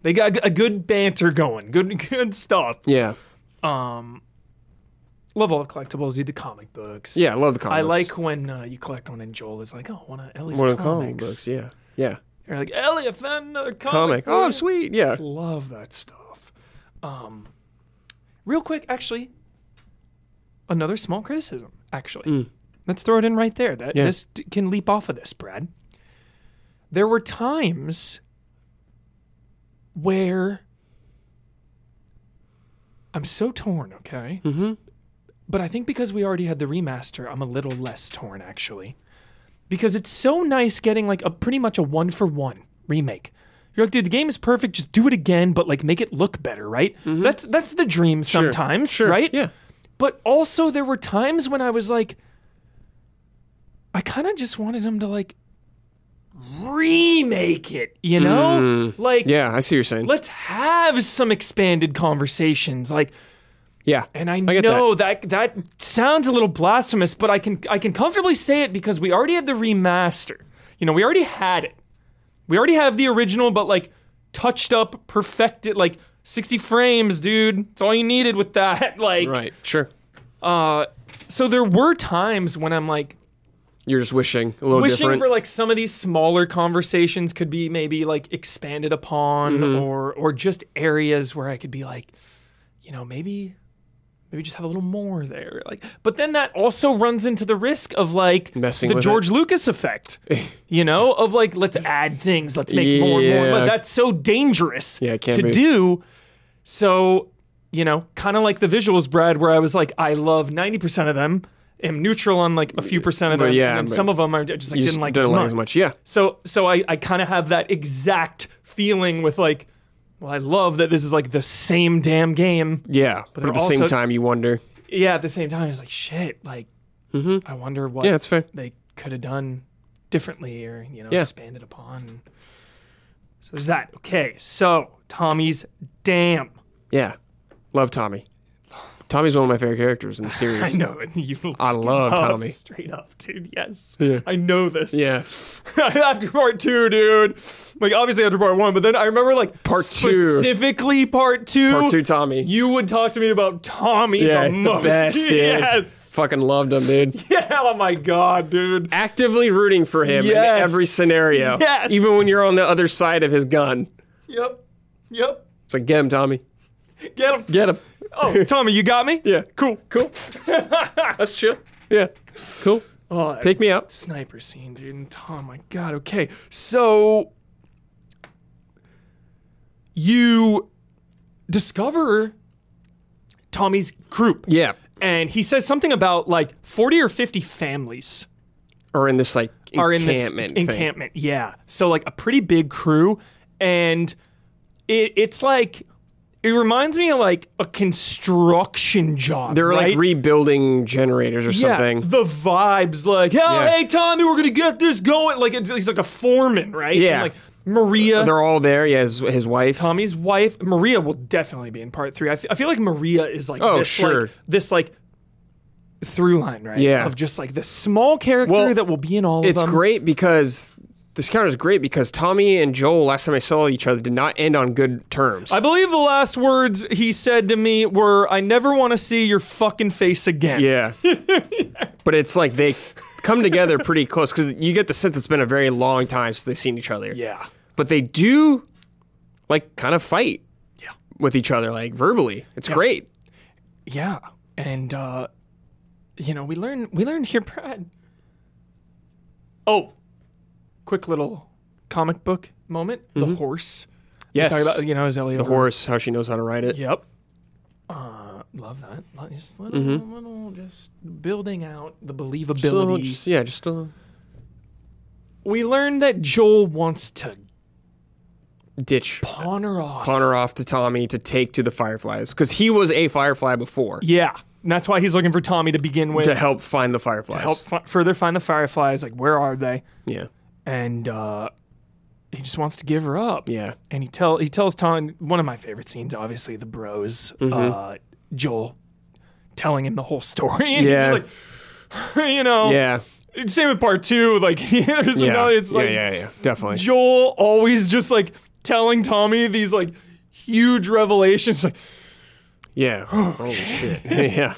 Speaker 2: they got a good banter going good good stuff
Speaker 1: Yeah.
Speaker 2: love all the collectibles, dude. The comic books.
Speaker 1: Yeah. I love the comics.
Speaker 2: I like when uh, you collect one and Joel is like, oh, one of Ellie's
Speaker 1: more
Speaker 2: comics.
Speaker 1: the comic books. Yeah. Yeah.
Speaker 2: You're like, Ellie, I found another
Speaker 1: Comic.
Speaker 2: comic.
Speaker 1: Oh,
Speaker 2: for you."
Speaker 1: sweet. Yeah.
Speaker 2: Love that stuff. Um, real quick, actually, another small criticism. Actually,
Speaker 1: Hmm.
Speaker 2: let's throw it in right there. That this d- can leap off of this, Brad. There were times where I'm so torn. Okay. Mm-hmm. But I think because we already had the remaster, I'm a little less torn actually because it's so nice getting like a pretty much a one for one remake. You're like, dude, the game is perfect. Just do it again, but like make it look better, right? That's that's the dream sometimes,
Speaker 1: Mm-hmm. Sure.
Speaker 2: right?
Speaker 1: Yeah.
Speaker 2: But also there were times when I was like, I kind of just wanted him to like remake it, you
Speaker 1: Mm.
Speaker 2: know? Like,
Speaker 1: Yeah. I see what you're saying.
Speaker 2: let's have some expanded conversations. Like,
Speaker 1: Yeah.
Speaker 2: And I,
Speaker 1: get
Speaker 2: know that. that sounds a little blasphemous, but I can I can comfortably say it because we already had the remaster. You know, we already had it. We already have the original, but like touched up, perfected, like 60 frames, dude. It's all you needed with that. Like,
Speaker 1: that. Right. Sure.
Speaker 2: uh, so there were times when I'm like
Speaker 1: You're just wishing a little
Speaker 2: wishing
Speaker 1: different.
Speaker 2: for like some of these smaller conversations could be maybe like expanded upon
Speaker 1: Mm-hmm.
Speaker 2: or or just areas where I could be like, you know, maybe maybe just have a little more there. Like, but then that also runs into the risk of like
Speaker 1: Messing
Speaker 2: the
Speaker 1: with it.
Speaker 2: George Lucas effect, you know, of like let's add things, let's make more and more. and more.
Speaker 1: Yeah.
Speaker 2: That's so dangerous
Speaker 1: Yeah, it can
Speaker 2: to
Speaker 1: be.
Speaker 2: do. So, you know, kind of like the visuals, Brad, where I was like, I love 90% of them, am neutral on like a few percent of
Speaker 1: But
Speaker 2: them,
Speaker 1: yeah,
Speaker 2: and then
Speaker 1: but
Speaker 2: some of them I just like
Speaker 1: You
Speaker 2: didn't like
Speaker 1: didn't
Speaker 2: as
Speaker 1: like
Speaker 2: much.
Speaker 1: as much. Yeah.
Speaker 2: So so I, I kind of have that exact feeling with like, well, I love that this is like the same damn game.
Speaker 1: Yeah. But,
Speaker 2: they're
Speaker 1: at the same
Speaker 2: also-
Speaker 1: time, you wonder.
Speaker 2: Yeah, at the same time, it's like shit. Like, I wonder what
Speaker 1: Mm-hmm. Yeah, that's fair.
Speaker 2: they could have done differently or you know
Speaker 1: Yeah.
Speaker 2: expanded upon. So there's that. Okay, so Tommy's damn.
Speaker 1: Yeah. Love Tommy. Tommy's one of my favorite characters in the
Speaker 2: I
Speaker 1: series.
Speaker 2: know it. You
Speaker 1: I love
Speaker 2: up,
Speaker 1: Tommy.
Speaker 2: Straight up, dude. Yes. I know this.
Speaker 1: Yeah.
Speaker 2: after part two, dude. Like obviously after part one, but then I remember like
Speaker 1: Part two.
Speaker 2: specifically part two.
Speaker 1: Part two Tommy.
Speaker 2: You would talk to me about Tommy
Speaker 1: yeah.
Speaker 2: the most.
Speaker 1: best, dude.
Speaker 2: yes.
Speaker 1: Fucking loved him, dude.
Speaker 2: Yeah. Oh my god, dude.
Speaker 1: Actively rooting for him
Speaker 2: Yes.
Speaker 1: in every scenario.
Speaker 2: Yes.
Speaker 1: Even when you're on the other side of his gun.
Speaker 2: Yep. Yep.
Speaker 1: It's like, get him, Tommy.
Speaker 2: Get him.
Speaker 1: Get him.
Speaker 2: Oh, Tommy, you got me.
Speaker 1: Yeah.
Speaker 2: Cool. Cool.
Speaker 1: That's chill. Yeah. Cool.
Speaker 2: Oh, that
Speaker 1: Take me out.
Speaker 2: sniper scene, dude. And Tom, my God. Okay, so you discover Tommy's group,
Speaker 1: Yeah.
Speaker 2: and he says something about like forty or fifty families
Speaker 1: Or in this like
Speaker 2: are in this
Speaker 1: encampment thing.
Speaker 2: encampment. Yeah, so like a pretty big crew, and it it's like. It reminds me of like a construction job.
Speaker 1: They're
Speaker 2: right?
Speaker 1: like rebuilding generators or something.
Speaker 2: The vibes, like, oh,
Speaker 1: Yeah.
Speaker 2: hey, Tommy, we're gonna get this going. Like, it's, he's like a foreman, right? And,
Speaker 1: Yeah.
Speaker 2: like Maria,
Speaker 1: They're all there. Yeah, his, his wife.
Speaker 2: Tommy's wife, Maria will definitely be in part three. I, f- I feel like Maria is like,
Speaker 1: Oh,
Speaker 2: this,
Speaker 1: sure.
Speaker 2: like this like through line, right?
Speaker 1: Yeah.
Speaker 2: of just like this small character
Speaker 1: Well,
Speaker 2: that will be in all
Speaker 1: It's
Speaker 2: of them.
Speaker 1: great because this counter is great because Tommy and Joel last time I saw each other did not end on good terms.
Speaker 2: I believe the last words he said to me were, "I never want to see your fucking face again."
Speaker 1: yeah. but it's like they come together pretty close because you get the sense it's been a very long time since they've seen each other.
Speaker 2: yeah.
Speaker 1: But they do like kind of fight
Speaker 2: Yeah.
Speaker 1: with each other, like verbally. It's great.
Speaker 2: Yeah, and uh, you know we learn we learned here, Brad. Oh, quick little comic book moment. The horse.
Speaker 1: Mm-hmm. Yes.
Speaker 2: Talk about you know is Elliot
Speaker 1: the horse, how she knows how to ride it.
Speaker 2: Yep. Uh, love that. Li- Just little,
Speaker 1: Mm-hmm.
Speaker 2: little, just building out the
Speaker 1: Just a little-
Speaker 2: believability.
Speaker 1: just- yeah, just a little
Speaker 2: we learned that Joel wants to
Speaker 1: ditch.
Speaker 2: pawn her off.
Speaker 1: Pawn her off to Tommy to take to the Fireflies because he was a Firefly before
Speaker 2: Yeah, and that's why he's looking for Tommy to begin with
Speaker 1: to help find the Fireflies.
Speaker 2: help fi- further find the Fireflies. Like, where are they?
Speaker 1: Yeah,
Speaker 2: And uh, he just wants to give her up.
Speaker 1: yeah,
Speaker 2: and he tell he tells Tom one of my favorite scenes, obviously the Bros,
Speaker 1: Mm-hmm.
Speaker 2: uh, Joel telling him the whole story. And
Speaker 1: Yeah.
Speaker 2: he's just like, you know,
Speaker 1: yeah,
Speaker 2: Same with part two. Like there's
Speaker 1: yeah.
Speaker 2: another. It's
Speaker 1: yeah,
Speaker 2: like
Speaker 1: yeah, yeah, definitely.
Speaker 2: Joel always just like telling Tommy these like huge revelations. Like,
Speaker 1: yeah. Holy shit. yeah,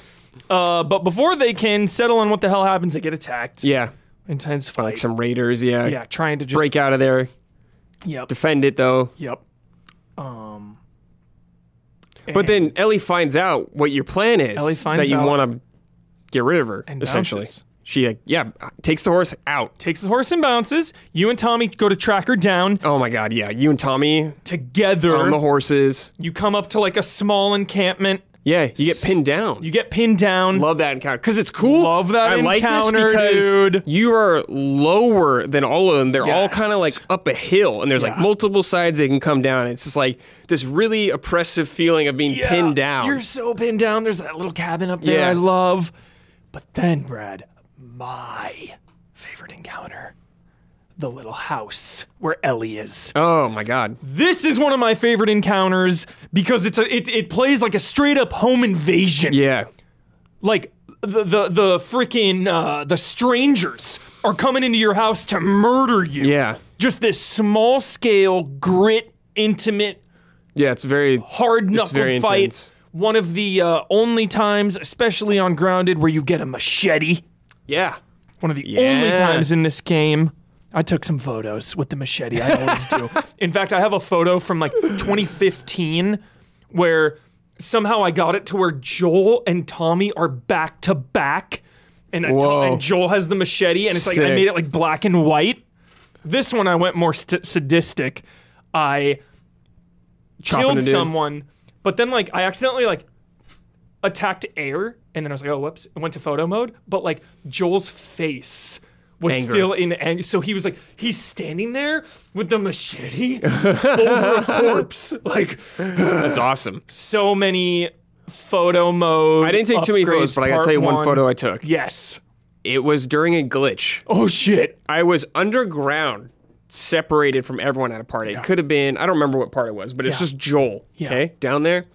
Speaker 2: uh, but before they can settle on what the hell happens, they get attacked.
Speaker 1: yeah.
Speaker 2: Intense fight.
Speaker 1: Like some raiders. Yeah,
Speaker 2: yeah, trying to just
Speaker 1: Break out of there.
Speaker 2: Yep.
Speaker 1: Defend it though.
Speaker 2: Yep. Um.
Speaker 1: But then Ellie finds out what your plan is.
Speaker 2: Ellie finds
Speaker 1: that you
Speaker 2: out-
Speaker 1: want to get rid of her.
Speaker 2: And
Speaker 1: essentially,
Speaker 2: bounces.
Speaker 1: she like, yeah takes the horse out.
Speaker 2: takes the horse and bounces. You and Tommy go to track her down.
Speaker 1: Oh my god. Yeah, you and Tommy
Speaker 2: together.
Speaker 1: on the horses.
Speaker 2: you come up to like a small encampment.
Speaker 1: Yeah, you get pinned down.
Speaker 2: You get pinned down.
Speaker 1: Love that encounter because it's cool.
Speaker 2: Love that
Speaker 1: I like this
Speaker 2: encounter,
Speaker 1: because
Speaker 2: dude.
Speaker 1: You are lower than all of them. They're all
Speaker 2: Yes.
Speaker 1: kind of like up a hill, and there's like
Speaker 2: Yeah.
Speaker 1: multiple sides they can come down. It's just like this really oppressive feeling of being
Speaker 2: Yeah.
Speaker 1: pinned down.
Speaker 2: You're so pinned down. There's that little cabin up there
Speaker 1: Yeah.
Speaker 2: I love. But then, Brad, my favorite encounter the little house where Ellie is.
Speaker 1: Oh my god.
Speaker 2: This is one of my favorite encounters because it's a, it, it plays like a straight up home invasion.
Speaker 1: Yeah.
Speaker 2: Like the the the freaking uh, the strangers are coming into your house to murder you.
Speaker 1: Yeah.
Speaker 2: Just this small scale grit intimate
Speaker 1: Yeah, it's very
Speaker 2: hard
Speaker 1: very
Speaker 2: knuckle fight.
Speaker 1: intense.
Speaker 2: One of the uh, only times, especially on Grounded, where you get a machete.
Speaker 1: Yeah.
Speaker 2: One of the
Speaker 1: Yeah.
Speaker 2: only times in this game. I took some photos with the machete. I always do. In fact, I have a photo from like 2015 where somehow I got it to where Joel and Tommy are back to back, and, uh, Tom-
Speaker 1: Whoa.
Speaker 2: and Joel has the machete, and it's like I
Speaker 1: Sick.
Speaker 2: made it like black and white. This one I went more st- sadistic. I
Speaker 1: Chopping a
Speaker 2: killed
Speaker 1: dude.
Speaker 2: someone, but then like I accidentally like attacked air, and then I was like, oh whoops, I went to photo mode. But like Joel's face was
Speaker 1: Anger.
Speaker 2: still in anger, so he was like, he's standing there with the machete over a corpse. Like
Speaker 1: That's awesome.
Speaker 2: so many photo mode.
Speaker 1: I didn't take too many photos, but I gotta tell you one, photo I took.
Speaker 2: yes.
Speaker 1: It was during a glitch.
Speaker 2: Oh shit.
Speaker 1: I was underground, separated from everyone at a party. It could have been, I don't remember what part it was, but it's
Speaker 2: Yeah.
Speaker 1: just Joel, okay, down there.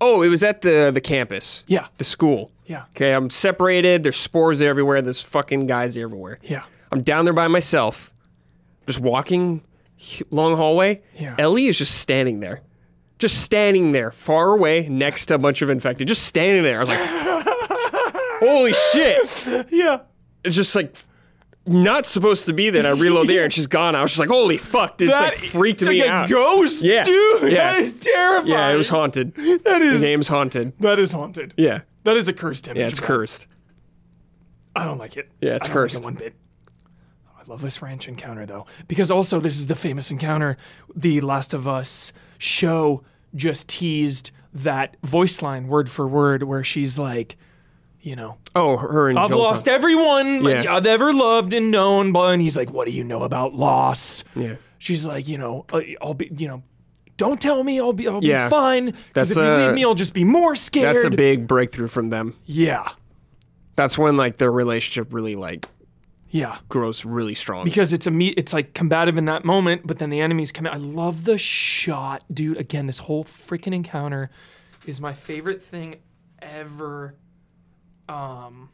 Speaker 1: Oh, it was at the, the campus.
Speaker 2: Yeah.
Speaker 1: The school.
Speaker 2: Yeah.
Speaker 1: Okay, I'm separated. There's spores everywhere. There's fucking guys everywhere.
Speaker 2: Yeah.
Speaker 1: I'm down there by myself, just walking h- long hallway.
Speaker 2: Yeah.
Speaker 1: Ellie is just standing there. Just standing there, far away, next to a bunch of infected. Just standing there. I was like, holy shit.
Speaker 2: Yeah.
Speaker 1: It's just like not supposed to be there. And I reload the air and she's gone. I was just like, holy fuck. Dude, it's like freaked me
Speaker 2: like
Speaker 1: out.
Speaker 2: A ghost,
Speaker 1: Yeah.
Speaker 2: dude.
Speaker 1: Yeah.
Speaker 2: That is terrifying.
Speaker 1: yeah, it was haunted. The
Speaker 2: That is
Speaker 1: name's haunted.
Speaker 2: that is haunted.
Speaker 1: Yeah.
Speaker 2: That is a cursed image.
Speaker 1: Yeah, it's
Speaker 2: bro.
Speaker 1: cursed.
Speaker 2: I don't like it.
Speaker 1: Yeah, it's
Speaker 2: I don't like it
Speaker 1: cursed.
Speaker 2: one bit. Oh, I love this ranch encounter though, because also this is the famous encounter. The Last of Us show just teased that voice line word for word, where she's like, you know,
Speaker 1: Oh, her and
Speaker 2: I've
Speaker 1: Joel
Speaker 2: lost
Speaker 1: talk-
Speaker 2: everyone
Speaker 1: Yeah.
Speaker 2: I've ever loved and known, but and he's like, what do you know about loss?
Speaker 1: Yeah.
Speaker 2: She's like, you know, "Uh, I'll be, you know. Don't tell me, I'll be, I'll
Speaker 1: Yeah.
Speaker 2: be fine.
Speaker 1: That's
Speaker 2: Because if you
Speaker 1: a-
Speaker 2: leave me, I'll just be more scared.
Speaker 1: That's a big breakthrough from them.
Speaker 2: yeah,
Speaker 1: That's when like their relationship really like
Speaker 2: yeah.
Speaker 1: grows really strong.
Speaker 2: because it's a me- it's like combative in that moment, but then the enemies come out. I love the shot, dude. Again, this whole freaking encounter is my favorite thing ever. Um,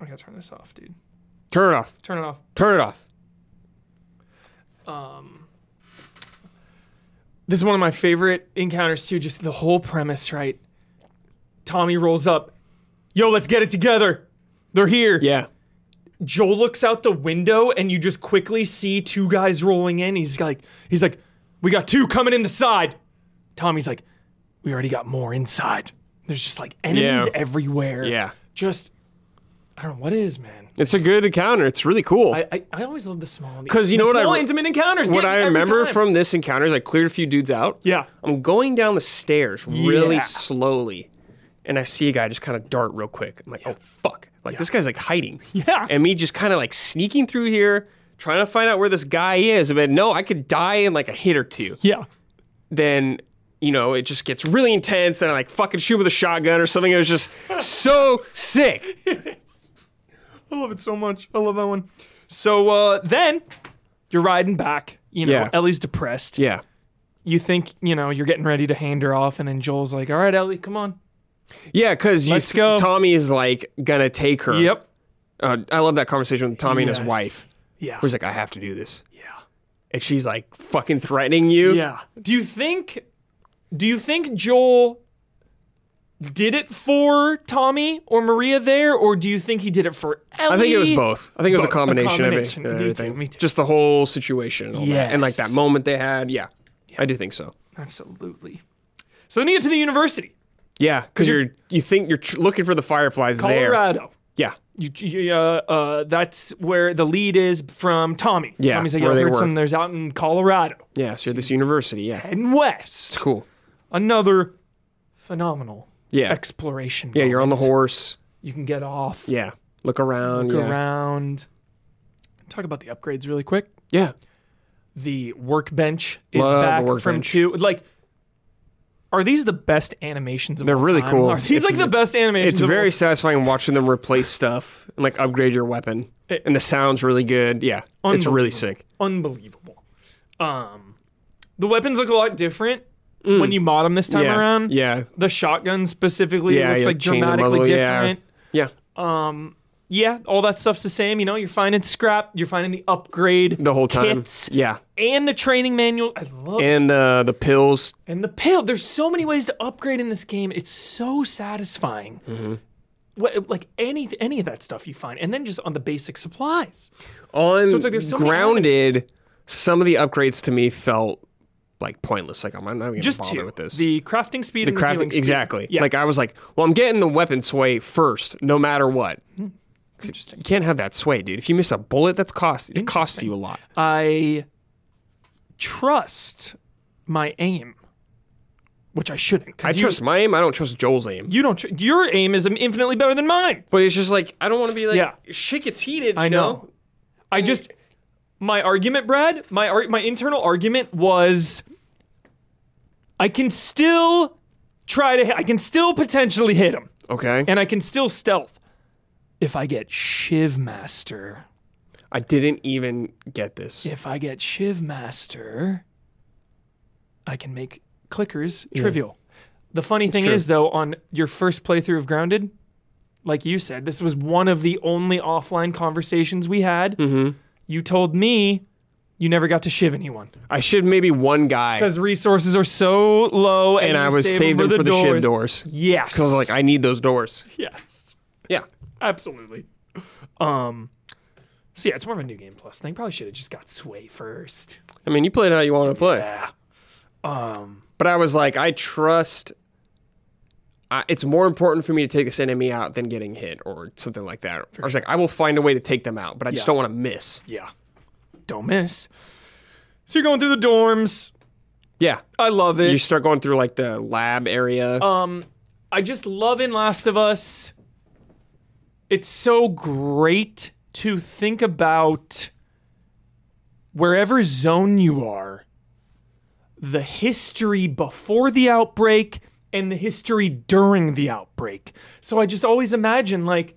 Speaker 2: I gotta turn this off, dude.
Speaker 1: Turn it off.
Speaker 2: Turn it off.
Speaker 1: Turn it off.
Speaker 2: This is one of my favorite encounters too. Just the whole premise, right? Tommy rolls up. Yo, let's get it together. They're here.
Speaker 1: Yeah.
Speaker 2: Joel looks out the window and you just quickly see two guys rolling in. He's like, he's like, we got two coming in the side. Tommy's like, we already got more inside. There's just like
Speaker 1: Yeah.
Speaker 2: enemies everywhere.
Speaker 1: Yeah.
Speaker 2: Just, I don't know what it is, man.
Speaker 1: It's a good encounter. It's really cool.
Speaker 2: I, I, I always love the small,
Speaker 1: 'Cause you
Speaker 2: the
Speaker 1: know what I
Speaker 2: small
Speaker 1: re-
Speaker 2: intimate encounters.
Speaker 1: what
Speaker 2: get me
Speaker 1: I
Speaker 2: every
Speaker 1: remember
Speaker 2: time.
Speaker 1: from this encounter is I cleared a few dudes out.
Speaker 2: yeah,
Speaker 1: I'm going down the stairs really
Speaker 2: Yeah.
Speaker 1: slowly, and I see a guy just kind of dart real quick. I'm like, oh fuck! Like this guy's like hiding.
Speaker 2: Yeah.
Speaker 1: And me just kind of like sneaking through here, trying to find out where this guy is. I mean, no, I could die in like a hit or two.
Speaker 2: yeah,
Speaker 1: then you know it just gets really intense and I like fucking shoot with a shotgun or something. It was just so sick.
Speaker 2: I love it so much. I love that one. So uh, then you're riding back. You know,
Speaker 1: Yeah.
Speaker 2: Ellie's depressed.
Speaker 1: Yeah,
Speaker 2: You think you know you're getting ready to hand her off, and then Joel's like, "All right, Ellie, come on."
Speaker 1: yeah, because
Speaker 2: Let's go.
Speaker 1: Tommy is like gonna take her.
Speaker 2: Yep.
Speaker 1: Uh, I love that conversation with Tommy and
Speaker 2: Yes.
Speaker 1: his wife.
Speaker 2: Yeah.
Speaker 1: Where he's like, I have to do this,
Speaker 2: yeah.
Speaker 1: and she's like fucking threatening you.
Speaker 2: Yeah. Do you think do you think Joel did it for Tommy or Maria there, or do you think he did it for Ellie?
Speaker 1: I think it was both. I think it was a
Speaker 2: Both. A
Speaker 1: combination,
Speaker 2: combination.
Speaker 1: of it- uh,
Speaker 2: Me too,
Speaker 1: everything.
Speaker 2: me too.
Speaker 1: Just the whole situation and, all that. and like
Speaker 2: Yes.
Speaker 1: that moment they had. Yeah, I do think so.
Speaker 2: Absolutely. So then you get to the university,
Speaker 1: Yeah, because you're you think you're tr- looking for the fireflies there.
Speaker 2: Colorado.
Speaker 1: Yeah,
Speaker 2: You, you, uh, uh, that's where the lead is from Tommy.
Speaker 1: Yeah,
Speaker 2: Tommy's like,
Speaker 1: where
Speaker 2: "Yeah, I
Speaker 1: they
Speaker 2: heard
Speaker 1: were.
Speaker 2: some there's out in Colorado
Speaker 1: yeah. So you're at this university. Yeah,
Speaker 2: and west.
Speaker 1: cool.
Speaker 2: Another phenomenal
Speaker 1: Yeah.
Speaker 2: exploration.
Speaker 1: Yeah, you're on the horse.
Speaker 2: You can get off.
Speaker 1: Yeah. Look around.
Speaker 2: look
Speaker 1: yeah.
Speaker 2: around. Talk about the upgrades really quick.
Speaker 1: Yeah.
Speaker 2: The workbench is
Speaker 1: Love the
Speaker 2: back from
Speaker 1: workbench.
Speaker 2: two. Like Are these the best animations of
Speaker 1: They're
Speaker 2: all
Speaker 1: really
Speaker 2: time?
Speaker 1: cool.
Speaker 2: Are these
Speaker 1: It's
Speaker 2: like the best animations
Speaker 1: It's
Speaker 2: of all
Speaker 1: very satisfying watching them replace stuff and like upgrade your weapon. and the sound's really good. Yeah. It's really
Speaker 2: Unbelievable.
Speaker 1: sick.
Speaker 2: unbelievable. Um, the weapons look a lot different when you mod them this time
Speaker 1: Mm. Yeah.
Speaker 2: around.
Speaker 1: Yeah.
Speaker 2: The shotgun specifically
Speaker 1: Yeah,
Speaker 2: looks
Speaker 1: you
Speaker 2: like
Speaker 1: chain them a
Speaker 2: dramatically
Speaker 1: little- yeah.
Speaker 2: different.
Speaker 1: Yeah.
Speaker 2: Yeah. all that stuff's the same. You know, you're finding scrap, you're finding the upgrade,
Speaker 1: The whole time.
Speaker 2: kits,
Speaker 1: Yeah.
Speaker 2: and the training manual. I love and,
Speaker 1: And uh, the the pills.
Speaker 2: the pill. There's so many ways to upgrade in this game. It's so satisfying.
Speaker 1: Mm-hmm.
Speaker 2: What, like any any of that stuff you find, and then just on the basic supplies.
Speaker 1: On
Speaker 2: it's like there's so many
Speaker 1: grounded, some of the upgrades to me felt like pointless. Like I'm not even
Speaker 2: Just
Speaker 1: bother
Speaker 2: two:
Speaker 1: with this.
Speaker 2: the crafting speed and the
Speaker 1: crafting-
Speaker 2: healing speed.
Speaker 1: exactly.
Speaker 2: Yeah.
Speaker 1: Like I was like, well, I'm getting the weapon sway first, no matter what. You can't have that sway, dude. If you miss a bullet, that's cost. It costs you a lot.
Speaker 2: I trust my aim, which I shouldn't.
Speaker 1: I
Speaker 2: 'cause you-
Speaker 1: trust my aim. I don't trust Joel's aim.
Speaker 2: you. Don't. Tr- your aim is infinitely better than mine.
Speaker 1: But it's just like I don't want to be like
Speaker 2: Yeah.
Speaker 1: shit gets heated.
Speaker 2: I
Speaker 1: you
Speaker 2: know. I just my argument, Brad. My ar- my internal argument was, I can still try to. hit I can still potentially hit him,
Speaker 1: Okay.
Speaker 2: and I can still stealth if I get Shiv Master.
Speaker 1: I didn't even get this.
Speaker 2: If I get Shiv Master, I can make clickers trivial. The funny thing
Speaker 1: Sure.
Speaker 2: is, though, on your first playthrough of Grounded, like you said, this was one of the only offline conversations we had.
Speaker 1: Mm-hmm.
Speaker 2: You told me you never got to Shiv anyone
Speaker 1: I should maybe one guy,
Speaker 2: because resources are so low, and,
Speaker 1: and I
Speaker 2: you
Speaker 1: was
Speaker 2: save 'em
Speaker 1: saving for the shiv doors.
Speaker 2: Yes,
Speaker 1: I was like, I need those doors.
Speaker 2: yes,
Speaker 1: Yeah.
Speaker 2: absolutely. Um, so yeah, it's more of a new game plus thing. Probably should have just got Sway first.
Speaker 1: I mean, you played how you want to play.
Speaker 2: Yeah. Um.
Speaker 1: But I was like, I trust. I, it's more important for me to take this enemy out than getting hit or something like that. I was like, I will find a way to take them out, but I just
Speaker 2: Yeah.
Speaker 1: don't want to miss.
Speaker 2: Yeah. Don't miss. So you're going through the dorms.
Speaker 1: Yeah.
Speaker 2: I love
Speaker 1: You
Speaker 2: it.
Speaker 1: start going through like the lab area.
Speaker 2: Uh, I just love in Last of Us. It's so great to think about wherever zone you are, the history before the outbreak and the history during the outbreak. So I just always imagine like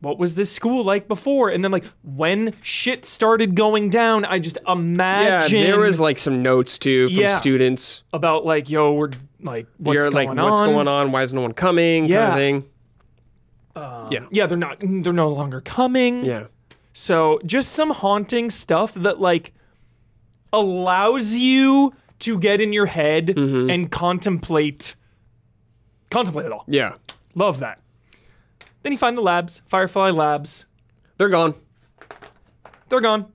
Speaker 2: what was this school like before? And then like when shit started going down, I just
Speaker 1: yeah.
Speaker 2: imagine
Speaker 1: There was like some notes too from
Speaker 2: Yeah.
Speaker 1: students.
Speaker 2: about like, yo, we're like, what's
Speaker 1: You're
Speaker 2: going
Speaker 1: like,
Speaker 2: on?
Speaker 1: what's going on? Why is no one coming?
Speaker 2: Yeah.
Speaker 1: Kind of thing.
Speaker 2: Yeah, they're not, mm, they're no longer coming.
Speaker 1: Yeah.
Speaker 2: So just some haunting stuff that like allows you to get in your head
Speaker 1: Mm-hmm.
Speaker 2: and contemplate, contemplate it all.
Speaker 1: Yeah.
Speaker 2: Love that. Then you find the labs, Firefly Labs.
Speaker 1: They're gone.
Speaker 2: They're gone.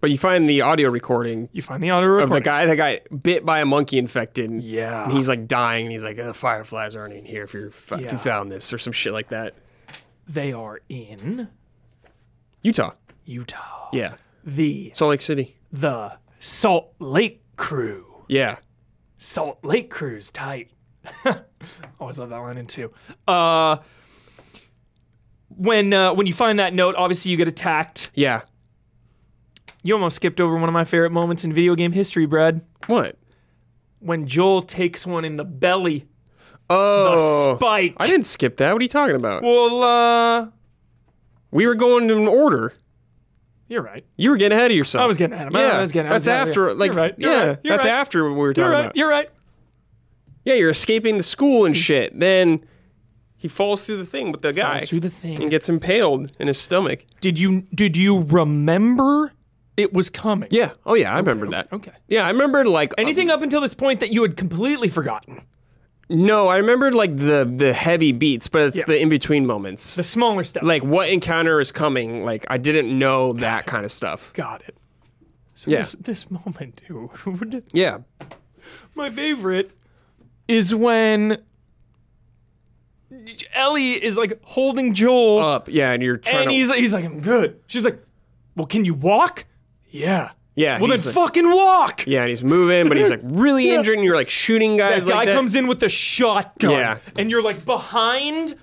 Speaker 1: But you find the audio recording
Speaker 2: You find the auto
Speaker 1: of
Speaker 2: recording.
Speaker 1: the guy that got bit by a monkey infected. and-
Speaker 2: Yeah.
Speaker 1: And he's like dying, and he's like, "Uh, fireflies aren't in here if, you're, if
Speaker 2: Yeah.
Speaker 1: you found this, or some shit like that.
Speaker 2: They are in
Speaker 1: Utah.
Speaker 2: Utah.
Speaker 1: Yeah.
Speaker 2: The
Speaker 1: Salt Lake City.
Speaker 2: the Salt Lake crew.
Speaker 1: Yeah.
Speaker 2: Salt Lake Cruise tight. Always love that line in two. Uh, when uh, when you find that note, obviously you get attacked.
Speaker 1: Yeah.
Speaker 2: You almost skipped over one of my favorite moments in video game history, Brad.
Speaker 1: What?
Speaker 2: When Joel takes one in the belly, a
Speaker 1: Oh.
Speaker 2: spike.
Speaker 1: I didn't skip that. What are you talking about?
Speaker 2: Well, uh,
Speaker 1: We were going in order.
Speaker 2: you're right.
Speaker 1: You were getting ahead of yourself.
Speaker 2: I was getting ahead of my-
Speaker 1: Yeah.
Speaker 2: I was getting- I
Speaker 1: That's
Speaker 2: was getting-
Speaker 1: after.
Speaker 2: yeah.
Speaker 1: Like,
Speaker 2: You're right, you're
Speaker 1: yeah.
Speaker 2: right, you're
Speaker 1: that's
Speaker 2: right.
Speaker 1: after what we were
Speaker 2: You're
Speaker 1: talking
Speaker 2: right.
Speaker 1: about.
Speaker 2: You're right.
Speaker 1: yeah. You're escaping the school and shit. Then he falls through the thing with the guy
Speaker 2: Hmm. Falls through the
Speaker 1: and
Speaker 2: thing.
Speaker 1: gets impaled in his stomach.
Speaker 2: Did you did you remember it was coming?
Speaker 1: Yeah. Oh yeah. I remember that.
Speaker 2: Okay.
Speaker 1: Yeah. I remembered like uh,
Speaker 2: Anything up until this point that you had completely forgotten?
Speaker 1: No, I remembered like the the heavy beats, but it's
Speaker 2: Yeah.
Speaker 1: the in between moments.
Speaker 2: The smaller stuff.
Speaker 1: like what encounter is coming? Like I didn't know that kind of stuff.
Speaker 2: Got it. So
Speaker 1: Yeah.
Speaker 2: this, this moment, dude.
Speaker 1: Yeah,
Speaker 2: My favorite is when Ellie is like holding Joel
Speaker 1: up. Yeah, and you're trying
Speaker 2: and
Speaker 1: to.
Speaker 2: he's, he's like, I'm good. She's like, Well, can you walk? Yeah.
Speaker 1: Yeah,
Speaker 2: Well, then
Speaker 1: he's like-
Speaker 2: fucking walk.
Speaker 1: yeah, and he's moving, but he's like really injured, and you're like shooting
Speaker 2: That
Speaker 1: guys.
Speaker 2: guy
Speaker 1: like that.
Speaker 2: comes in with the shotgun.
Speaker 1: Yeah.
Speaker 2: And you're like behind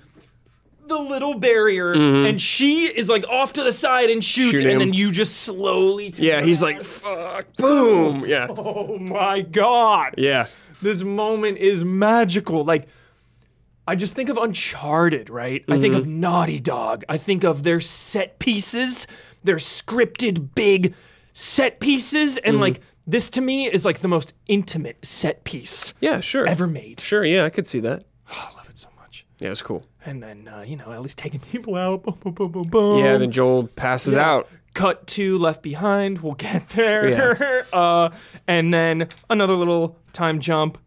Speaker 2: the little barrier, and she is like off to the side and shoots,
Speaker 1: Shoot
Speaker 2: and
Speaker 1: Mm-hmm. him.
Speaker 2: then you just slowly take
Speaker 1: Yeah,
Speaker 2: her
Speaker 1: he's
Speaker 2: out.
Speaker 1: like, fuck, boom. Yeah,
Speaker 2: Oh my god.
Speaker 1: yeah.
Speaker 2: This moment is magical. Like, I just think of Uncharted, right? I think of Naughty Dog. I think of their set pieces, their scripted big set pieces. And like, this to me is like the most intimate set piece
Speaker 1: Yeah, sure.
Speaker 2: ever made.
Speaker 1: Sure, yeah, I could see that.
Speaker 2: Oh, I love it so much.
Speaker 1: Yeah, it's cool.
Speaker 2: And then, uh, you know, at least taking people out. Boom, boom, boom, boom, boom.
Speaker 1: Yeah, then Joel passes out.
Speaker 2: cut to left behind we'll get there uh, and then another little time jump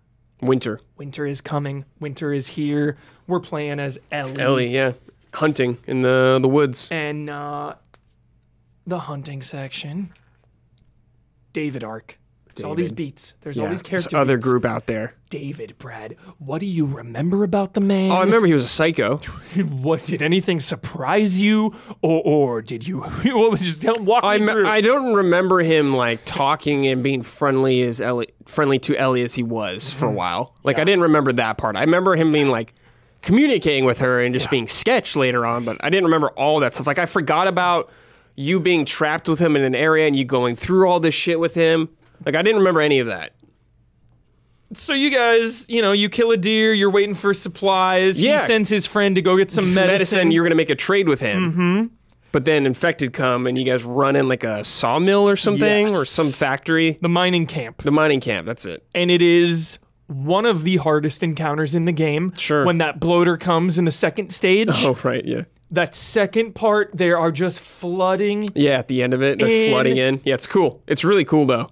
Speaker 1: Winter.
Speaker 2: winter is coming winter is here we're playing as ellie,
Speaker 1: Ellie, yeah. Hunting in the the woods.
Speaker 2: and uh, the hunting section david arc there's all these beats there's all
Speaker 1: Yeah,
Speaker 2: these
Speaker 1: this
Speaker 2: characters
Speaker 1: other group out there.
Speaker 2: david brad what do you remember about the man
Speaker 1: Oh, I remember he was a psycho.
Speaker 2: what did anything surprise you or, or did you what was just tell walk
Speaker 1: I
Speaker 2: me
Speaker 1: me-
Speaker 2: through
Speaker 1: I don't remember him like talking and being friendly as Ellie, friendly to Ellie as he was for a while. Like I didn't remember that part. I remember him being like communicating with her and just being sketched later on, but I didn't remember all that stuff. Like I forgot about you being trapped with him in an area and you going through all this shit with him. Like I didn't remember any of that.
Speaker 2: So you guys, you know, you kill a deer, you're waiting for supplies.
Speaker 1: Yeah.
Speaker 2: He sends his friend to go get some
Speaker 1: Medicine,
Speaker 2: medicine.
Speaker 1: you're gonna make a trade with him. Mm-hmm. But then infected come and you guys run in like a sawmill or something or
Speaker 2: Yes.
Speaker 1: some factory.
Speaker 2: the mining camp.
Speaker 1: The mining camp, that's it.
Speaker 2: And it is one of the hardest encounters in the game.
Speaker 1: Sure.
Speaker 2: When that bloater comes in the second stage,
Speaker 1: Oh right, yeah.
Speaker 2: that second part, they are just flooding.
Speaker 1: Yeah, at the end of it, they're
Speaker 2: In-
Speaker 1: flooding in. Yeah, it's cool. It's really cool though.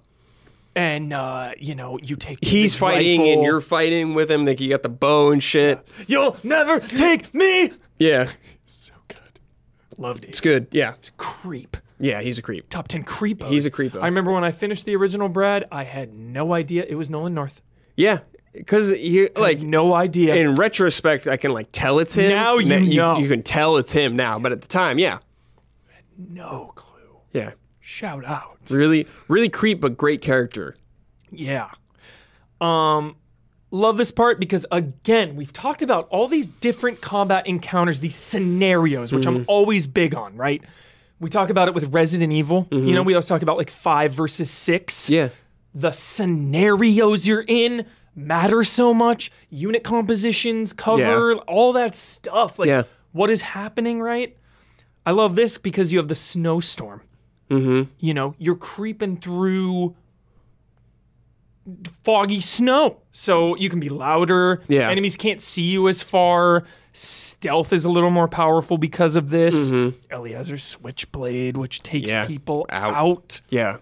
Speaker 2: And, uh, you know, you take.
Speaker 1: He's
Speaker 2: David's
Speaker 1: fighting
Speaker 2: rifle.
Speaker 1: and you're fighting with him. Like you got the bow and shit.
Speaker 2: You'll never take me!
Speaker 1: Yeah,
Speaker 2: So good. Loved it.
Speaker 1: it's good. Yeah,
Speaker 2: Creep.
Speaker 1: yeah. He's a creep.
Speaker 2: Top 10 creepos.
Speaker 1: He's a creepo.
Speaker 2: I remember when I finished the original Brad, I had no idea it was Nolan North.
Speaker 1: Yeah, because you like
Speaker 2: No idea.
Speaker 1: in retrospect, I can like tell it's him.
Speaker 2: Now you
Speaker 1: N-
Speaker 2: know.
Speaker 1: You, can tell it's him now, but at the time, yeah,
Speaker 2: no clue.
Speaker 1: yeah.
Speaker 2: Shout out.
Speaker 1: Really, really creep, but great character.
Speaker 2: Yeah. Um love this part because again, we've talked about all these different combat encounters, these scenarios, which I'm always big on, right? We talk about it with Resident Evil. You know, we always talk about like 5 versus 6.
Speaker 1: Yeah,
Speaker 2: The scenarios you're in matter so much. Unit compositions, cover, all that stuff. Like
Speaker 1: Yeah.
Speaker 2: what is happening, right? I love this because you have the snowstorm.
Speaker 1: Mm-hmm.
Speaker 2: you know, you're creeping through foggy snow. So you can be louder.
Speaker 1: Yeah.
Speaker 2: Enemies can't see you as far. Stealth is a little more powerful because of this. Eliezer's switchblade, which takes
Speaker 1: Mm-hmm. Yeah.
Speaker 2: people
Speaker 1: Out.
Speaker 2: out.
Speaker 1: yeah,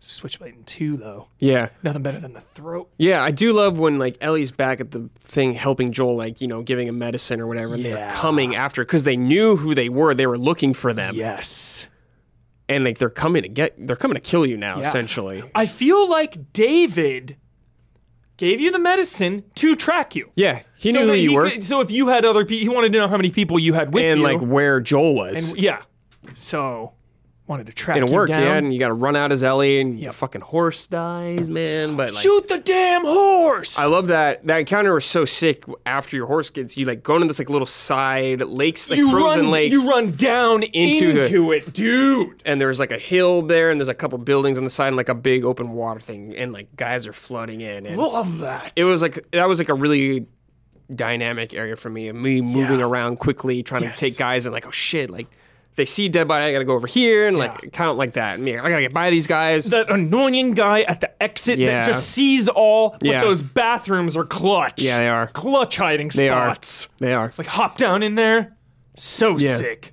Speaker 2: Switchblade in two, though.
Speaker 1: yeah.
Speaker 2: Nothing better than the throat.
Speaker 1: Yeah, I do love when like Ellie's back at the thing helping Joel, like you know, giving him medicine or whatever. and They're
Speaker 2: Yeah.
Speaker 1: coming after because they knew who they were. They were looking for them,
Speaker 2: Yes.
Speaker 1: and like they're coming to get, they're coming to kill you now, essentially.
Speaker 2: I feel like David gave you the medicine to track you.
Speaker 1: Yeah, he
Speaker 2: so
Speaker 1: knew who
Speaker 2: that
Speaker 1: you
Speaker 2: he
Speaker 1: were
Speaker 2: could- so if you had other people, he wanted to know how many people you had with
Speaker 1: and
Speaker 2: you.
Speaker 1: like where Joel was. And,
Speaker 2: Yeah. So wanted to track
Speaker 1: it
Speaker 2: you
Speaker 1: worked,
Speaker 2: down.
Speaker 1: yeah. And you got to run out as Ellie, and your fucking horse dies, man. But like,
Speaker 2: Shoot the damn horse.
Speaker 1: I love that that encounter was so sick. After your horse gets you, like go into this like little side lakes, like
Speaker 2: you
Speaker 1: frozen
Speaker 2: run
Speaker 1: lake.
Speaker 2: you run down into,
Speaker 1: the-
Speaker 2: it, dude.
Speaker 1: and there's like a hill there and there's a couple buildings on the side and like a big open water thing and like guys are flooding in and
Speaker 2: Love that.
Speaker 1: it was like that was like a really dynamic area for me and me moving
Speaker 2: Yeah.
Speaker 1: around quickly trying
Speaker 2: Yes.
Speaker 1: to take guys and like oh shit like they see a dead body I gotta go over here and like count like that and yeah, I gotta get by these guys
Speaker 2: that annoying guy at the exit
Speaker 1: Yeah.
Speaker 2: that just sees all, but
Speaker 1: Yeah.
Speaker 2: those bathrooms are clutch.
Speaker 1: Yeah, they are.
Speaker 2: Clutch hiding
Speaker 1: they are
Speaker 2: spots.
Speaker 1: they are
Speaker 2: Like hop down in there. So
Speaker 1: Yeah.
Speaker 2: sick.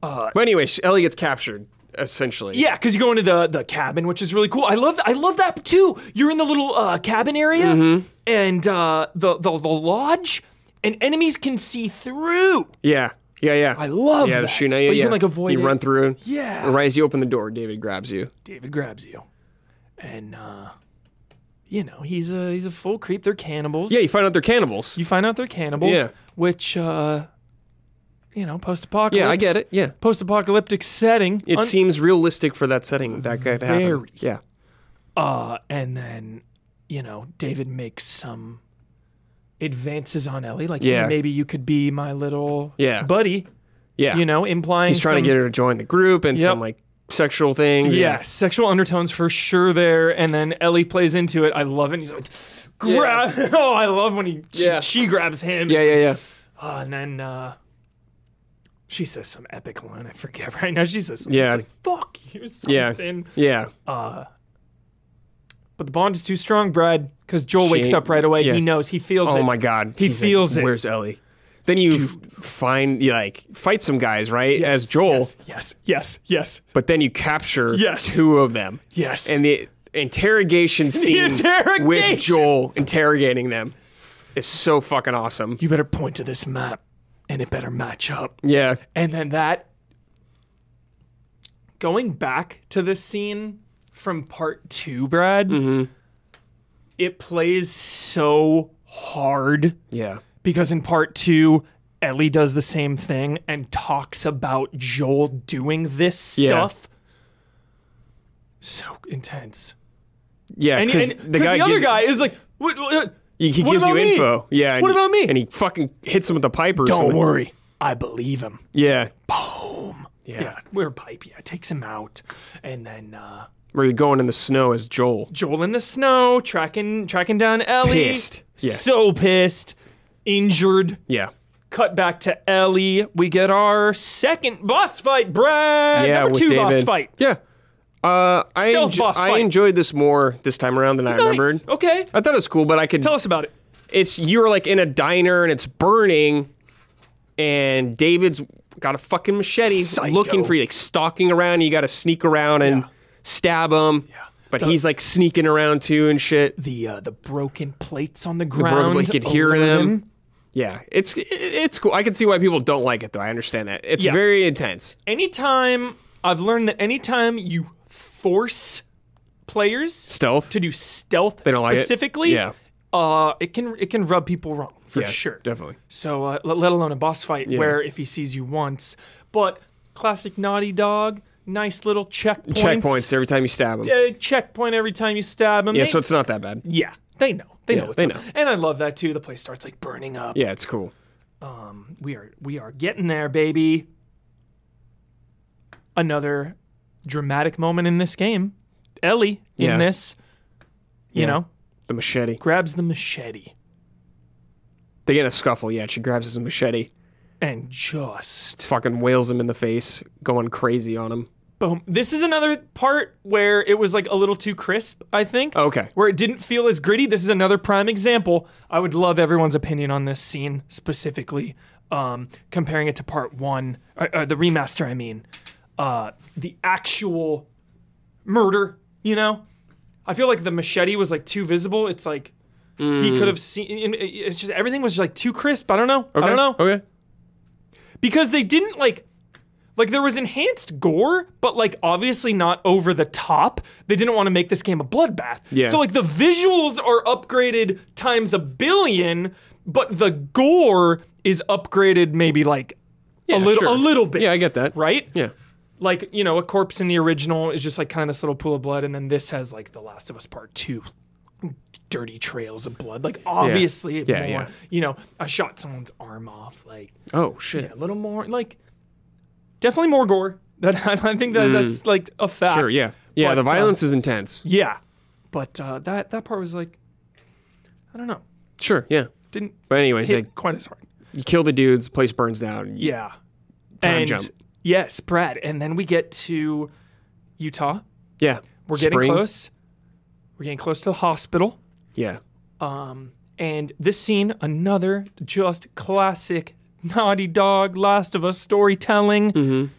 Speaker 1: but anyway sh- Ellie gets captured essentially
Speaker 2: Yeah, because you go into the the cabin, which is really cool. I love I love that too. You're in the little uh, cabin area,
Speaker 1: Mm-hmm.
Speaker 2: and uh, the, the the lodge, and enemies can see through.
Speaker 1: yeah yeah yeah
Speaker 2: I love
Speaker 1: yeah, the
Speaker 2: that.
Speaker 1: shuna, yeah,
Speaker 2: but you
Speaker 1: yeah.
Speaker 2: can like avoid
Speaker 1: you
Speaker 2: it.
Speaker 1: run through
Speaker 2: Yeah.
Speaker 1: and right as you open the door David grabs you
Speaker 2: David grabs you, and uh, you know he's a he's a full creep. They're cannibals.
Speaker 1: yeah you find out they're cannibals
Speaker 2: you find out they're cannibals.
Speaker 1: Yeah.
Speaker 2: which uh, you know post apocalypse.
Speaker 1: yeah I get it yeah
Speaker 2: Post apocalyptic setting.
Speaker 1: It
Speaker 2: Un-
Speaker 1: seems realistic for that setting that could happen.
Speaker 2: Very.
Speaker 1: Yeah.
Speaker 2: Uh, and then, you know, David makes some advances on Ellie, like,
Speaker 1: Yeah.
Speaker 2: hey, maybe you could be my little
Speaker 1: Yeah.
Speaker 2: buddy,
Speaker 1: Yeah.
Speaker 2: you know, implying
Speaker 1: he's trying
Speaker 2: some-
Speaker 1: to get her to join the group and some
Speaker 2: Yep.
Speaker 1: like sexual things. and-
Speaker 2: Yeah, sexual undertones for sure there. And then Ellie plays into it. I love it. And he's like, grab. Oh, I love when he she,
Speaker 1: Yeah.
Speaker 2: she grabs him.
Speaker 1: Yeah, yeah, yeah.
Speaker 2: Oh, and then uh, she says some epic line. I forget right now. She says something.
Speaker 1: Yeah.
Speaker 2: It's like, fuck you,
Speaker 1: Yeah.
Speaker 2: something.
Speaker 1: Yeah.
Speaker 2: But the bond is too strong, Brad, because Joel wakes
Speaker 1: ain't-
Speaker 2: up right away.
Speaker 1: yeah.
Speaker 2: He knows. He feels it.
Speaker 1: oh my god.
Speaker 2: He
Speaker 1: like,
Speaker 2: feels it.
Speaker 1: Where's Ellie? Then you f- find you like fight some guys, right? As Joel,
Speaker 2: Yes, yes, yes, yes.
Speaker 1: but then you capture
Speaker 2: Yes.
Speaker 1: two of them.
Speaker 2: yes.
Speaker 1: And the interrogation scene
Speaker 2: interrogation!
Speaker 1: with Joel interrogating them is so fucking awesome.
Speaker 2: you better point to this map, and it better match up.
Speaker 1: Yeah.
Speaker 2: And then that going back to this scene from part two, Brad,
Speaker 1: Mm-hmm.
Speaker 2: it plays so hard
Speaker 1: Yeah.
Speaker 2: because in part two, Ellie does the same thing and talks about Joel doing this
Speaker 1: Yeah.
Speaker 2: stuff. So intense.
Speaker 1: Yeah.
Speaker 2: And, and- 'cause the, other
Speaker 1: gives-
Speaker 2: guy is like, what, what- what-
Speaker 1: He, he
Speaker 2: What
Speaker 1: gives you
Speaker 2: about me?
Speaker 1: info. Yeah. and
Speaker 2: What
Speaker 1: he-
Speaker 2: about me?
Speaker 1: And he fucking hits him with the pipe or
Speaker 2: don't
Speaker 1: something.
Speaker 2: worry. I believe him.
Speaker 1: Yeah.
Speaker 2: Yeah. We're pipe. Yeah. Takes him out. And then, uh,
Speaker 1: Where you're going in the snow as Joel.
Speaker 2: Joel in the snow, tracking tracking down Ellie.
Speaker 1: Pissed. Yeah.
Speaker 2: So pissed. Injured.
Speaker 1: Yeah.
Speaker 2: Cut back to Ellie. We get our second boss fight, Brad.
Speaker 1: Yeah.
Speaker 2: Number
Speaker 1: with
Speaker 2: two
Speaker 1: David.
Speaker 2: boss fight.
Speaker 1: Yeah. Uh, I,
Speaker 2: Stealth
Speaker 1: enjo-
Speaker 2: boss
Speaker 1: I
Speaker 2: fight.
Speaker 1: enjoyed this more this time around than I remembered.
Speaker 2: Nice. Okay.
Speaker 1: I thought it was cool, but I could.
Speaker 2: Tell us about it.
Speaker 1: it's you're like in a diner and it's burning, and David's got a fucking machete
Speaker 2: Psycho.
Speaker 1: looking for you, like stalking around. And you got to sneak around and
Speaker 2: Yeah.
Speaker 1: stab him. Yeah. But he's like sneaking around too and shit.
Speaker 2: The uh, the broken plates on the
Speaker 1: Bro,
Speaker 2: ground.
Speaker 1: like, you could hear
Speaker 2: alarm.
Speaker 1: them. Yeah, it's it- it's cool. I can see why people don't like it though. I understand that. It's
Speaker 2: Yeah.
Speaker 1: very intense.
Speaker 2: Anytime I've learned that anytime you force players
Speaker 1: Stealth.
Speaker 2: to do stealth
Speaker 1: don't like it.
Speaker 2: specifically,
Speaker 1: Yeah.
Speaker 2: uh, it can it can rub people wrong for
Speaker 1: Yeah,
Speaker 2: sure.
Speaker 1: definitely.
Speaker 2: So, uh, let let alone a boss fight where if he sees you once, but classic Naughty Dog, nice little checkpoints.
Speaker 1: Checkpoints every time you stab him. Yeah,
Speaker 2: Uh, checkpoint every time you stab him. They-
Speaker 1: so it's not that bad.
Speaker 2: yeah, they know. They
Speaker 1: Yeah,
Speaker 2: know. What's
Speaker 1: they
Speaker 2: up.
Speaker 1: know.
Speaker 2: And I love that too. The place starts like burning up.
Speaker 1: Yeah, it's cool.
Speaker 2: We are we are getting there, baby. Another dramatic moment in this game. Ellie in
Speaker 1: Yeah.
Speaker 2: this, you
Speaker 1: Yeah.
Speaker 2: know,
Speaker 1: The machete.
Speaker 2: grabs the machete
Speaker 1: They get in a scuffle. Yeah, she grabs his machete,
Speaker 2: and just
Speaker 1: fucking wails him in the face, going crazy on him.
Speaker 2: boom. This is another part where it was like a little too crisp, I think.
Speaker 1: Oh, Okay.
Speaker 2: Where it didn't feel as gritty. This is another prime example. I would love everyone's opinion on this scene specifically, um, comparing it to part one, or, or the remaster, I mean. Uh, the actual murder, you know? I feel like the machete was like too visible. It's like he could have seen. it- it- It's just everything was like too crisp. I don't know. I don't know
Speaker 1: Okay.
Speaker 2: because they didn't like like there was enhanced gore but like obviously not over the top they didn't want to make this game a bloodbath
Speaker 1: Yeah.
Speaker 2: so like the visuals are upgraded times a billion but the gore is upgraded maybe like a little a
Speaker 1: sure.
Speaker 2: little bit
Speaker 1: Yeah, I get that.
Speaker 2: right
Speaker 1: Yeah.
Speaker 2: like you know a corpse in the original is just like kind of this little pool of blood and then this has like the last of us part two dirty trails of blood like obviously
Speaker 1: Yeah,
Speaker 2: more,
Speaker 1: yeah.
Speaker 2: you know i shot someone's arm off like
Speaker 1: Oh shit.
Speaker 2: a little more like definitely more gore that i think that that's like a fact
Speaker 1: Mm. Sure. Yeah. Yeah. the
Speaker 2: But, uh,
Speaker 1: violence is intense.
Speaker 2: yeah but uh that that part was like i don't know
Speaker 1: Sure. Yeah.
Speaker 2: didn't
Speaker 1: But anyways,
Speaker 2: hit
Speaker 1: like
Speaker 2: quite as hard
Speaker 1: you kill the dudes, place burns down.
Speaker 2: yeah
Speaker 1: Time
Speaker 2: and
Speaker 1: jump.
Speaker 2: yes brad and then we get to utah
Speaker 1: Yeah.
Speaker 2: we're getting
Speaker 1: Spring.
Speaker 2: close we're getting close to the hospital Um,
Speaker 1: Yeah.
Speaker 2: And this scene, another just classic Naughty Dog, Last of Us storytelling.
Speaker 1: Mm-hmm.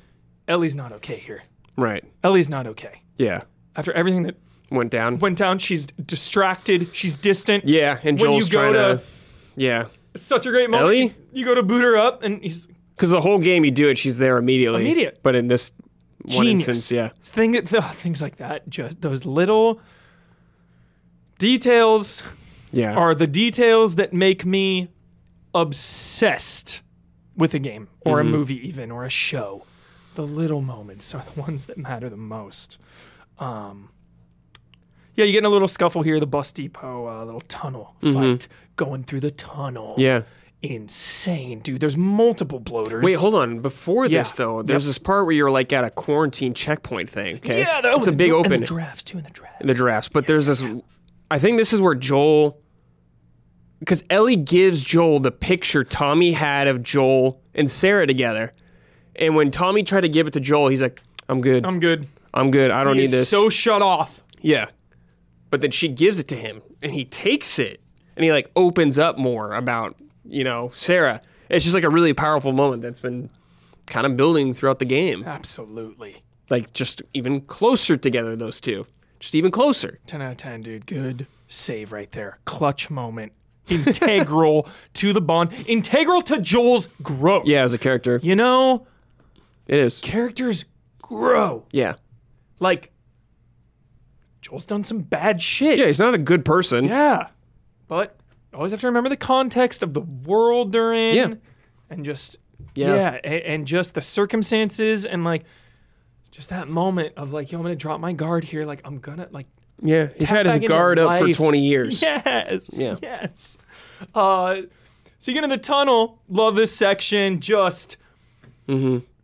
Speaker 2: Ellie's not okay here.
Speaker 1: Right.
Speaker 2: Ellie's not okay.
Speaker 1: Yeah.
Speaker 2: After everything that
Speaker 1: Went down.
Speaker 2: went down, she's distracted, she's distant.
Speaker 1: yeah. And
Speaker 2: When you
Speaker 1: Joel's trying
Speaker 2: go to-
Speaker 1: Yeah.
Speaker 2: Such a great moment.
Speaker 1: Ellie?
Speaker 2: You go to boot her up, and he's
Speaker 1: Because the whole game you do it, she's there immediately.
Speaker 2: Immediate.
Speaker 1: But in this one
Speaker 2: genius.
Speaker 1: instance, yeah.
Speaker 2: Thing, th- oh, things like that, just those little details
Speaker 1: Yeah.
Speaker 2: are the details that make me obsessed with a game or
Speaker 1: Mm-hmm.
Speaker 2: a movie, even or a show. The little moments are the ones that matter the most. Um, yeah, you get in
Speaker 1: Mm-hmm.
Speaker 2: a little scuffle here, the bus depot, uh, little tunnel fight, going through the tunnel.
Speaker 1: yeah.
Speaker 2: insane, dude. There's multiple bloaters.
Speaker 1: Wait, hold on. Before
Speaker 2: Yeah.
Speaker 1: this though, there's
Speaker 2: Yep.
Speaker 1: this part where you're like at a quarantine checkpoint thing. Okay,
Speaker 2: Yeah, that
Speaker 1: it's a big
Speaker 2: And
Speaker 1: open
Speaker 2: the drafts too, in the draft.
Speaker 1: the drafts, but there's this. I think this is where Joel, because Ellie gives Joel the picture Tommy had of Joel and Sarah together, and when Tommy tried to give it to Joel, he's like, "I'm good. I'm,
Speaker 2: I'm good.
Speaker 1: good. I don't need
Speaker 2: He's
Speaker 1: this."
Speaker 2: so shut off.
Speaker 1: yeah, but then she gives it to him, and he takes it, and he like opens up more about you know Sarah. It's just like a really powerful moment that's been kind of building throughout the game
Speaker 2: Absolutely.
Speaker 1: like just even closer together those two just even closer
Speaker 2: 10 out of 10, dude. Good save right there. Clutch moment. Integral to the bond. Integral to Joel's growth.
Speaker 1: yeah as a character
Speaker 2: You know,
Speaker 1: it is
Speaker 2: characters grow.
Speaker 1: yeah
Speaker 2: Like, Joel's done some bad shit.
Speaker 1: yeah he's not a good person
Speaker 2: Yeah. But always have to remember the context of the world they're in.
Speaker 1: Yeah.
Speaker 2: And just
Speaker 1: Yeah.
Speaker 2: yeah, a- and, just the circumstances and like just that moment of like, yo, I'm gonna drop my guard here. Like I'm gonna like
Speaker 1: yeah he's had
Speaker 2: back
Speaker 1: his
Speaker 2: into
Speaker 1: guard up for
Speaker 2: life.
Speaker 1: 20 years
Speaker 2: Yes.
Speaker 1: Yeah.
Speaker 2: Yes. Uh so you get in the tunnel, love this section, just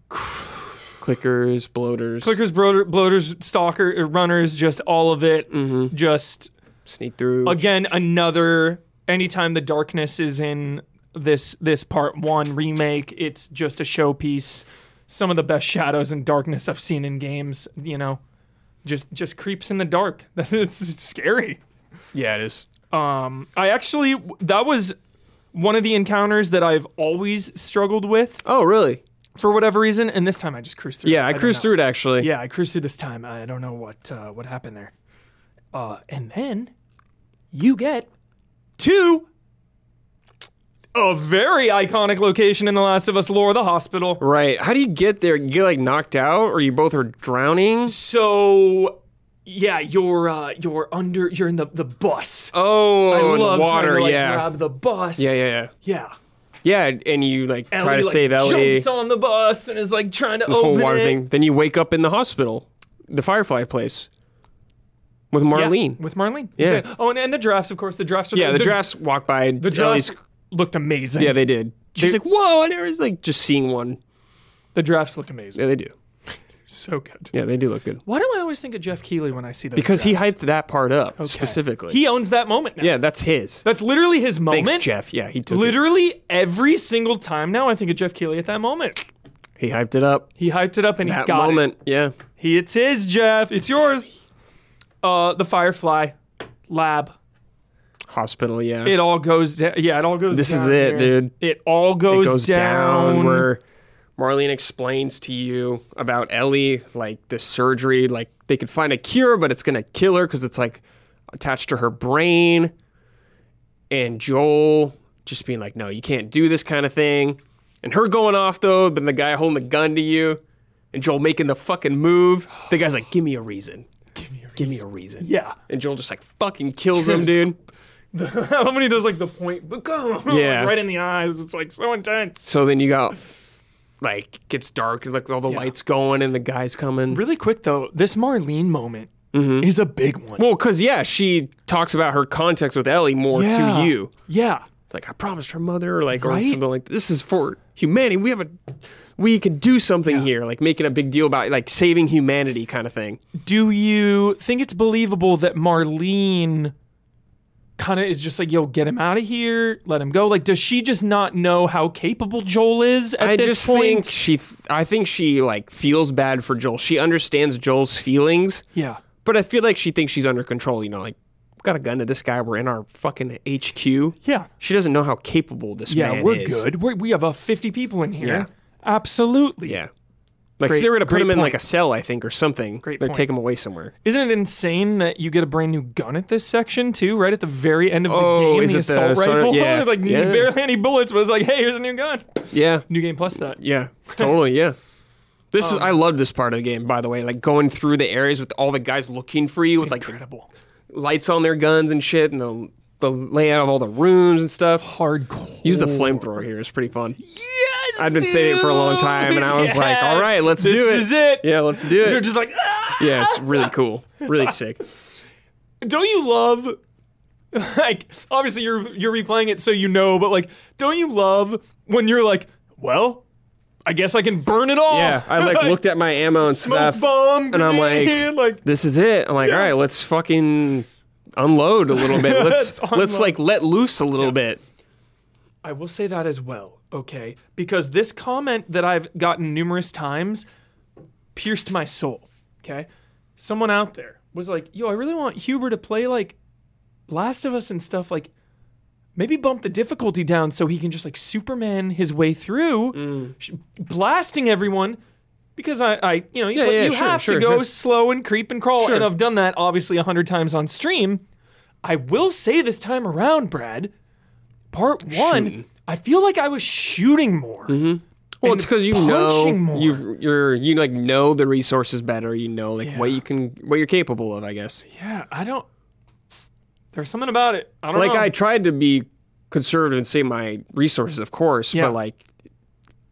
Speaker 1: clickers bloaters
Speaker 2: clickers, bro- bloaters, stalker, uh, runners, just all of it. Just
Speaker 1: sneak through
Speaker 2: again another anytime the darkness is in this this part one remake it's just a showpiece some of the best shadows and darkness i've seen in games you know just just creeps in the dark that's it's scary
Speaker 1: yeah it is
Speaker 2: um i actually that was one of the encounters that i've always struggled with
Speaker 1: oh really
Speaker 2: for whatever reason and this time i just cruised through it.
Speaker 1: yeah i,
Speaker 2: don't
Speaker 1: cruised
Speaker 2: know.
Speaker 1: through it actually
Speaker 2: Yeah, I cruised through this time. I don't know what uh, what happened there. Uh, and then you get to a very iconic location in The Last of Us lore, the hospital.
Speaker 1: right how do you get there you get like knocked out or you both are drowning
Speaker 2: So yeah, you're uh, you're under you're in the, the bus.
Speaker 1: oh
Speaker 2: I
Speaker 1: in
Speaker 2: love
Speaker 1: the water
Speaker 2: trying to, like,
Speaker 1: yeah
Speaker 2: grab the bus.
Speaker 1: yeah yeah
Speaker 2: Yeah.
Speaker 1: yeah yeah and you like try
Speaker 2: Ellie,
Speaker 1: to
Speaker 2: like,
Speaker 1: save ellie
Speaker 2: Jumps on the bus and is like trying to
Speaker 1: the whole
Speaker 2: open
Speaker 1: water
Speaker 2: it.
Speaker 1: thing then you wake up in the hospital the firefly place with marlene
Speaker 2: Yeah, with Marlene.
Speaker 1: Yeah.
Speaker 2: Exactly. Oh, and, and the drafts, of course. The drafts are
Speaker 1: Yeah, the,
Speaker 2: the
Speaker 1: drafts walked by.
Speaker 2: The drafts looked amazing.
Speaker 1: yeah, they did. She's
Speaker 2: They-
Speaker 1: like, "Whoa!" I never was like just seeing one.
Speaker 2: The drafts look amazing.
Speaker 1: Yeah, they do.
Speaker 2: So good.
Speaker 1: Yeah, they do look good
Speaker 2: Why do I always think of Jeff Keeley when I see those?
Speaker 1: because he
Speaker 2: drafts?
Speaker 1: hyped that part up
Speaker 2: Okay.
Speaker 1: specifically.
Speaker 2: He owns that moment now.
Speaker 1: yeah, that's his.
Speaker 2: That's literally his moment.
Speaker 1: Thanks, Jeff. Yeah, he took it.
Speaker 2: Literally every single time now, I think of Jeff Keeley at that moment.
Speaker 1: He hyped it up.
Speaker 2: He hyped it up and he
Speaker 1: That
Speaker 2: got
Speaker 1: moment. Yeah,
Speaker 2: it. He, it's his, Jeff. It's yours. Uh, the Firefly lab.
Speaker 1: hospital. Yeah,
Speaker 2: It all goes down. Yeah, it all goes.
Speaker 1: This
Speaker 2: down
Speaker 1: is it,
Speaker 2: here.
Speaker 1: dude.
Speaker 2: It all goes,
Speaker 1: goes down.
Speaker 2: down.
Speaker 1: where Marlene explains to you about Ellie, like the surgery. Like they could find a cure, but it's gonna kill her because it's like attached to her brain. And Joel just being like, "No, you can't do this kind of thing." And her going off though, then the guy holding the gun to you, and Joel making the fucking move. The guy's like, "Give me a reason. Give me a reason. Give me a reason."
Speaker 2: yeah.
Speaker 1: And Joel just like fucking kills him,
Speaker 2: Just-
Speaker 1: dude.
Speaker 2: How many does like the point? But go.
Speaker 1: Yeah.
Speaker 2: right in the eyes. It's like so intense.
Speaker 1: So then you got like gets dark, like all the lights going and the guys coming.
Speaker 2: Really quick though, this Marlene moment
Speaker 1: Mm-hmm.
Speaker 2: is a big one.
Speaker 1: Well, because yeah, she talks about her context with Ellie more
Speaker 2: Yeah.
Speaker 1: to you.
Speaker 2: yeah.
Speaker 1: Like I promised her mother, or like
Speaker 2: Right?
Speaker 1: or something like this is for humanity. We have a we can do something here, like making a big deal about like saving humanity kind of thing.
Speaker 2: Do you think it's believable that Marlene kind of is just like, yo, get him out of here, let him go? Like, does she just not know how capable Joel is at
Speaker 1: I
Speaker 2: this
Speaker 1: just
Speaker 2: point?
Speaker 1: think she, I think she like feels bad for Joel. She understands Joel's feelings,
Speaker 2: yeah.
Speaker 1: but I feel like she thinks she's under control. You know, like got a gun to this guy. We're in our fucking HQ.
Speaker 2: Yeah.
Speaker 1: She doesn't know how capable this
Speaker 2: Yeah,
Speaker 1: man
Speaker 2: we're
Speaker 1: is.
Speaker 2: good. We're, we have uh, 50 people in here.
Speaker 1: Yeah.
Speaker 2: Absolutely.
Speaker 1: Yeah. Like
Speaker 2: Great-
Speaker 1: they were gonna put
Speaker 2: great
Speaker 1: him in like
Speaker 2: point.
Speaker 1: a cell, I think, or something.
Speaker 2: Great
Speaker 1: They
Speaker 2: point.
Speaker 1: take him away somewhere.
Speaker 2: Isn't it insane that you get a brand new gun at this section too? Right at the very end of the
Speaker 1: Oh,
Speaker 2: game,
Speaker 1: is
Speaker 2: the
Speaker 1: it the
Speaker 2: assault
Speaker 1: assault-
Speaker 2: rifle.
Speaker 1: yeah,
Speaker 2: like
Speaker 1: yeah.
Speaker 2: barely any bullets, but it's like, hey, here's a new gun.
Speaker 1: Yeah.
Speaker 2: New game plus that.
Speaker 1: Yeah. Totally. Yeah. This is I
Speaker 2: Um,
Speaker 1: love this part of the game, by the way. Like going through the areas with all the guys looking for you with like
Speaker 2: Incredible.
Speaker 1: lights on their guns and shit, and the the layout of all the rooms and stuff.
Speaker 2: Hardcore.
Speaker 1: Use the flamethrower here; it's pretty fun.
Speaker 2: Yes,
Speaker 1: I've been saying it for a long time, and I was like, "All right, let's do it."
Speaker 2: This is it.
Speaker 1: Yeah, let's do
Speaker 2: You're
Speaker 1: it.
Speaker 2: just like, ah!
Speaker 1: yeah, it's really cool, really sick.
Speaker 2: Don't you love like obviously you're you're replaying it so you know, but like don't you love when you're like, well, I guess I can burn it all.
Speaker 1: Yeah, I like looked at my ammo and
Speaker 2: smoke
Speaker 1: stuff,
Speaker 2: bomb,
Speaker 1: and I'm like,
Speaker 2: grenade, like
Speaker 1: this is it. I'm like, all right, let's fucking unload a little bit. Let's
Speaker 2: Let's
Speaker 1: let's
Speaker 2: unload.
Speaker 1: like let loose a little bit.
Speaker 2: I will say that as well, okay? Because this comment that I've gotten numerous times pierced my soul, okay? Someone out there was like, yo, I really want Huber to play like Last of Us and stuff, like maybe bump the difficulty down so he can just like Superman his way through,
Speaker 1: Mm.
Speaker 2: sh- blasting everyone. Because I, I, you know, you,
Speaker 1: Yeah, yeah,
Speaker 2: you
Speaker 1: sure,
Speaker 2: have
Speaker 1: sure,
Speaker 2: to go
Speaker 1: sure.
Speaker 2: slow and creep and crawl,
Speaker 1: Sure.
Speaker 2: and I've done that obviously a hundred times on stream. I will say this time around, Brad, part one, I feel like I was shooting more.
Speaker 1: Well, it's because you know
Speaker 2: punching more.
Speaker 1: you you're you like know the resources better. You know like what you can what you're capable of. I guess.
Speaker 2: Yeah, I don't. There's something about it. I don't
Speaker 1: Like
Speaker 2: know.
Speaker 1: I tried to be conservative and save my resources, of course,
Speaker 2: Yeah.
Speaker 1: but like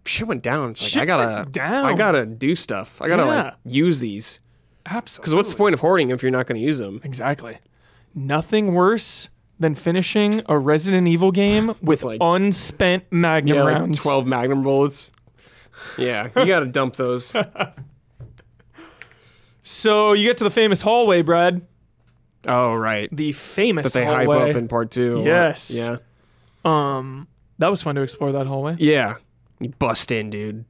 Speaker 1: shit went down. It's like I
Speaker 2: Shit
Speaker 1: gotta
Speaker 2: went down.
Speaker 1: I gotta do stuff. I gotta like use these.
Speaker 2: absolutely.
Speaker 1: Because what's the point of hoarding if you're not gonna use them?
Speaker 2: Exactly. Nothing worse than finishing a Resident Evil game with
Speaker 1: like-
Speaker 2: unspent magnum
Speaker 1: Yeah, like
Speaker 2: rounds.
Speaker 1: twelve magnum bullets. Yeah, you gotta dump those.
Speaker 2: So you get to the famous hallway, Brad.
Speaker 1: Oh right.
Speaker 2: The famous
Speaker 1: That they hype
Speaker 2: hallway.
Speaker 1: up in part two. a lot.
Speaker 2: Yes.
Speaker 1: Yeah.
Speaker 2: um, that was fun to explore that hallway.
Speaker 1: Yeah. You bust in, dude.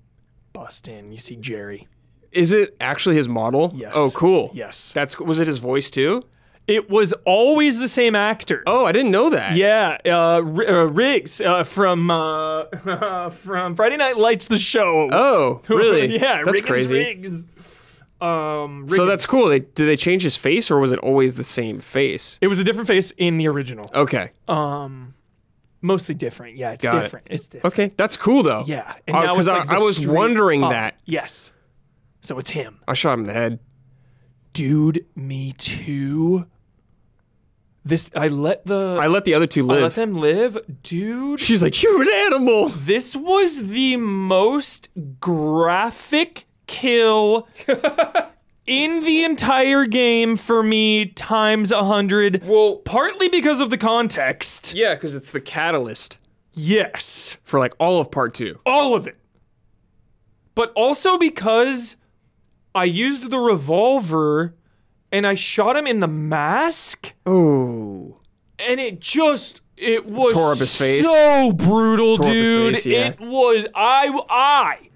Speaker 2: Bust in. You see Jerry.
Speaker 1: Is it actually his model?
Speaker 2: Yes.
Speaker 1: Oh, cool.
Speaker 2: Yes.
Speaker 1: That's was it his voice too?
Speaker 2: It was always the same actor.
Speaker 1: Oh, I didn't know that.
Speaker 2: Yeah, uh, R- uh, Riggs uh, from uh, from Friday Night Lights, the show.
Speaker 1: Oh, really?
Speaker 2: yeah,
Speaker 1: That's
Speaker 2: Riggins
Speaker 1: crazy.
Speaker 2: Riggs. Um,
Speaker 1: So that's
Speaker 2: Riggins.
Speaker 1: cool. They, did they change his face or was it always the same face?
Speaker 2: It was a different face in the original.
Speaker 1: Okay.
Speaker 2: Mostly different. Yeah, it's
Speaker 1: Oh. Got it.
Speaker 2: different. It's different.
Speaker 1: Okay. That's cool though.
Speaker 2: Yeah, and now
Speaker 1: Because
Speaker 2: it's like
Speaker 1: I, I
Speaker 2: the
Speaker 1: was
Speaker 2: straight
Speaker 1: wondering
Speaker 2: up.
Speaker 1: that.
Speaker 2: Yes. So it's him.
Speaker 1: I shot him in the head.
Speaker 2: Dude, me too. This I let the
Speaker 1: I let the other two
Speaker 2: I
Speaker 1: live.
Speaker 2: let them live, dude.
Speaker 1: She's like, You're an animal.
Speaker 2: This was the most graphic kill in the entire game for me times a hundred.
Speaker 1: Well,
Speaker 2: Partly because of the context.
Speaker 1: Yeah, because it's the catalyst
Speaker 2: Yes.
Speaker 1: for like all of part two.
Speaker 2: All of it. But also because I used the revolver and I shot him in the mask
Speaker 1: Oh,
Speaker 2: and it just it was
Speaker 1: Tore up his face.
Speaker 2: so brutal,
Speaker 1: up his
Speaker 2: dude.
Speaker 1: face, yeah.
Speaker 2: It was I I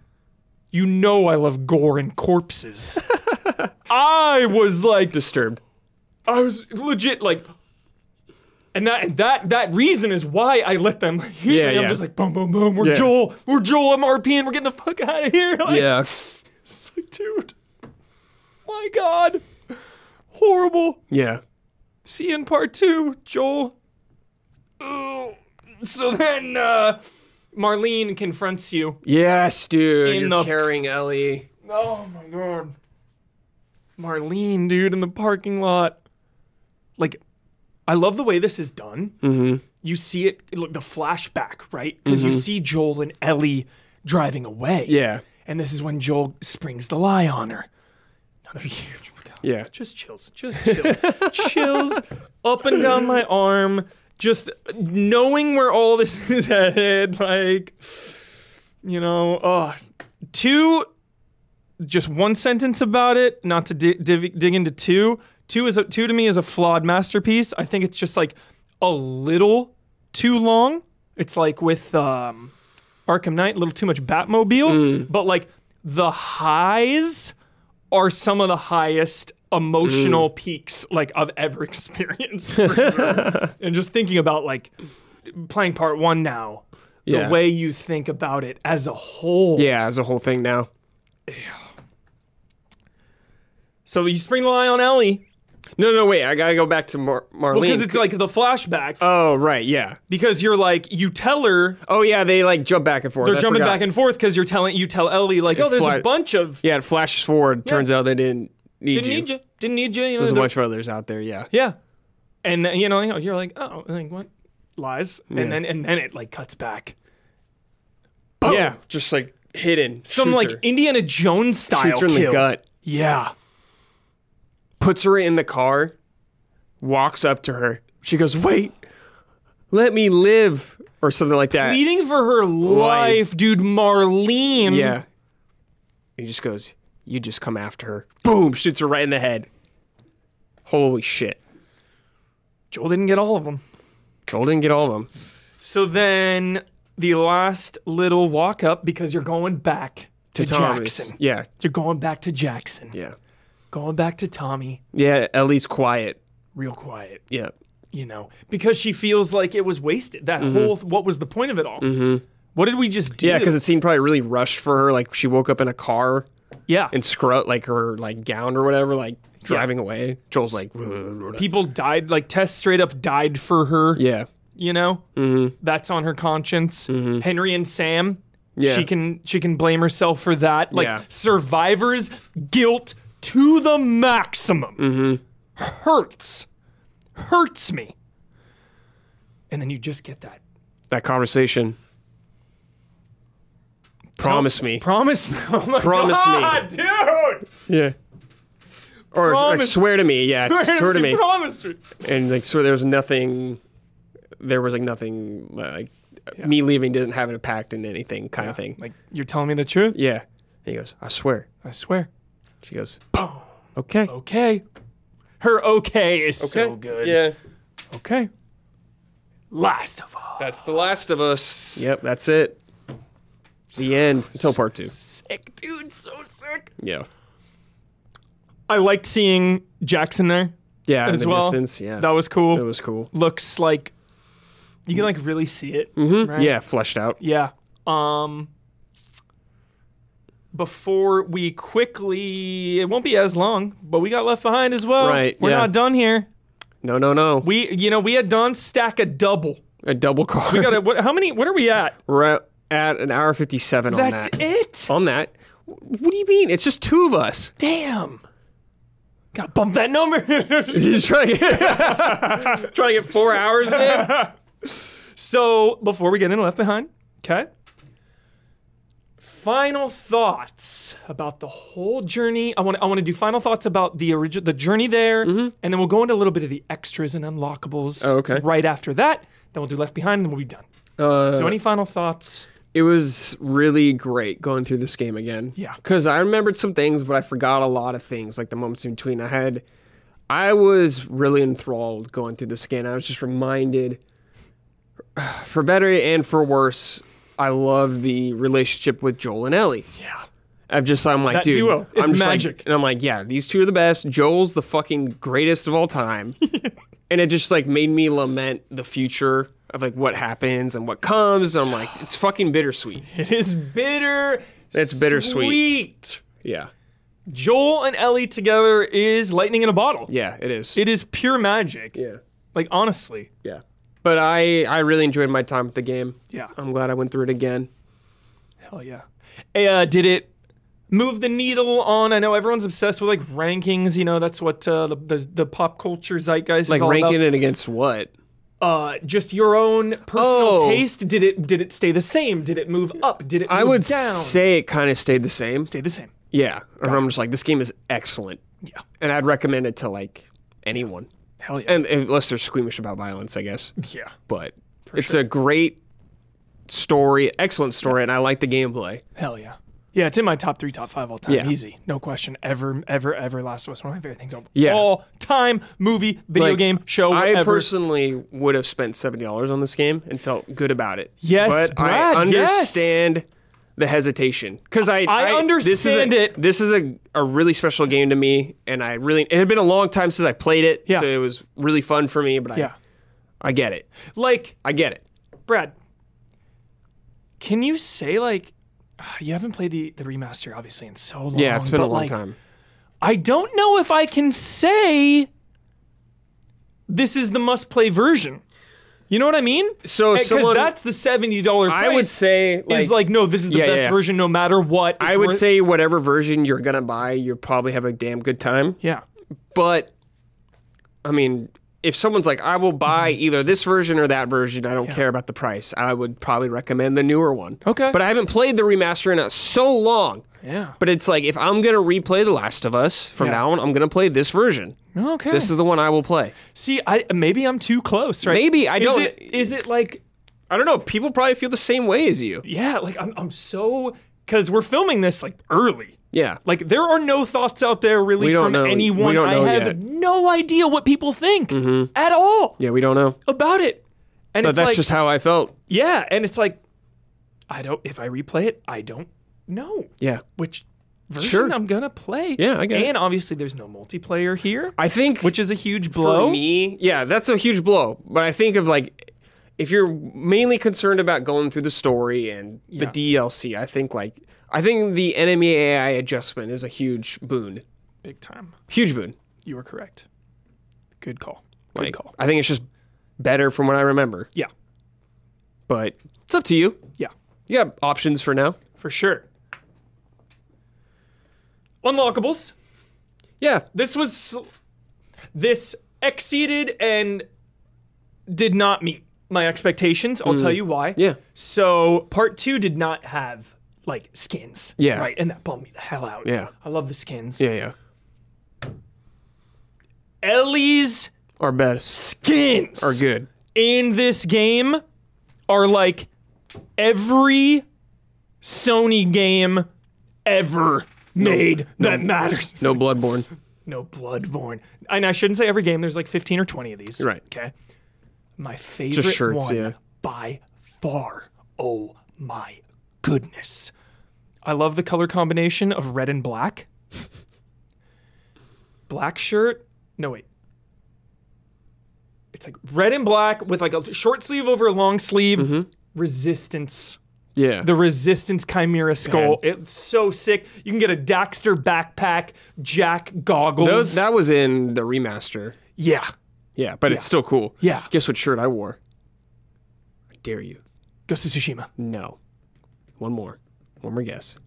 Speaker 2: you know I love gore and corpses. I was like
Speaker 1: disturbed.
Speaker 2: I was legit like, and that and that that reason is why I let them. Usually
Speaker 1: Yeah,
Speaker 2: I'm
Speaker 1: yeah.
Speaker 2: just like boom, boom, boom. We're
Speaker 1: Yeah.
Speaker 2: Joel. We're Joel MRP, and we're getting the fuck out of here. Like,
Speaker 1: Yeah,
Speaker 2: It's like, dude, my God, horrible.
Speaker 1: yeah.
Speaker 2: See you in part two, Joel. Ugh. So then, uh, Marlene confronts you.
Speaker 1: Yes, dude.
Speaker 2: In
Speaker 1: you're
Speaker 2: the-
Speaker 1: carrying Ellie.
Speaker 2: Oh my god. Marlene, dude, in the parking lot. Like, I love the way this is done. Mm-hmm. You see it, look, the flashback, right? Because you see Joel and Ellie driving away.
Speaker 1: Yeah,
Speaker 2: And this is when Joel springs the lie on her. Another huge.
Speaker 1: yeah.
Speaker 2: Just chills. Just chills. chills up and down my arm. Just knowing where all this is headed. Like, you know, oh, two, just one sentence about it, not to di- div- dig into two. Two is a, two to me is a flawed masterpiece. I think it's just like a little too long. It's like with um, Arkham Knight, a little too much Batmobile, but like the highs are some of the highest emotional peaks like I've ever experienced. for sure. and just thinking about like playing part one now,
Speaker 1: Yeah.
Speaker 2: the way you think about it as a whole.
Speaker 1: Yeah, as a whole thing now.
Speaker 2: So you spring the lie on Ellie
Speaker 1: No, no, wait. I gotta go back to Mar- Marlene.
Speaker 2: because it's like the flashback.
Speaker 1: oh, right, yeah.
Speaker 2: because you're like you tell her
Speaker 1: Oh, yeah. They like jump back and forth.
Speaker 2: they're
Speaker 1: I
Speaker 2: jumping
Speaker 1: forgot.
Speaker 2: back and forth because you're telling you tell Ellie like oh there's
Speaker 1: fly-
Speaker 2: a bunch of
Speaker 1: Yeah, it flashes forward. Turns out they didn't need
Speaker 2: didn't
Speaker 1: you.
Speaker 2: need you didn't need you, you know,
Speaker 1: There's a
Speaker 2: they're-
Speaker 1: bunch of others out there. Yeah.
Speaker 2: yeah and then, you know you know, you're like oh like what lies and then and then it like cuts back
Speaker 1: Yeah, just like hidden.
Speaker 2: some
Speaker 1: Shoots
Speaker 2: like
Speaker 1: her.
Speaker 2: Indiana Jones style
Speaker 1: shoots her in
Speaker 2: kill
Speaker 1: the gut.
Speaker 2: yeah
Speaker 1: Puts her in the car. Walks up to her.
Speaker 2: She goes, wait.
Speaker 1: Let me live, or something like that.
Speaker 2: Pleading for her life, dude. Marlene.
Speaker 1: Yeah. He just goes, You just come after her. Boom, shoots her right in the head. Holy shit.
Speaker 2: Joel didn't get all of them.
Speaker 1: Joel didn't get all of them.
Speaker 2: So then the last little walk up because you're going back to,
Speaker 1: Thomas.
Speaker 2: Jackson.
Speaker 1: Yeah,
Speaker 2: You're going back to Jackson.
Speaker 1: yeah.
Speaker 2: Going back to Tommy.
Speaker 1: Yeah, Ellie's quiet.
Speaker 2: Real quiet,
Speaker 1: Yeah.
Speaker 2: you know, because she feels like it was wasted. That whole what was the point of it all? What did we just do?
Speaker 1: Mm-hmm. Yeah, because it seemed probably really rushed for her. Like she woke up in a car
Speaker 2: yeah,
Speaker 1: and scrut like her like gown or whatever, like driving away. Joel's like,
Speaker 2: people died. Like Tess straight up died for her.
Speaker 1: Yeah.
Speaker 2: you know mm-hmm. that's on her conscience henry and sam
Speaker 1: Mm-hmm. Yeah.
Speaker 2: she can she can blame herself for that like
Speaker 1: Yeah.
Speaker 2: survivors guilt to the maximum
Speaker 1: Mm-hmm.
Speaker 2: hurts hurts me and then you just get that
Speaker 1: That conversation. Promise me.
Speaker 2: promise me oh my
Speaker 1: Promise me.
Speaker 2: God, dude
Speaker 1: Yeah. Or, or
Speaker 2: Promise-
Speaker 1: swear to me, yeah, swear to me.
Speaker 2: promise me
Speaker 1: and like so there was nothing there was like nothing like me leaving didn't have an impact in anything kind of thing
Speaker 2: like you're telling me the truth
Speaker 1: yeah and he goes i swear
Speaker 2: i swear
Speaker 1: she goes boom okay
Speaker 2: okay her okay is so good
Speaker 1: yeah
Speaker 2: okay last of all
Speaker 4: That's the last of us.
Speaker 1: yep that's it the end until part two
Speaker 2: sick, dude. So sick.
Speaker 1: yeah
Speaker 2: I liked seeing Jackson there
Speaker 1: yeah
Speaker 2: as
Speaker 1: in the
Speaker 2: well.
Speaker 1: distance yeah
Speaker 2: That was cool.
Speaker 1: it was cool
Speaker 2: Looks like you can like really see it.
Speaker 1: Mm-hmm.
Speaker 2: Right?
Speaker 1: yeah fleshed out
Speaker 2: Yeah. Um before we quickly it won't be as long, but we got left behind as well.
Speaker 1: Right,
Speaker 2: We're
Speaker 1: yeah.
Speaker 2: not done here.
Speaker 1: no no no
Speaker 2: We you know, we had Don stack a double.
Speaker 1: a double car we
Speaker 2: Got a, what, how many what are we at?
Speaker 1: are at, at an hour 57 on
Speaker 2: That's
Speaker 1: that
Speaker 2: it.
Speaker 1: on that what do you mean it's just two of us
Speaker 2: Damn. Gotta bump that number.
Speaker 1: He's trying to get, trying to get four hours in
Speaker 2: So before we get into Left Behind, okay. Final thoughts about the whole journey. I want I want to do final thoughts about the original the journey there, and then we'll go into a little bit of the extras and unlockables.
Speaker 1: Mm-hmm. Oh, okay.
Speaker 2: Right after that, then we'll do Left Behind, and then we'll be done.
Speaker 1: Uh,
Speaker 2: so any final thoughts?
Speaker 1: it was really great going through this game again.
Speaker 2: Yeah.
Speaker 1: Because I remembered some things, but I forgot a lot of things, like the moments in between. I had, I was really enthralled going through this game. I was just reminded, for better and for worse, I love the relationship with Joel and Ellie.
Speaker 2: Yeah.
Speaker 1: I've just, I'm like,
Speaker 2: That
Speaker 1: dude,
Speaker 2: duo is
Speaker 1: I'm just like-
Speaker 2: magic.
Speaker 1: and I'm like, yeah, these two are the best. Joel's the fucking greatest of all time. and it just like made me lament the future of like what happens and what comes. I'm like, it's fucking bittersweet.
Speaker 2: It is bitter.
Speaker 1: It's bittersweet.
Speaker 2: Sweet.
Speaker 1: Yeah.
Speaker 2: Joel and Ellie together is lightning in a bottle.
Speaker 1: Yeah, it is.
Speaker 2: It is pure magic.
Speaker 1: yeah.
Speaker 2: Like honestly.
Speaker 1: Yeah. But I I really enjoyed my time with the game.
Speaker 2: Yeah.
Speaker 1: I'm glad I went through it again.
Speaker 2: Hell Oh, yeah. Uh, did it move the needle on? I know everyone's obsessed with like rankings. You know, that's what uh, the, the the pop culture zeitgeist
Speaker 1: Like
Speaker 2: is all
Speaker 1: ranking
Speaker 2: about.
Speaker 1: it against what?
Speaker 2: Uh, just your own personal
Speaker 1: Oh.
Speaker 2: taste. Did it did it stay the same? Did it move up? Did it? Move
Speaker 1: I would
Speaker 2: down?
Speaker 1: say it kind of stayed the same.
Speaker 2: stay the same.
Speaker 1: Yeah. Or I'm just like this game is excellent.
Speaker 2: Yeah.
Speaker 1: And I'd recommend it to like anyone.
Speaker 2: Hell yeah.
Speaker 1: And unless they're squeamish about violence, I guess.
Speaker 2: yeah.
Speaker 1: But it's a great story, excellent story, and I like the gameplay.
Speaker 2: Hell yeah. Yeah, it's in my top three, top five all time.
Speaker 1: Yeah.
Speaker 2: Easy. No question. Ever, ever, ever Last of Us. One of my favorite things of
Speaker 1: Yeah.
Speaker 2: all time. Movie, video
Speaker 1: Like,
Speaker 2: game, show,
Speaker 1: I
Speaker 2: whatever.
Speaker 1: personally would have spent seventy dollars on this game and felt good about it.
Speaker 2: Yes,
Speaker 1: but
Speaker 2: Brad,
Speaker 1: I
Speaker 2: yes.
Speaker 1: understand the hesitation because I,
Speaker 2: I understand
Speaker 1: this is a,
Speaker 2: it.
Speaker 1: This is a, a really special game to me, and I really it had been a long time since I played it,
Speaker 2: Yeah.
Speaker 1: so it was really fun for me. But
Speaker 2: yeah.
Speaker 1: I, I get it.
Speaker 2: Like,
Speaker 1: I get it.
Speaker 2: Brad, can you say like you haven't played the, the remaster obviously in so long?
Speaker 1: Yeah, it's been a
Speaker 2: but,
Speaker 1: long
Speaker 2: like,
Speaker 1: time.
Speaker 2: I don't know if I can say this is the must play version. You know what I mean?
Speaker 1: So
Speaker 2: because
Speaker 1: someone-
Speaker 2: that's the seventy dollar price.
Speaker 1: I would say
Speaker 2: is like no, this is the
Speaker 1: Yeah,
Speaker 2: best
Speaker 1: yeah.
Speaker 2: version no matter what.
Speaker 1: I
Speaker 2: It's
Speaker 1: would
Speaker 2: worth-
Speaker 1: say whatever version you're gonna buy, you'll probably have a damn good time.
Speaker 2: yeah,
Speaker 1: But I mean, if someone's like, I will buy either this version or that version, I don't care about the price. I would probably recommend the newer one.
Speaker 2: Okay.
Speaker 1: But I haven't played the remaster in uh, so long.
Speaker 2: yeah,
Speaker 1: But it's like if I'm gonna replay The Last of Us from
Speaker 2: Yeah.
Speaker 1: now on, I'm gonna play this version.
Speaker 2: Okay.
Speaker 1: This is the one I will play.
Speaker 2: See, I maybe I'm too close, right?
Speaker 1: Maybe, I
Speaker 2: Is
Speaker 1: don't-
Speaker 2: It, is it like
Speaker 1: I don't know. People probably feel the same way as you.
Speaker 2: yeah? Like I'm I'm so because we're filming this like early.
Speaker 1: Yeah.
Speaker 2: Like there are no thoughts out there really
Speaker 1: We don't
Speaker 2: from
Speaker 1: know-
Speaker 2: anyone.
Speaker 1: we don't know
Speaker 2: I have
Speaker 1: yet.
Speaker 2: no idea what people think at all
Speaker 1: Yeah, we don't know.
Speaker 2: about it. And
Speaker 1: But
Speaker 2: it's
Speaker 1: that's
Speaker 2: like,
Speaker 1: just how I felt.
Speaker 2: yeah, and it's like I don't. If I replay it, I don't know
Speaker 1: Yeah.
Speaker 2: which version
Speaker 1: Sure.
Speaker 2: I'm gonna play.
Speaker 1: Yeah, I get it.
Speaker 2: And obviously, there's no multiplayer here,
Speaker 1: I think
Speaker 2: which is a huge blow.
Speaker 1: for me, yeah, that's a huge blow. But I think of like if you're mainly concerned about going through the story and
Speaker 2: Yeah.
Speaker 1: the DLC, I think like I think the enemy AI adjustment is a huge boon.
Speaker 2: Big time.
Speaker 1: Huge boon.
Speaker 2: You were correct. Good call. Good
Speaker 1: Like
Speaker 2: call.
Speaker 1: I think it's just better from what I remember.
Speaker 2: Yeah.
Speaker 1: But it's up to you.
Speaker 2: Yeah.
Speaker 1: You got options for now.
Speaker 2: For sure. Unlockables.
Speaker 1: Yeah.
Speaker 2: This was this exceeded and did not meet my expectations. I'll tell you why.
Speaker 1: Hmm. Yeah.
Speaker 2: So part two did not have like skins.
Speaker 1: Yeah.
Speaker 2: Right. And that bummed me the hell out.
Speaker 1: Yeah.
Speaker 2: I love the skins.
Speaker 1: Yeah, yeah.
Speaker 2: Ellie's
Speaker 1: Our best
Speaker 2: skins
Speaker 1: are good.
Speaker 2: in this game are like every Sony game ever made that matters.
Speaker 1: No Bloodborne.
Speaker 2: No Bloodborne. And I shouldn't say every game. There's like 15 or 20 of these.
Speaker 1: Right.
Speaker 2: Okay. My favorite
Speaker 1: shirts,
Speaker 2: one
Speaker 1: yeah.
Speaker 2: by far. Oh my goodness. I love the color combination of red and black. black shirt. No, wait. It's like red and black with like a short sleeve over a long sleeve.
Speaker 1: Mm-hmm.
Speaker 2: Resistance
Speaker 1: Yeah.
Speaker 2: the Resistance Chimera skull. It's so sick. You can get a Daxter backpack, Jack goggles.
Speaker 1: Those, that was in the remaster.
Speaker 2: yeah,
Speaker 1: Yeah, but it's still cool.
Speaker 2: yeah.
Speaker 1: Guess what shirt I wore? I dare you.
Speaker 2: Ghost of Tsushima,
Speaker 1: No. One more. One more guess.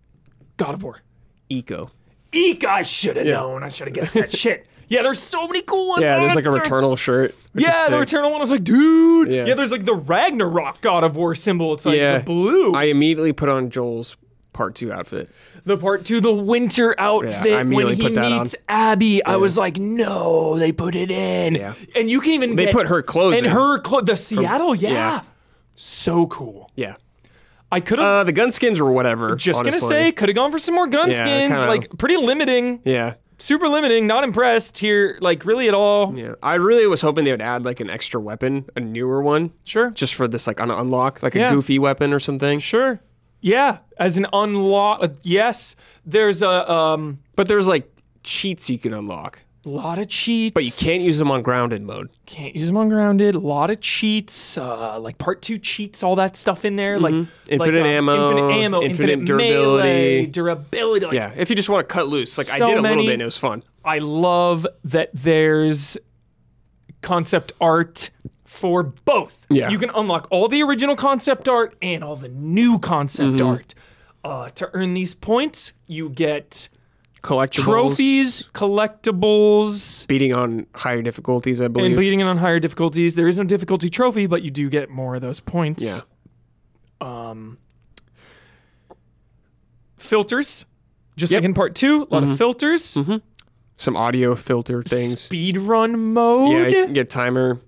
Speaker 2: God of War.
Speaker 1: Eco.
Speaker 2: Eek! I should have known. I should have guessed that shit. Yeah, there's so many cool ones.
Speaker 1: Yeah, there's
Speaker 2: on
Speaker 1: like a
Speaker 2: there.
Speaker 1: returnal shirt. which is
Speaker 2: Yeah, the
Speaker 1: sick.
Speaker 2: Returnal one. I was like, dude.
Speaker 1: Yeah.
Speaker 2: Yeah. there's like the Ragnarok God of War symbol. It's like
Speaker 1: Yeah.
Speaker 2: the blue.
Speaker 1: I immediately put on Joel's part two outfit.
Speaker 2: the part two, the winter outfit when
Speaker 1: immediately
Speaker 2: he
Speaker 1: put that on.
Speaker 2: meets Abby. I was like, no, they put it in.
Speaker 1: Yeah.
Speaker 2: And you can even
Speaker 1: They
Speaker 2: get-
Speaker 1: put her clothes
Speaker 2: and
Speaker 1: in.
Speaker 2: her clo- the Seattle, yeah.
Speaker 1: yeah.
Speaker 2: so cool.
Speaker 1: Yeah.
Speaker 2: I could have
Speaker 1: Uh, the gun skins were whatever.
Speaker 2: just
Speaker 1: honestly.
Speaker 2: gonna say could have gone for some more gun
Speaker 1: Yeah,
Speaker 2: skins,
Speaker 1: kinda.
Speaker 2: like pretty limiting,
Speaker 1: Yeah.
Speaker 2: super limiting. Not impressed here, like really at all.
Speaker 1: Yeah. I really was hoping they would add like an extra weapon, a newer one,
Speaker 2: Sure,
Speaker 1: just for this like on unlock, like a
Speaker 2: Yeah.
Speaker 1: goofy weapon or something.
Speaker 2: sure, yeah. As an unlock, uh, yes, there's a um
Speaker 1: But there's like cheats you can unlock,
Speaker 2: lot of cheats,
Speaker 1: but you can't use them on grounded mode.
Speaker 2: can't use them on grounded. A lot of cheats, uh, like part two cheats, all that stuff in there, like
Speaker 1: Mm-hmm. Infinite
Speaker 2: like, um,
Speaker 1: ammo,
Speaker 2: infinite ammo,
Speaker 1: infinite
Speaker 2: infinite
Speaker 1: durability.
Speaker 2: melee, durability. Like,
Speaker 1: Yeah. If you just want to cut loose, like I
Speaker 2: So
Speaker 1: did a little
Speaker 2: many-
Speaker 1: bit and it was fun.
Speaker 2: I love that there's concept art for both.
Speaker 1: Yeah.
Speaker 2: You can unlock all the original concept art and all the new concept
Speaker 1: Mm-hmm.
Speaker 2: art. Uh, to earn these points, you get
Speaker 1: Collectibles.
Speaker 2: trophies, collectibles,
Speaker 1: Beating on higher difficulties, I believe.
Speaker 2: and bleeding in on higher difficulties. There is no difficulty trophy, but you do get more of those points.
Speaker 1: yeah.
Speaker 2: Filters, just
Speaker 1: Yep.
Speaker 2: like in part two, a lot of filters.
Speaker 1: Some audio filter things.
Speaker 2: Speed run mode.
Speaker 1: Yeah, you can get timer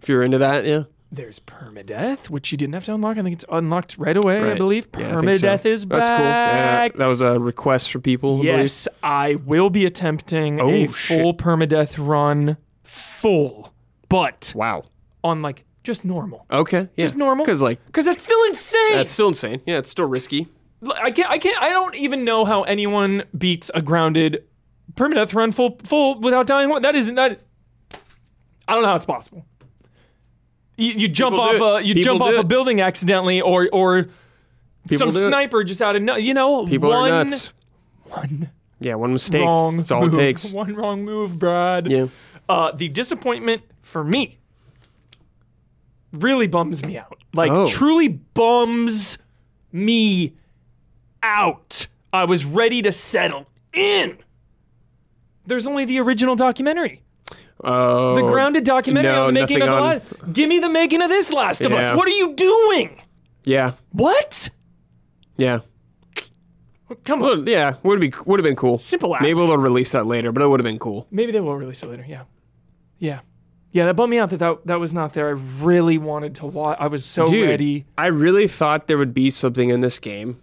Speaker 1: if you're into that. Yeah,
Speaker 2: There's permadeath, which you didn't have to unlock. I think it's unlocked right away, I
Speaker 1: Right.
Speaker 2: believe.
Speaker 1: Yeah, I think
Speaker 2: Permadeath
Speaker 1: so.
Speaker 2: is back.
Speaker 1: That's cool. Yeah, that was a request for people. I believe.
Speaker 2: Yes, I will be attempting a
Speaker 1: Oh, shit.
Speaker 2: full permadeath run, full, but
Speaker 1: Wow.
Speaker 2: on like just normal,
Speaker 1: Okay. Yeah.
Speaker 2: Just normal.
Speaker 1: Because like
Speaker 2: because that's still insane.
Speaker 1: that's still insane. Yeah, it's still risky.
Speaker 2: I can't. I can't. I don't even know how anyone beats a grounded permadeath run full full without dying. That isn't that. I don't know how it's possible. You, you jump
Speaker 1: People do
Speaker 2: off
Speaker 1: it.
Speaker 2: a you
Speaker 1: People
Speaker 2: jump
Speaker 1: do
Speaker 2: off a
Speaker 1: it.
Speaker 2: building accidentally, or or
Speaker 1: People do
Speaker 2: some
Speaker 1: it.
Speaker 2: sniper just out of no. You know,
Speaker 1: People
Speaker 2: one
Speaker 1: are nuts.
Speaker 2: one
Speaker 1: Yeah, one mistake.
Speaker 2: wrong.
Speaker 1: That's all
Speaker 2: move.
Speaker 1: it takes.
Speaker 2: One wrong move, Brad.
Speaker 1: Yeah.
Speaker 2: Uh, the disappointment for me really bums me out. Like
Speaker 1: Oh.
Speaker 2: truly bums me out. I was ready to settle in. There's only the original documentary.
Speaker 1: Oh.
Speaker 2: The grounded documentary
Speaker 1: no,
Speaker 2: on the making of
Speaker 1: nothing
Speaker 2: the
Speaker 1: on-
Speaker 2: last. Give me the making of this Last of Us.
Speaker 1: Yeah.
Speaker 2: What are you doing?
Speaker 1: Yeah.
Speaker 2: What?
Speaker 1: Yeah.
Speaker 2: Come on.
Speaker 1: Would- yeah, would be would have been cool.
Speaker 2: Simple ask.
Speaker 1: Maybe they'll release that later, but it would have been cool.
Speaker 2: Maybe they will release it later. Yeah. Yeah. Yeah, that bummed me out that that, that was not there. I really wanted to watch. I was so
Speaker 1: Dude,
Speaker 2: ready.
Speaker 1: I really thought there would be something in this game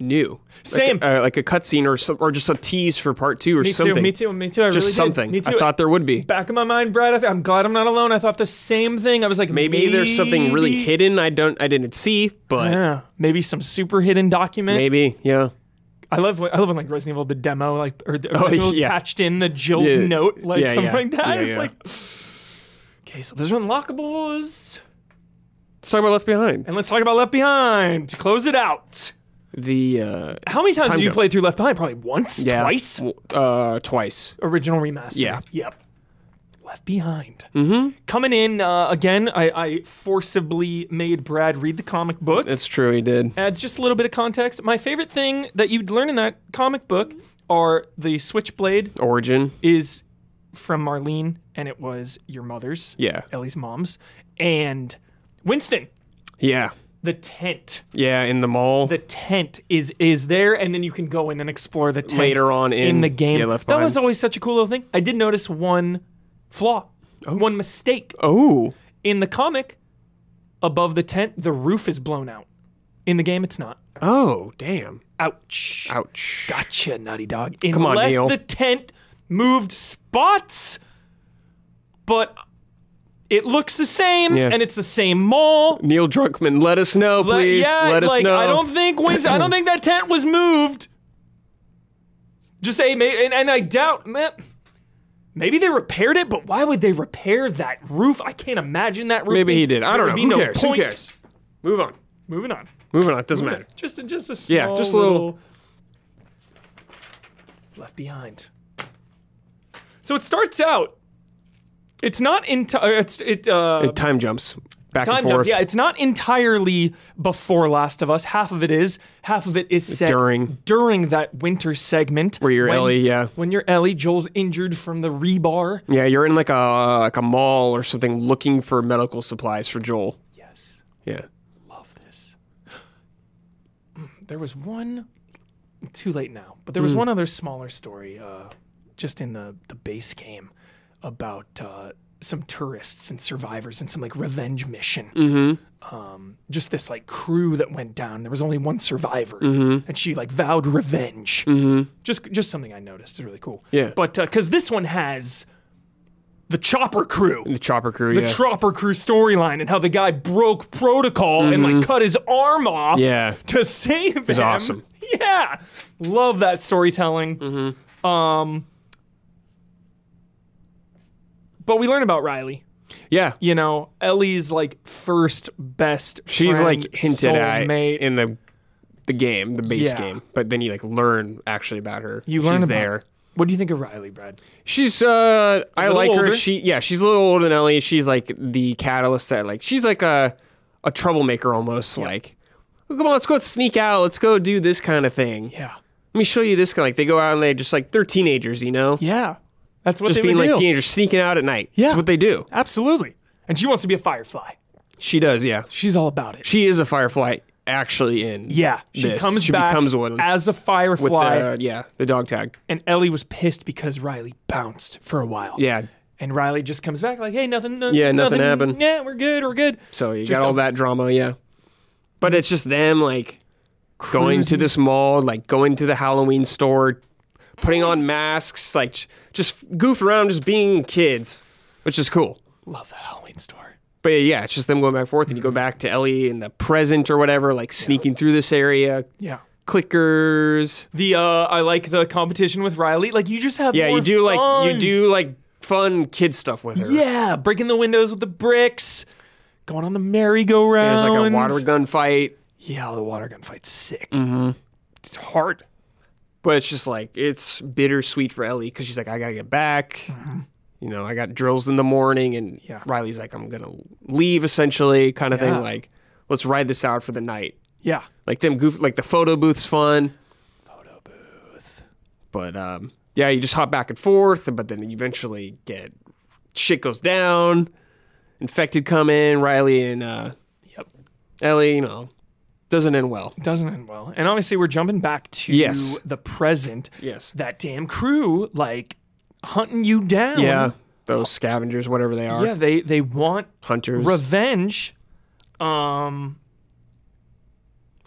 Speaker 1: new.
Speaker 2: Same.
Speaker 1: Like a, uh, like a cutscene or some, or just a tease for part two or
Speaker 2: Me
Speaker 1: something.
Speaker 2: too. Me too. Me too. I
Speaker 1: Just
Speaker 2: really did.
Speaker 1: something.
Speaker 2: Me too.
Speaker 1: I thought there would be.
Speaker 2: Back of my mind, Brad. I th- I'm glad I'm not alone. I thought the same thing. I was like,
Speaker 1: Maybe, there's something really
Speaker 2: maybe-
Speaker 1: hidden I don't I didn't see, but
Speaker 2: Yeah, maybe some super hidden document.
Speaker 1: maybe yeah.
Speaker 2: I love when, I love when like Resident Evil the demo like or the, Resident Evil
Speaker 1: Oh, yeah.
Speaker 2: patched in the Jill's
Speaker 1: Yeah.
Speaker 2: note like
Speaker 1: Yeah,
Speaker 2: something
Speaker 1: yeah.
Speaker 2: like that.
Speaker 1: Yeah,
Speaker 2: it's
Speaker 1: yeah.
Speaker 2: like okay, so those are unlockables,
Speaker 1: Let's talk about Left Behind.
Speaker 2: and let's talk about Left Behind to close it out.
Speaker 1: The uh,
Speaker 2: How many times
Speaker 1: Time
Speaker 2: did you
Speaker 1: jump.
Speaker 2: play through Left Behind? Probably once,
Speaker 1: yeah,
Speaker 2: twice.
Speaker 1: w- Uh, twice.
Speaker 2: original remaster.
Speaker 1: Yeah.
Speaker 2: Yep. Left Behind. Mm-hmm. Coming in uh, again, I, I forcibly made Brad read the comic book.
Speaker 1: That's true. He did.
Speaker 2: Adds just a little bit of context. My favorite thing that you'd learn in that comic book are the switchblade
Speaker 1: Origin.
Speaker 2: is from Marlene, and it was your mother's.
Speaker 1: Yeah.
Speaker 2: Ellie's mom's, and Winston.
Speaker 1: Yeah.
Speaker 2: The tent.
Speaker 1: Yeah. In the mall.
Speaker 2: The tent is is there, and then you can go in and explore the tent
Speaker 1: Later on in-
Speaker 2: the game.
Speaker 1: yeah, Left
Speaker 2: that was
Speaker 1: Behind.
Speaker 2: always such a cool little thing. I did notice one flaw, one mistake
Speaker 1: oh.
Speaker 2: in the comic. Above the tent, the roof is blown out. In the game, it's not.
Speaker 1: Oh. Damn.
Speaker 2: Ouch.
Speaker 1: Ouch.
Speaker 2: Gotcha, Naughty Dog.
Speaker 1: on,
Speaker 2: Unless
Speaker 1: Neil.
Speaker 2: the tent moved spots, but it looks the same,
Speaker 1: Yeah.
Speaker 2: and it's the same mall.
Speaker 1: Neil Drunkman, let us know,
Speaker 2: But
Speaker 1: please.
Speaker 2: yeah,
Speaker 1: let us
Speaker 2: like
Speaker 1: know.
Speaker 2: I don't think Wins- I don't think that tent was moved. Just say, may- and, and I doubt, man, maybe they repaired it, but why would they repair that roof? I can't imagine that roof.
Speaker 1: Maybe
Speaker 2: being-
Speaker 1: he did. I
Speaker 2: there
Speaker 1: don't
Speaker 2: would
Speaker 1: know.
Speaker 2: be
Speaker 1: Who
Speaker 2: no
Speaker 1: cares?
Speaker 2: point.
Speaker 1: Who cares? Move on.
Speaker 2: Moving on.
Speaker 1: Moving on. It doesn't matter.
Speaker 2: Just a, just a small
Speaker 1: Yeah, just a little-
Speaker 2: left behind. So it starts out. It's not entire. It's it. Uh,
Speaker 1: It time jumps back
Speaker 2: time
Speaker 1: and forth.
Speaker 2: jumps. Yeah, it's not entirely before Last of Us. Half of it is. Half of it is set
Speaker 1: During.
Speaker 2: during that winter segment
Speaker 1: Where you're Ellie, yeah.
Speaker 2: When you're Ellie, Joel's injured from the rebar.
Speaker 1: Yeah, you're in like a like a mall or something looking for medical supplies for Joel.
Speaker 2: Yes.
Speaker 1: Yeah.
Speaker 2: love this. There was one, too late now, but there was one other smaller story uh, just in the, the base game about uh, some tourists and survivors and some like revenge mission. Mm-hmm. Um, just this like crew that went down. There was only one survivor, and she like vowed revenge. Mm-hmm. Just just something I noticed. It's really cool.
Speaker 1: Yeah.
Speaker 2: but because this one has the chopper crew
Speaker 1: The chopper crew.
Speaker 2: the
Speaker 1: yeah.
Speaker 2: Chopper Crew storyline and how the guy broke protocol and like cut his arm off
Speaker 1: Mm-hmm. yeah.
Speaker 2: to save him. It's
Speaker 1: awesome.
Speaker 2: Yeah, love that storytelling. Um,
Speaker 1: Mm-hmm.
Speaker 2: but we learn about Riley.
Speaker 1: Yeah.
Speaker 2: You know, Ellie's like first best.
Speaker 1: She's
Speaker 2: friend,
Speaker 1: like hinted at
Speaker 2: soulmate.
Speaker 1: in the the game, the base
Speaker 2: Yeah.
Speaker 1: game. But then you like learn actually about her.
Speaker 2: You learn
Speaker 1: She's
Speaker 2: about-
Speaker 1: there.
Speaker 2: What do you think of Riley, Brad?
Speaker 1: She's uh I
Speaker 2: little
Speaker 1: like
Speaker 2: older?
Speaker 1: her. She yeah, she's a little older than Ellie. She's like the catalyst that like she's like a a troublemaker almost like "Oh, come on, let's go sneak out, let's go do this kind of thing.
Speaker 2: Yeah,
Speaker 1: Let me show you this kind like they go out and they just like they're teenagers, you know?
Speaker 2: yeah, that's what
Speaker 1: Just
Speaker 2: they
Speaker 1: being
Speaker 2: would
Speaker 1: like
Speaker 2: do.
Speaker 1: teenagers sneaking out at night. That's
Speaker 2: Yeah.
Speaker 1: what they do.
Speaker 2: Absolutely, and she wants to be a firefly.
Speaker 1: She does, yeah.
Speaker 2: She's all about it.
Speaker 1: She is a firefly actually in
Speaker 2: Yeah, she
Speaker 1: this.
Speaker 2: comes
Speaker 1: she
Speaker 2: back
Speaker 1: becomes one
Speaker 2: as a
Speaker 1: with
Speaker 2: firefly,
Speaker 1: the yeah, the dog tag.
Speaker 2: and Ellie was pissed because Riley bounced for a while.
Speaker 1: Yeah.
Speaker 2: and Riley just comes back like, "Hey, nothing. no-
Speaker 1: Yeah, nothing happened.
Speaker 2: Yeah, we're good. We're good."
Speaker 1: So you
Speaker 2: Just
Speaker 1: got all
Speaker 2: a-
Speaker 1: that drama, yeah. But it's just them like going to this mall, like going to the Halloween store, putting on masks, like j- just goof around, just being kids, which is cool.
Speaker 2: Love that Halloween store.
Speaker 1: But yeah, it's just them going back and forth, and you go back to Ellie in the present or whatever, like sneaking through this area,
Speaker 2: Yeah.
Speaker 1: clickers.
Speaker 2: The uh, I like the competition with Riley. Like you just have
Speaker 1: Yeah,
Speaker 2: more
Speaker 1: you do like
Speaker 2: fun.
Speaker 1: you do like fun kid stuff with her.
Speaker 2: yeah breaking the windows with the bricks, going on the merry-go-round.
Speaker 1: There's like a water Mm-hmm. gun fight,
Speaker 2: Yeah, the water gun fight's sick. It's hard.
Speaker 1: but it's just like it's bittersweet for Ellie because she's like, I gotta get back. You know, I got drills in the morning, and
Speaker 2: Mm-hmm. Yeah.
Speaker 1: Riley's like, I'm gonna leave essentially, kind of
Speaker 2: Yeah.
Speaker 1: thing. Like, let's ride this out for the night.
Speaker 2: Yeah.
Speaker 1: Like them goof, like the photo booth's fun. Photo booth. But um, yeah, you just hop back and forth, but then you eventually get shit goes down. Infected come in, Riley and uh,
Speaker 2: Yep.
Speaker 1: Ellie. You know, Doesn't end well.
Speaker 2: Doesn't end well. And obviously, we're jumping back to
Speaker 1: Yes.
Speaker 2: the present.
Speaker 1: Yes.
Speaker 2: That damn crew, like, hunting you down.
Speaker 1: Yeah. Those scavengers, whatever they are.
Speaker 2: Mm-hmm. Yeah, they, they want
Speaker 1: Hunters. Because
Speaker 2: revenge. Um,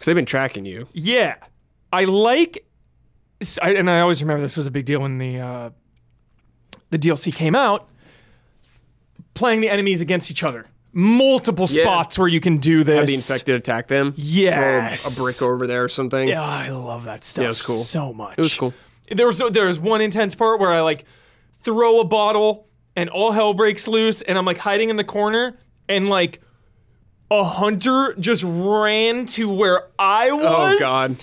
Speaker 1: they've been tracking you.
Speaker 2: yeah. I like, s- I- and I always remember this was a big deal when the, uh, the DLC came out, playing the enemies against each other. Multiple
Speaker 1: Yeah.
Speaker 2: spots where you can do this.
Speaker 1: Have the infected attack them.
Speaker 2: Yes.
Speaker 1: Throw a brick over there or something.
Speaker 2: Yeah, I love that stuff.
Speaker 1: it was cool.
Speaker 2: So much.
Speaker 1: It was cool.
Speaker 2: There was there was one intense part where I like throw a bottle and all hell breaks loose, and I'm like hiding in the corner, and like a hunter just ran to where I was,
Speaker 1: Oh, God.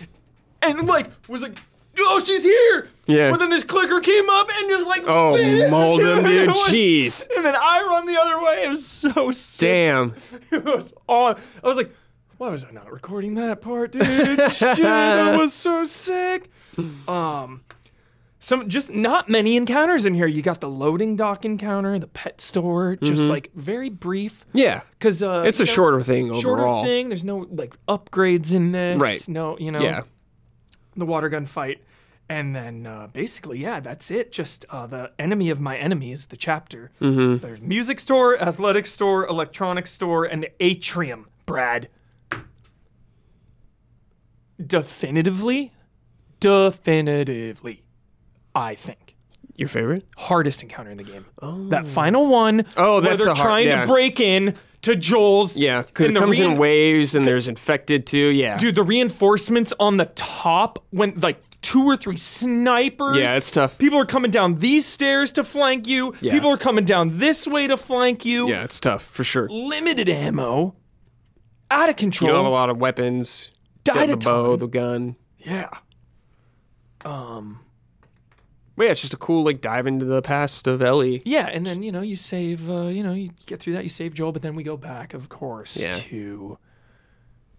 Speaker 2: and like was like. Oh, she's here!
Speaker 1: Yeah.
Speaker 2: But then this clicker came up and just like,
Speaker 1: Oh, mold them,
Speaker 2: It
Speaker 1: dude.
Speaker 2: was-
Speaker 1: Jeez.
Speaker 2: And then I run the other way. It was so sick.
Speaker 1: Damn.
Speaker 2: It was on. I was like, why was I not recording that part, dude? Shit, that was so sick. Um, some just not many encounters in here. You got the loading dock encounter, the pet store, just like very brief.
Speaker 1: Yeah.
Speaker 2: Cause uh,
Speaker 1: Mm-hmm. It's a
Speaker 2: you know,
Speaker 1: shorter thing
Speaker 2: shorter
Speaker 1: overall.
Speaker 2: thing. There's no like upgrades in this.
Speaker 1: Right.
Speaker 2: No, you know
Speaker 1: Yeah.
Speaker 2: the water gun fight. And then uh, basically, yeah, that's it. Just uh, the enemy of my enemy is the chapter.
Speaker 1: Mm-hmm.
Speaker 2: There's music store, athletic store, electronics store, and the atrium, Brad. Definitively, definitively, I think.
Speaker 1: Your favorite?
Speaker 2: Hardest encounter in the game. That final one
Speaker 1: Oh,
Speaker 2: where
Speaker 1: that's
Speaker 2: they're
Speaker 1: the hard-
Speaker 2: trying
Speaker 1: yeah.
Speaker 2: to break in to Joel's.
Speaker 1: Yeah. Because
Speaker 2: in
Speaker 1: it
Speaker 2: the
Speaker 1: comes
Speaker 2: rein-
Speaker 1: in waves and there's infected too. Yeah.
Speaker 2: Dude, the reinforcements on the top went like two or three snipers.
Speaker 1: Yeah, it's tough.
Speaker 2: People are coming down these stairs to flank you.
Speaker 1: Yeah.
Speaker 2: People are coming down this way to flank you.
Speaker 1: Yeah, it's tough for sure. You
Speaker 2: Limited ammo. Out of control.
Speaker 1: don't have a lot of weapons. You have
Speaker 2: Died a
Speaker 1: the bow,
Speaker 2: ton.
Speaker 1: the gun.
Speaker 2: Yeah.
Speaker 1: But yeah, it's just a cool like dive into the past of E. Ellie.
Speaker 2: Yeah, and then, you know, you save, uh, you know, you get through that, you save Joel, but then we go back, of course,
Speaker 1: Yeah.
Speaker 2: to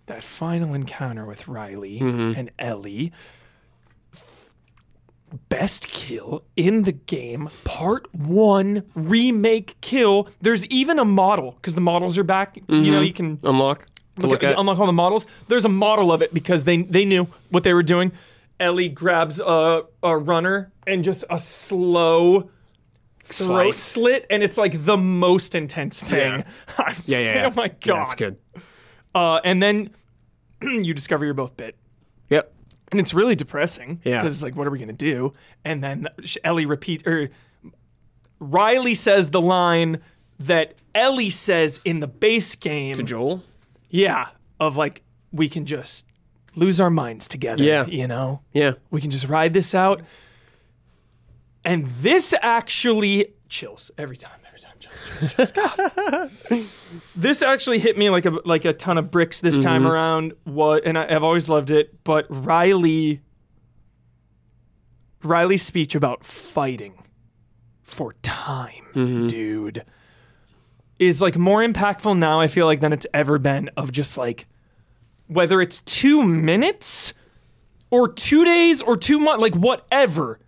Speaker 2: that final encounter with Riley
Speaker 1: Mm-hmm.
Speaker 2: and Ellie. Best kill in the game, part one remake kill. There's even a model because the models are back. You
Speaker 1: Mm-hmm.
Speaker 2: know, you can
Speaker 1: Unlock. To
Speaker 2: look,
Speaker 1: look
Speaker 2: at,
Speaker 1: at.
Speaker 2: unlock all the models. There's a model of it because they they knew what they were doing. Ellie grabs a, a runner and just a slow throat
Speaker 1: Slice.
Speaker 2: slit, and it's like the most intense thing. I'm
Speaker 1: yeah, yeah,
Speaker 2: saying,
Speaker 1: yeah.
Speaker 2: Oh my
Speaker 1: Yeah,
Speaker 2: god.
Speaker 1: that's good.
Speaker 2: Uh, and then you discover you're both bit.
Speaker 1: Yep.
Speaker 2: And it's really depressing.
Speaker 1: Yeah.
Speaker 2: Because it's like, what are we going to do? And then sh- Ellie repeats, or Riley says the line that Ellie says in the base game.
Speaker 1: Joel.
Speaker 2: Yeah, of like we can just lose our minds together.
Speaker 1: Yeah.
Speaker 2: you know,
Speaker 1: Yeah.
Speaker 2: we can just ride this out. And this actually chills every time. Every time chills. chills, chills. God. this actually hit me like a like a ton of bricks this time around. What and I, I've always loved it, but Riley. Riley's speech about fighting for time,
Speaker 1: Mm-hmm.
Speaker 2: dude, is like more impactful now, I feel like, than it's ever been of just like whether it's two minutes or two days or two months, like whatever.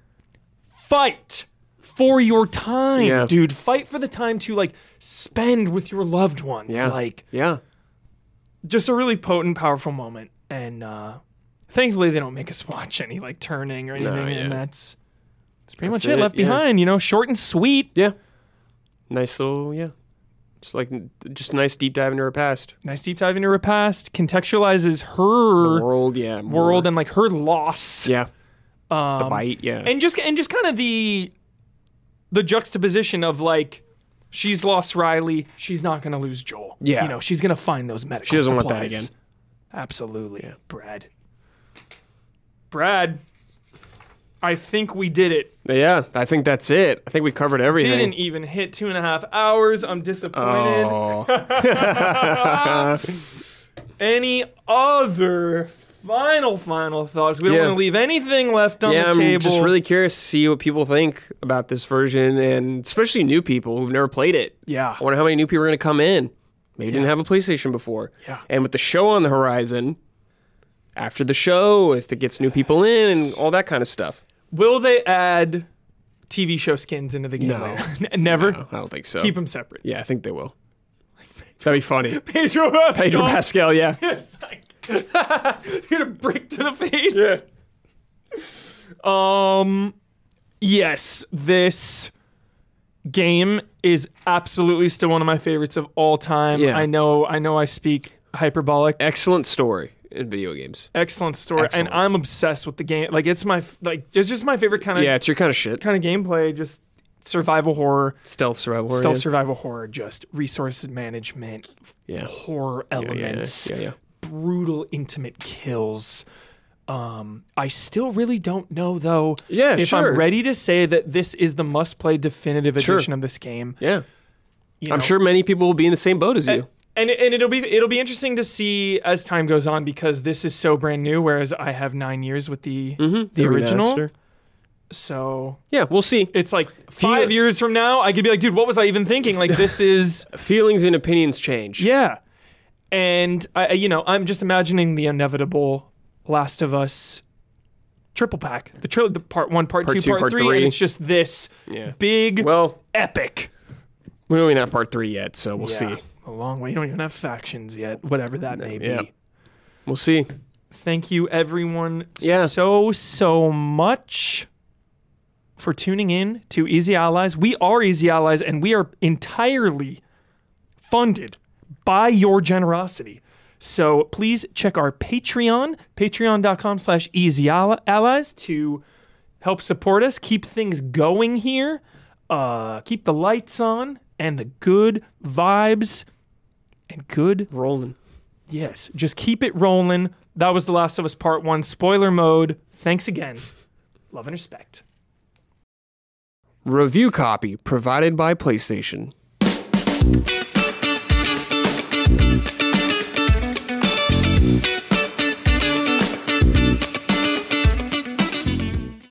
Speaker 2: Fight for your time,
Speaker 1: Yeah.
Speaker 2: dude. Fight for the time to like spend with your loved ones.
Speaker 1: Yeah.
Speaker 2: Like
Speaker 1: Yeah.
Speaker 2: just a really potent, powerful moment. And uh thankfully they don't make us watch any like turning or anything.
Speaker 1: yeah.
Speaker 2: And that's that's pretty
Speaker 1: That's
Speaker 2: much it.
Speaker 1: it,
Speaker 2: Left
Speaker 1: yeah.
Speaker 2: behind, you know, short and sweet.
Speaker 1: Yeah. Nice little yeah. Just like just nice deep dive into her past.
Speaker 2: nice deep dive into her past, contextualizes her
Speaker 1: World, yeah. more-
Speaker 2: world and like her loss,
Speaker 1: Yeah. Um, the bite, yeah.
Speaker 2: and just and just kind of the the juxtaposition of like she's lost Riley, she's not gonna lose Joel.
Speaker 1: Yeah.
Speaker 2: you know she's gonna find those medical.
Speaker 1: She doesn't want that
Speaker 2: supplies.
Speaker 1: again.
Speaker 2: Absolutely, Brad. Brad, I think we did it.
Speaker 1: yeah, I think that's it. I think we covered everything.
Speaker 2: Didn't even hit two and a half hours. I'm disappointed.
Speaker 1: Oh.
Speaker 2: any other final final thoughts we don't
Speaker 1: Yeah.
Speaker 2: want to leave anything left on
Speaker 1: Yeah,
Speaker 2: the
Speaker 1: I'm
Speaker 2: table
Speaker 1: just really curious to see what people think about this version and especially new people who've never played it.
Speaker 2: yeah
Speaker 1: I wonder how many new people are going to come in. Maybe didn't have a PlayStation before.
Speaker 2: Yeah.
Speaker 1: And with the show on the horizon, after the show, if it gets new people in and all that kind of stuff.
Speaker 2: will they add tv show skins into the game
Speaker 1: No.
Speaker 2: later? N- never
Speaker 1: I don't think so.
Speaker 2: keep them separate
Speaker 1: yeah, I think they will. That'd be funny.
Speaker 2: pedro Pascal.
Speaker 1: Pedro Pascal, yeah.
Speaker 2: It's like, Hit a brick to the face. Um, yes, this game is absolutely still one of my favorites of all time.
Speaker 1: Yeah.
Speaker 2: I know, I know, I speak hyperbolic.
Speaker 1: Excellent story in video games.
Speaker 2: Excellent story, and I'm obsessed with the game. Like it's my f- like it's just my favorite kind of
Speaker 1: Yeah, it's your kind of shit.
Speaker 2: kind of gameplay. Just survival horror,
Speaker 1: Stealth survival.
Speaker 2: stealth survival horror, just resource management, f-
Speaker 1: Yeah.
Speaker 2: horror
Speaker 1: yeah,
Speaker 2: elements,
Speaker 1: yeah, yeah.
Speaker 2: brutal intimate kills. Um, I still really don't know though
Speaker 1: Yeah,
Speaker 2: if
Speaker 1: sure.
Speaker 2: I'm ready to say that this is the must play definitive
Speaker 1: Sure.
Speaker 2: edition of this game.
Speaker 1: Yeah.
Speaker 2: you
Speaker 1: I'm
Speaker 2: know.
Speaker 1: sure many people will be in the same boat as you.
Speaker 2: And, and it'll be it'll be interesting to see as time goes on because this is so brand new, whereas I have nine years with the
Speaker 1: Mm-hmm.
Speaker 2: the original.
Speaker 1: remaster.
Speaker 2: So
Speaker 1: Yeah, we'll see.
Speaker 2: it's like five years from now, I could be like, dude, what was I even thinking? Like this is
Speaker 1: Feelings and opinions change.
Speaker 2: yeah. And I, I- you know, I'm just imagining the inevitable Last of Us triple pack, the tri- the part one, part, two, part three, and it's just this
Speaker 1: Yeah.
Speaker 2: big
Speaker 1: Well,
Speaker 2: epic.
Speaker 1: we're only not part three yet, so we'll
Speaker 2: Yeah,
Speaker 1: see.
Speaker 2: a long way. You don't even have factions yet, whatever that may be.
Speaker 1: yeah. We'll see.
Speaker 2: thank you everyone
Speaker 1: Yeah.
Speaker 2: so so much for tuning in to Easy Allies. We are Easy Allies and we are entirely funded by your generosity. So please check our Patreon, patreon.com slash easy Al- allies to help support us, keep things going here, uh, keep the lights on and the good vibes and good
Speaker 1: Rolling.
Speaker 2: Yes, just keep it rolling. That was The Last of Us Part 1 spoiler mode. Thanks again. Love and respect.
Speaker 1: Review copy provided by PlayStation.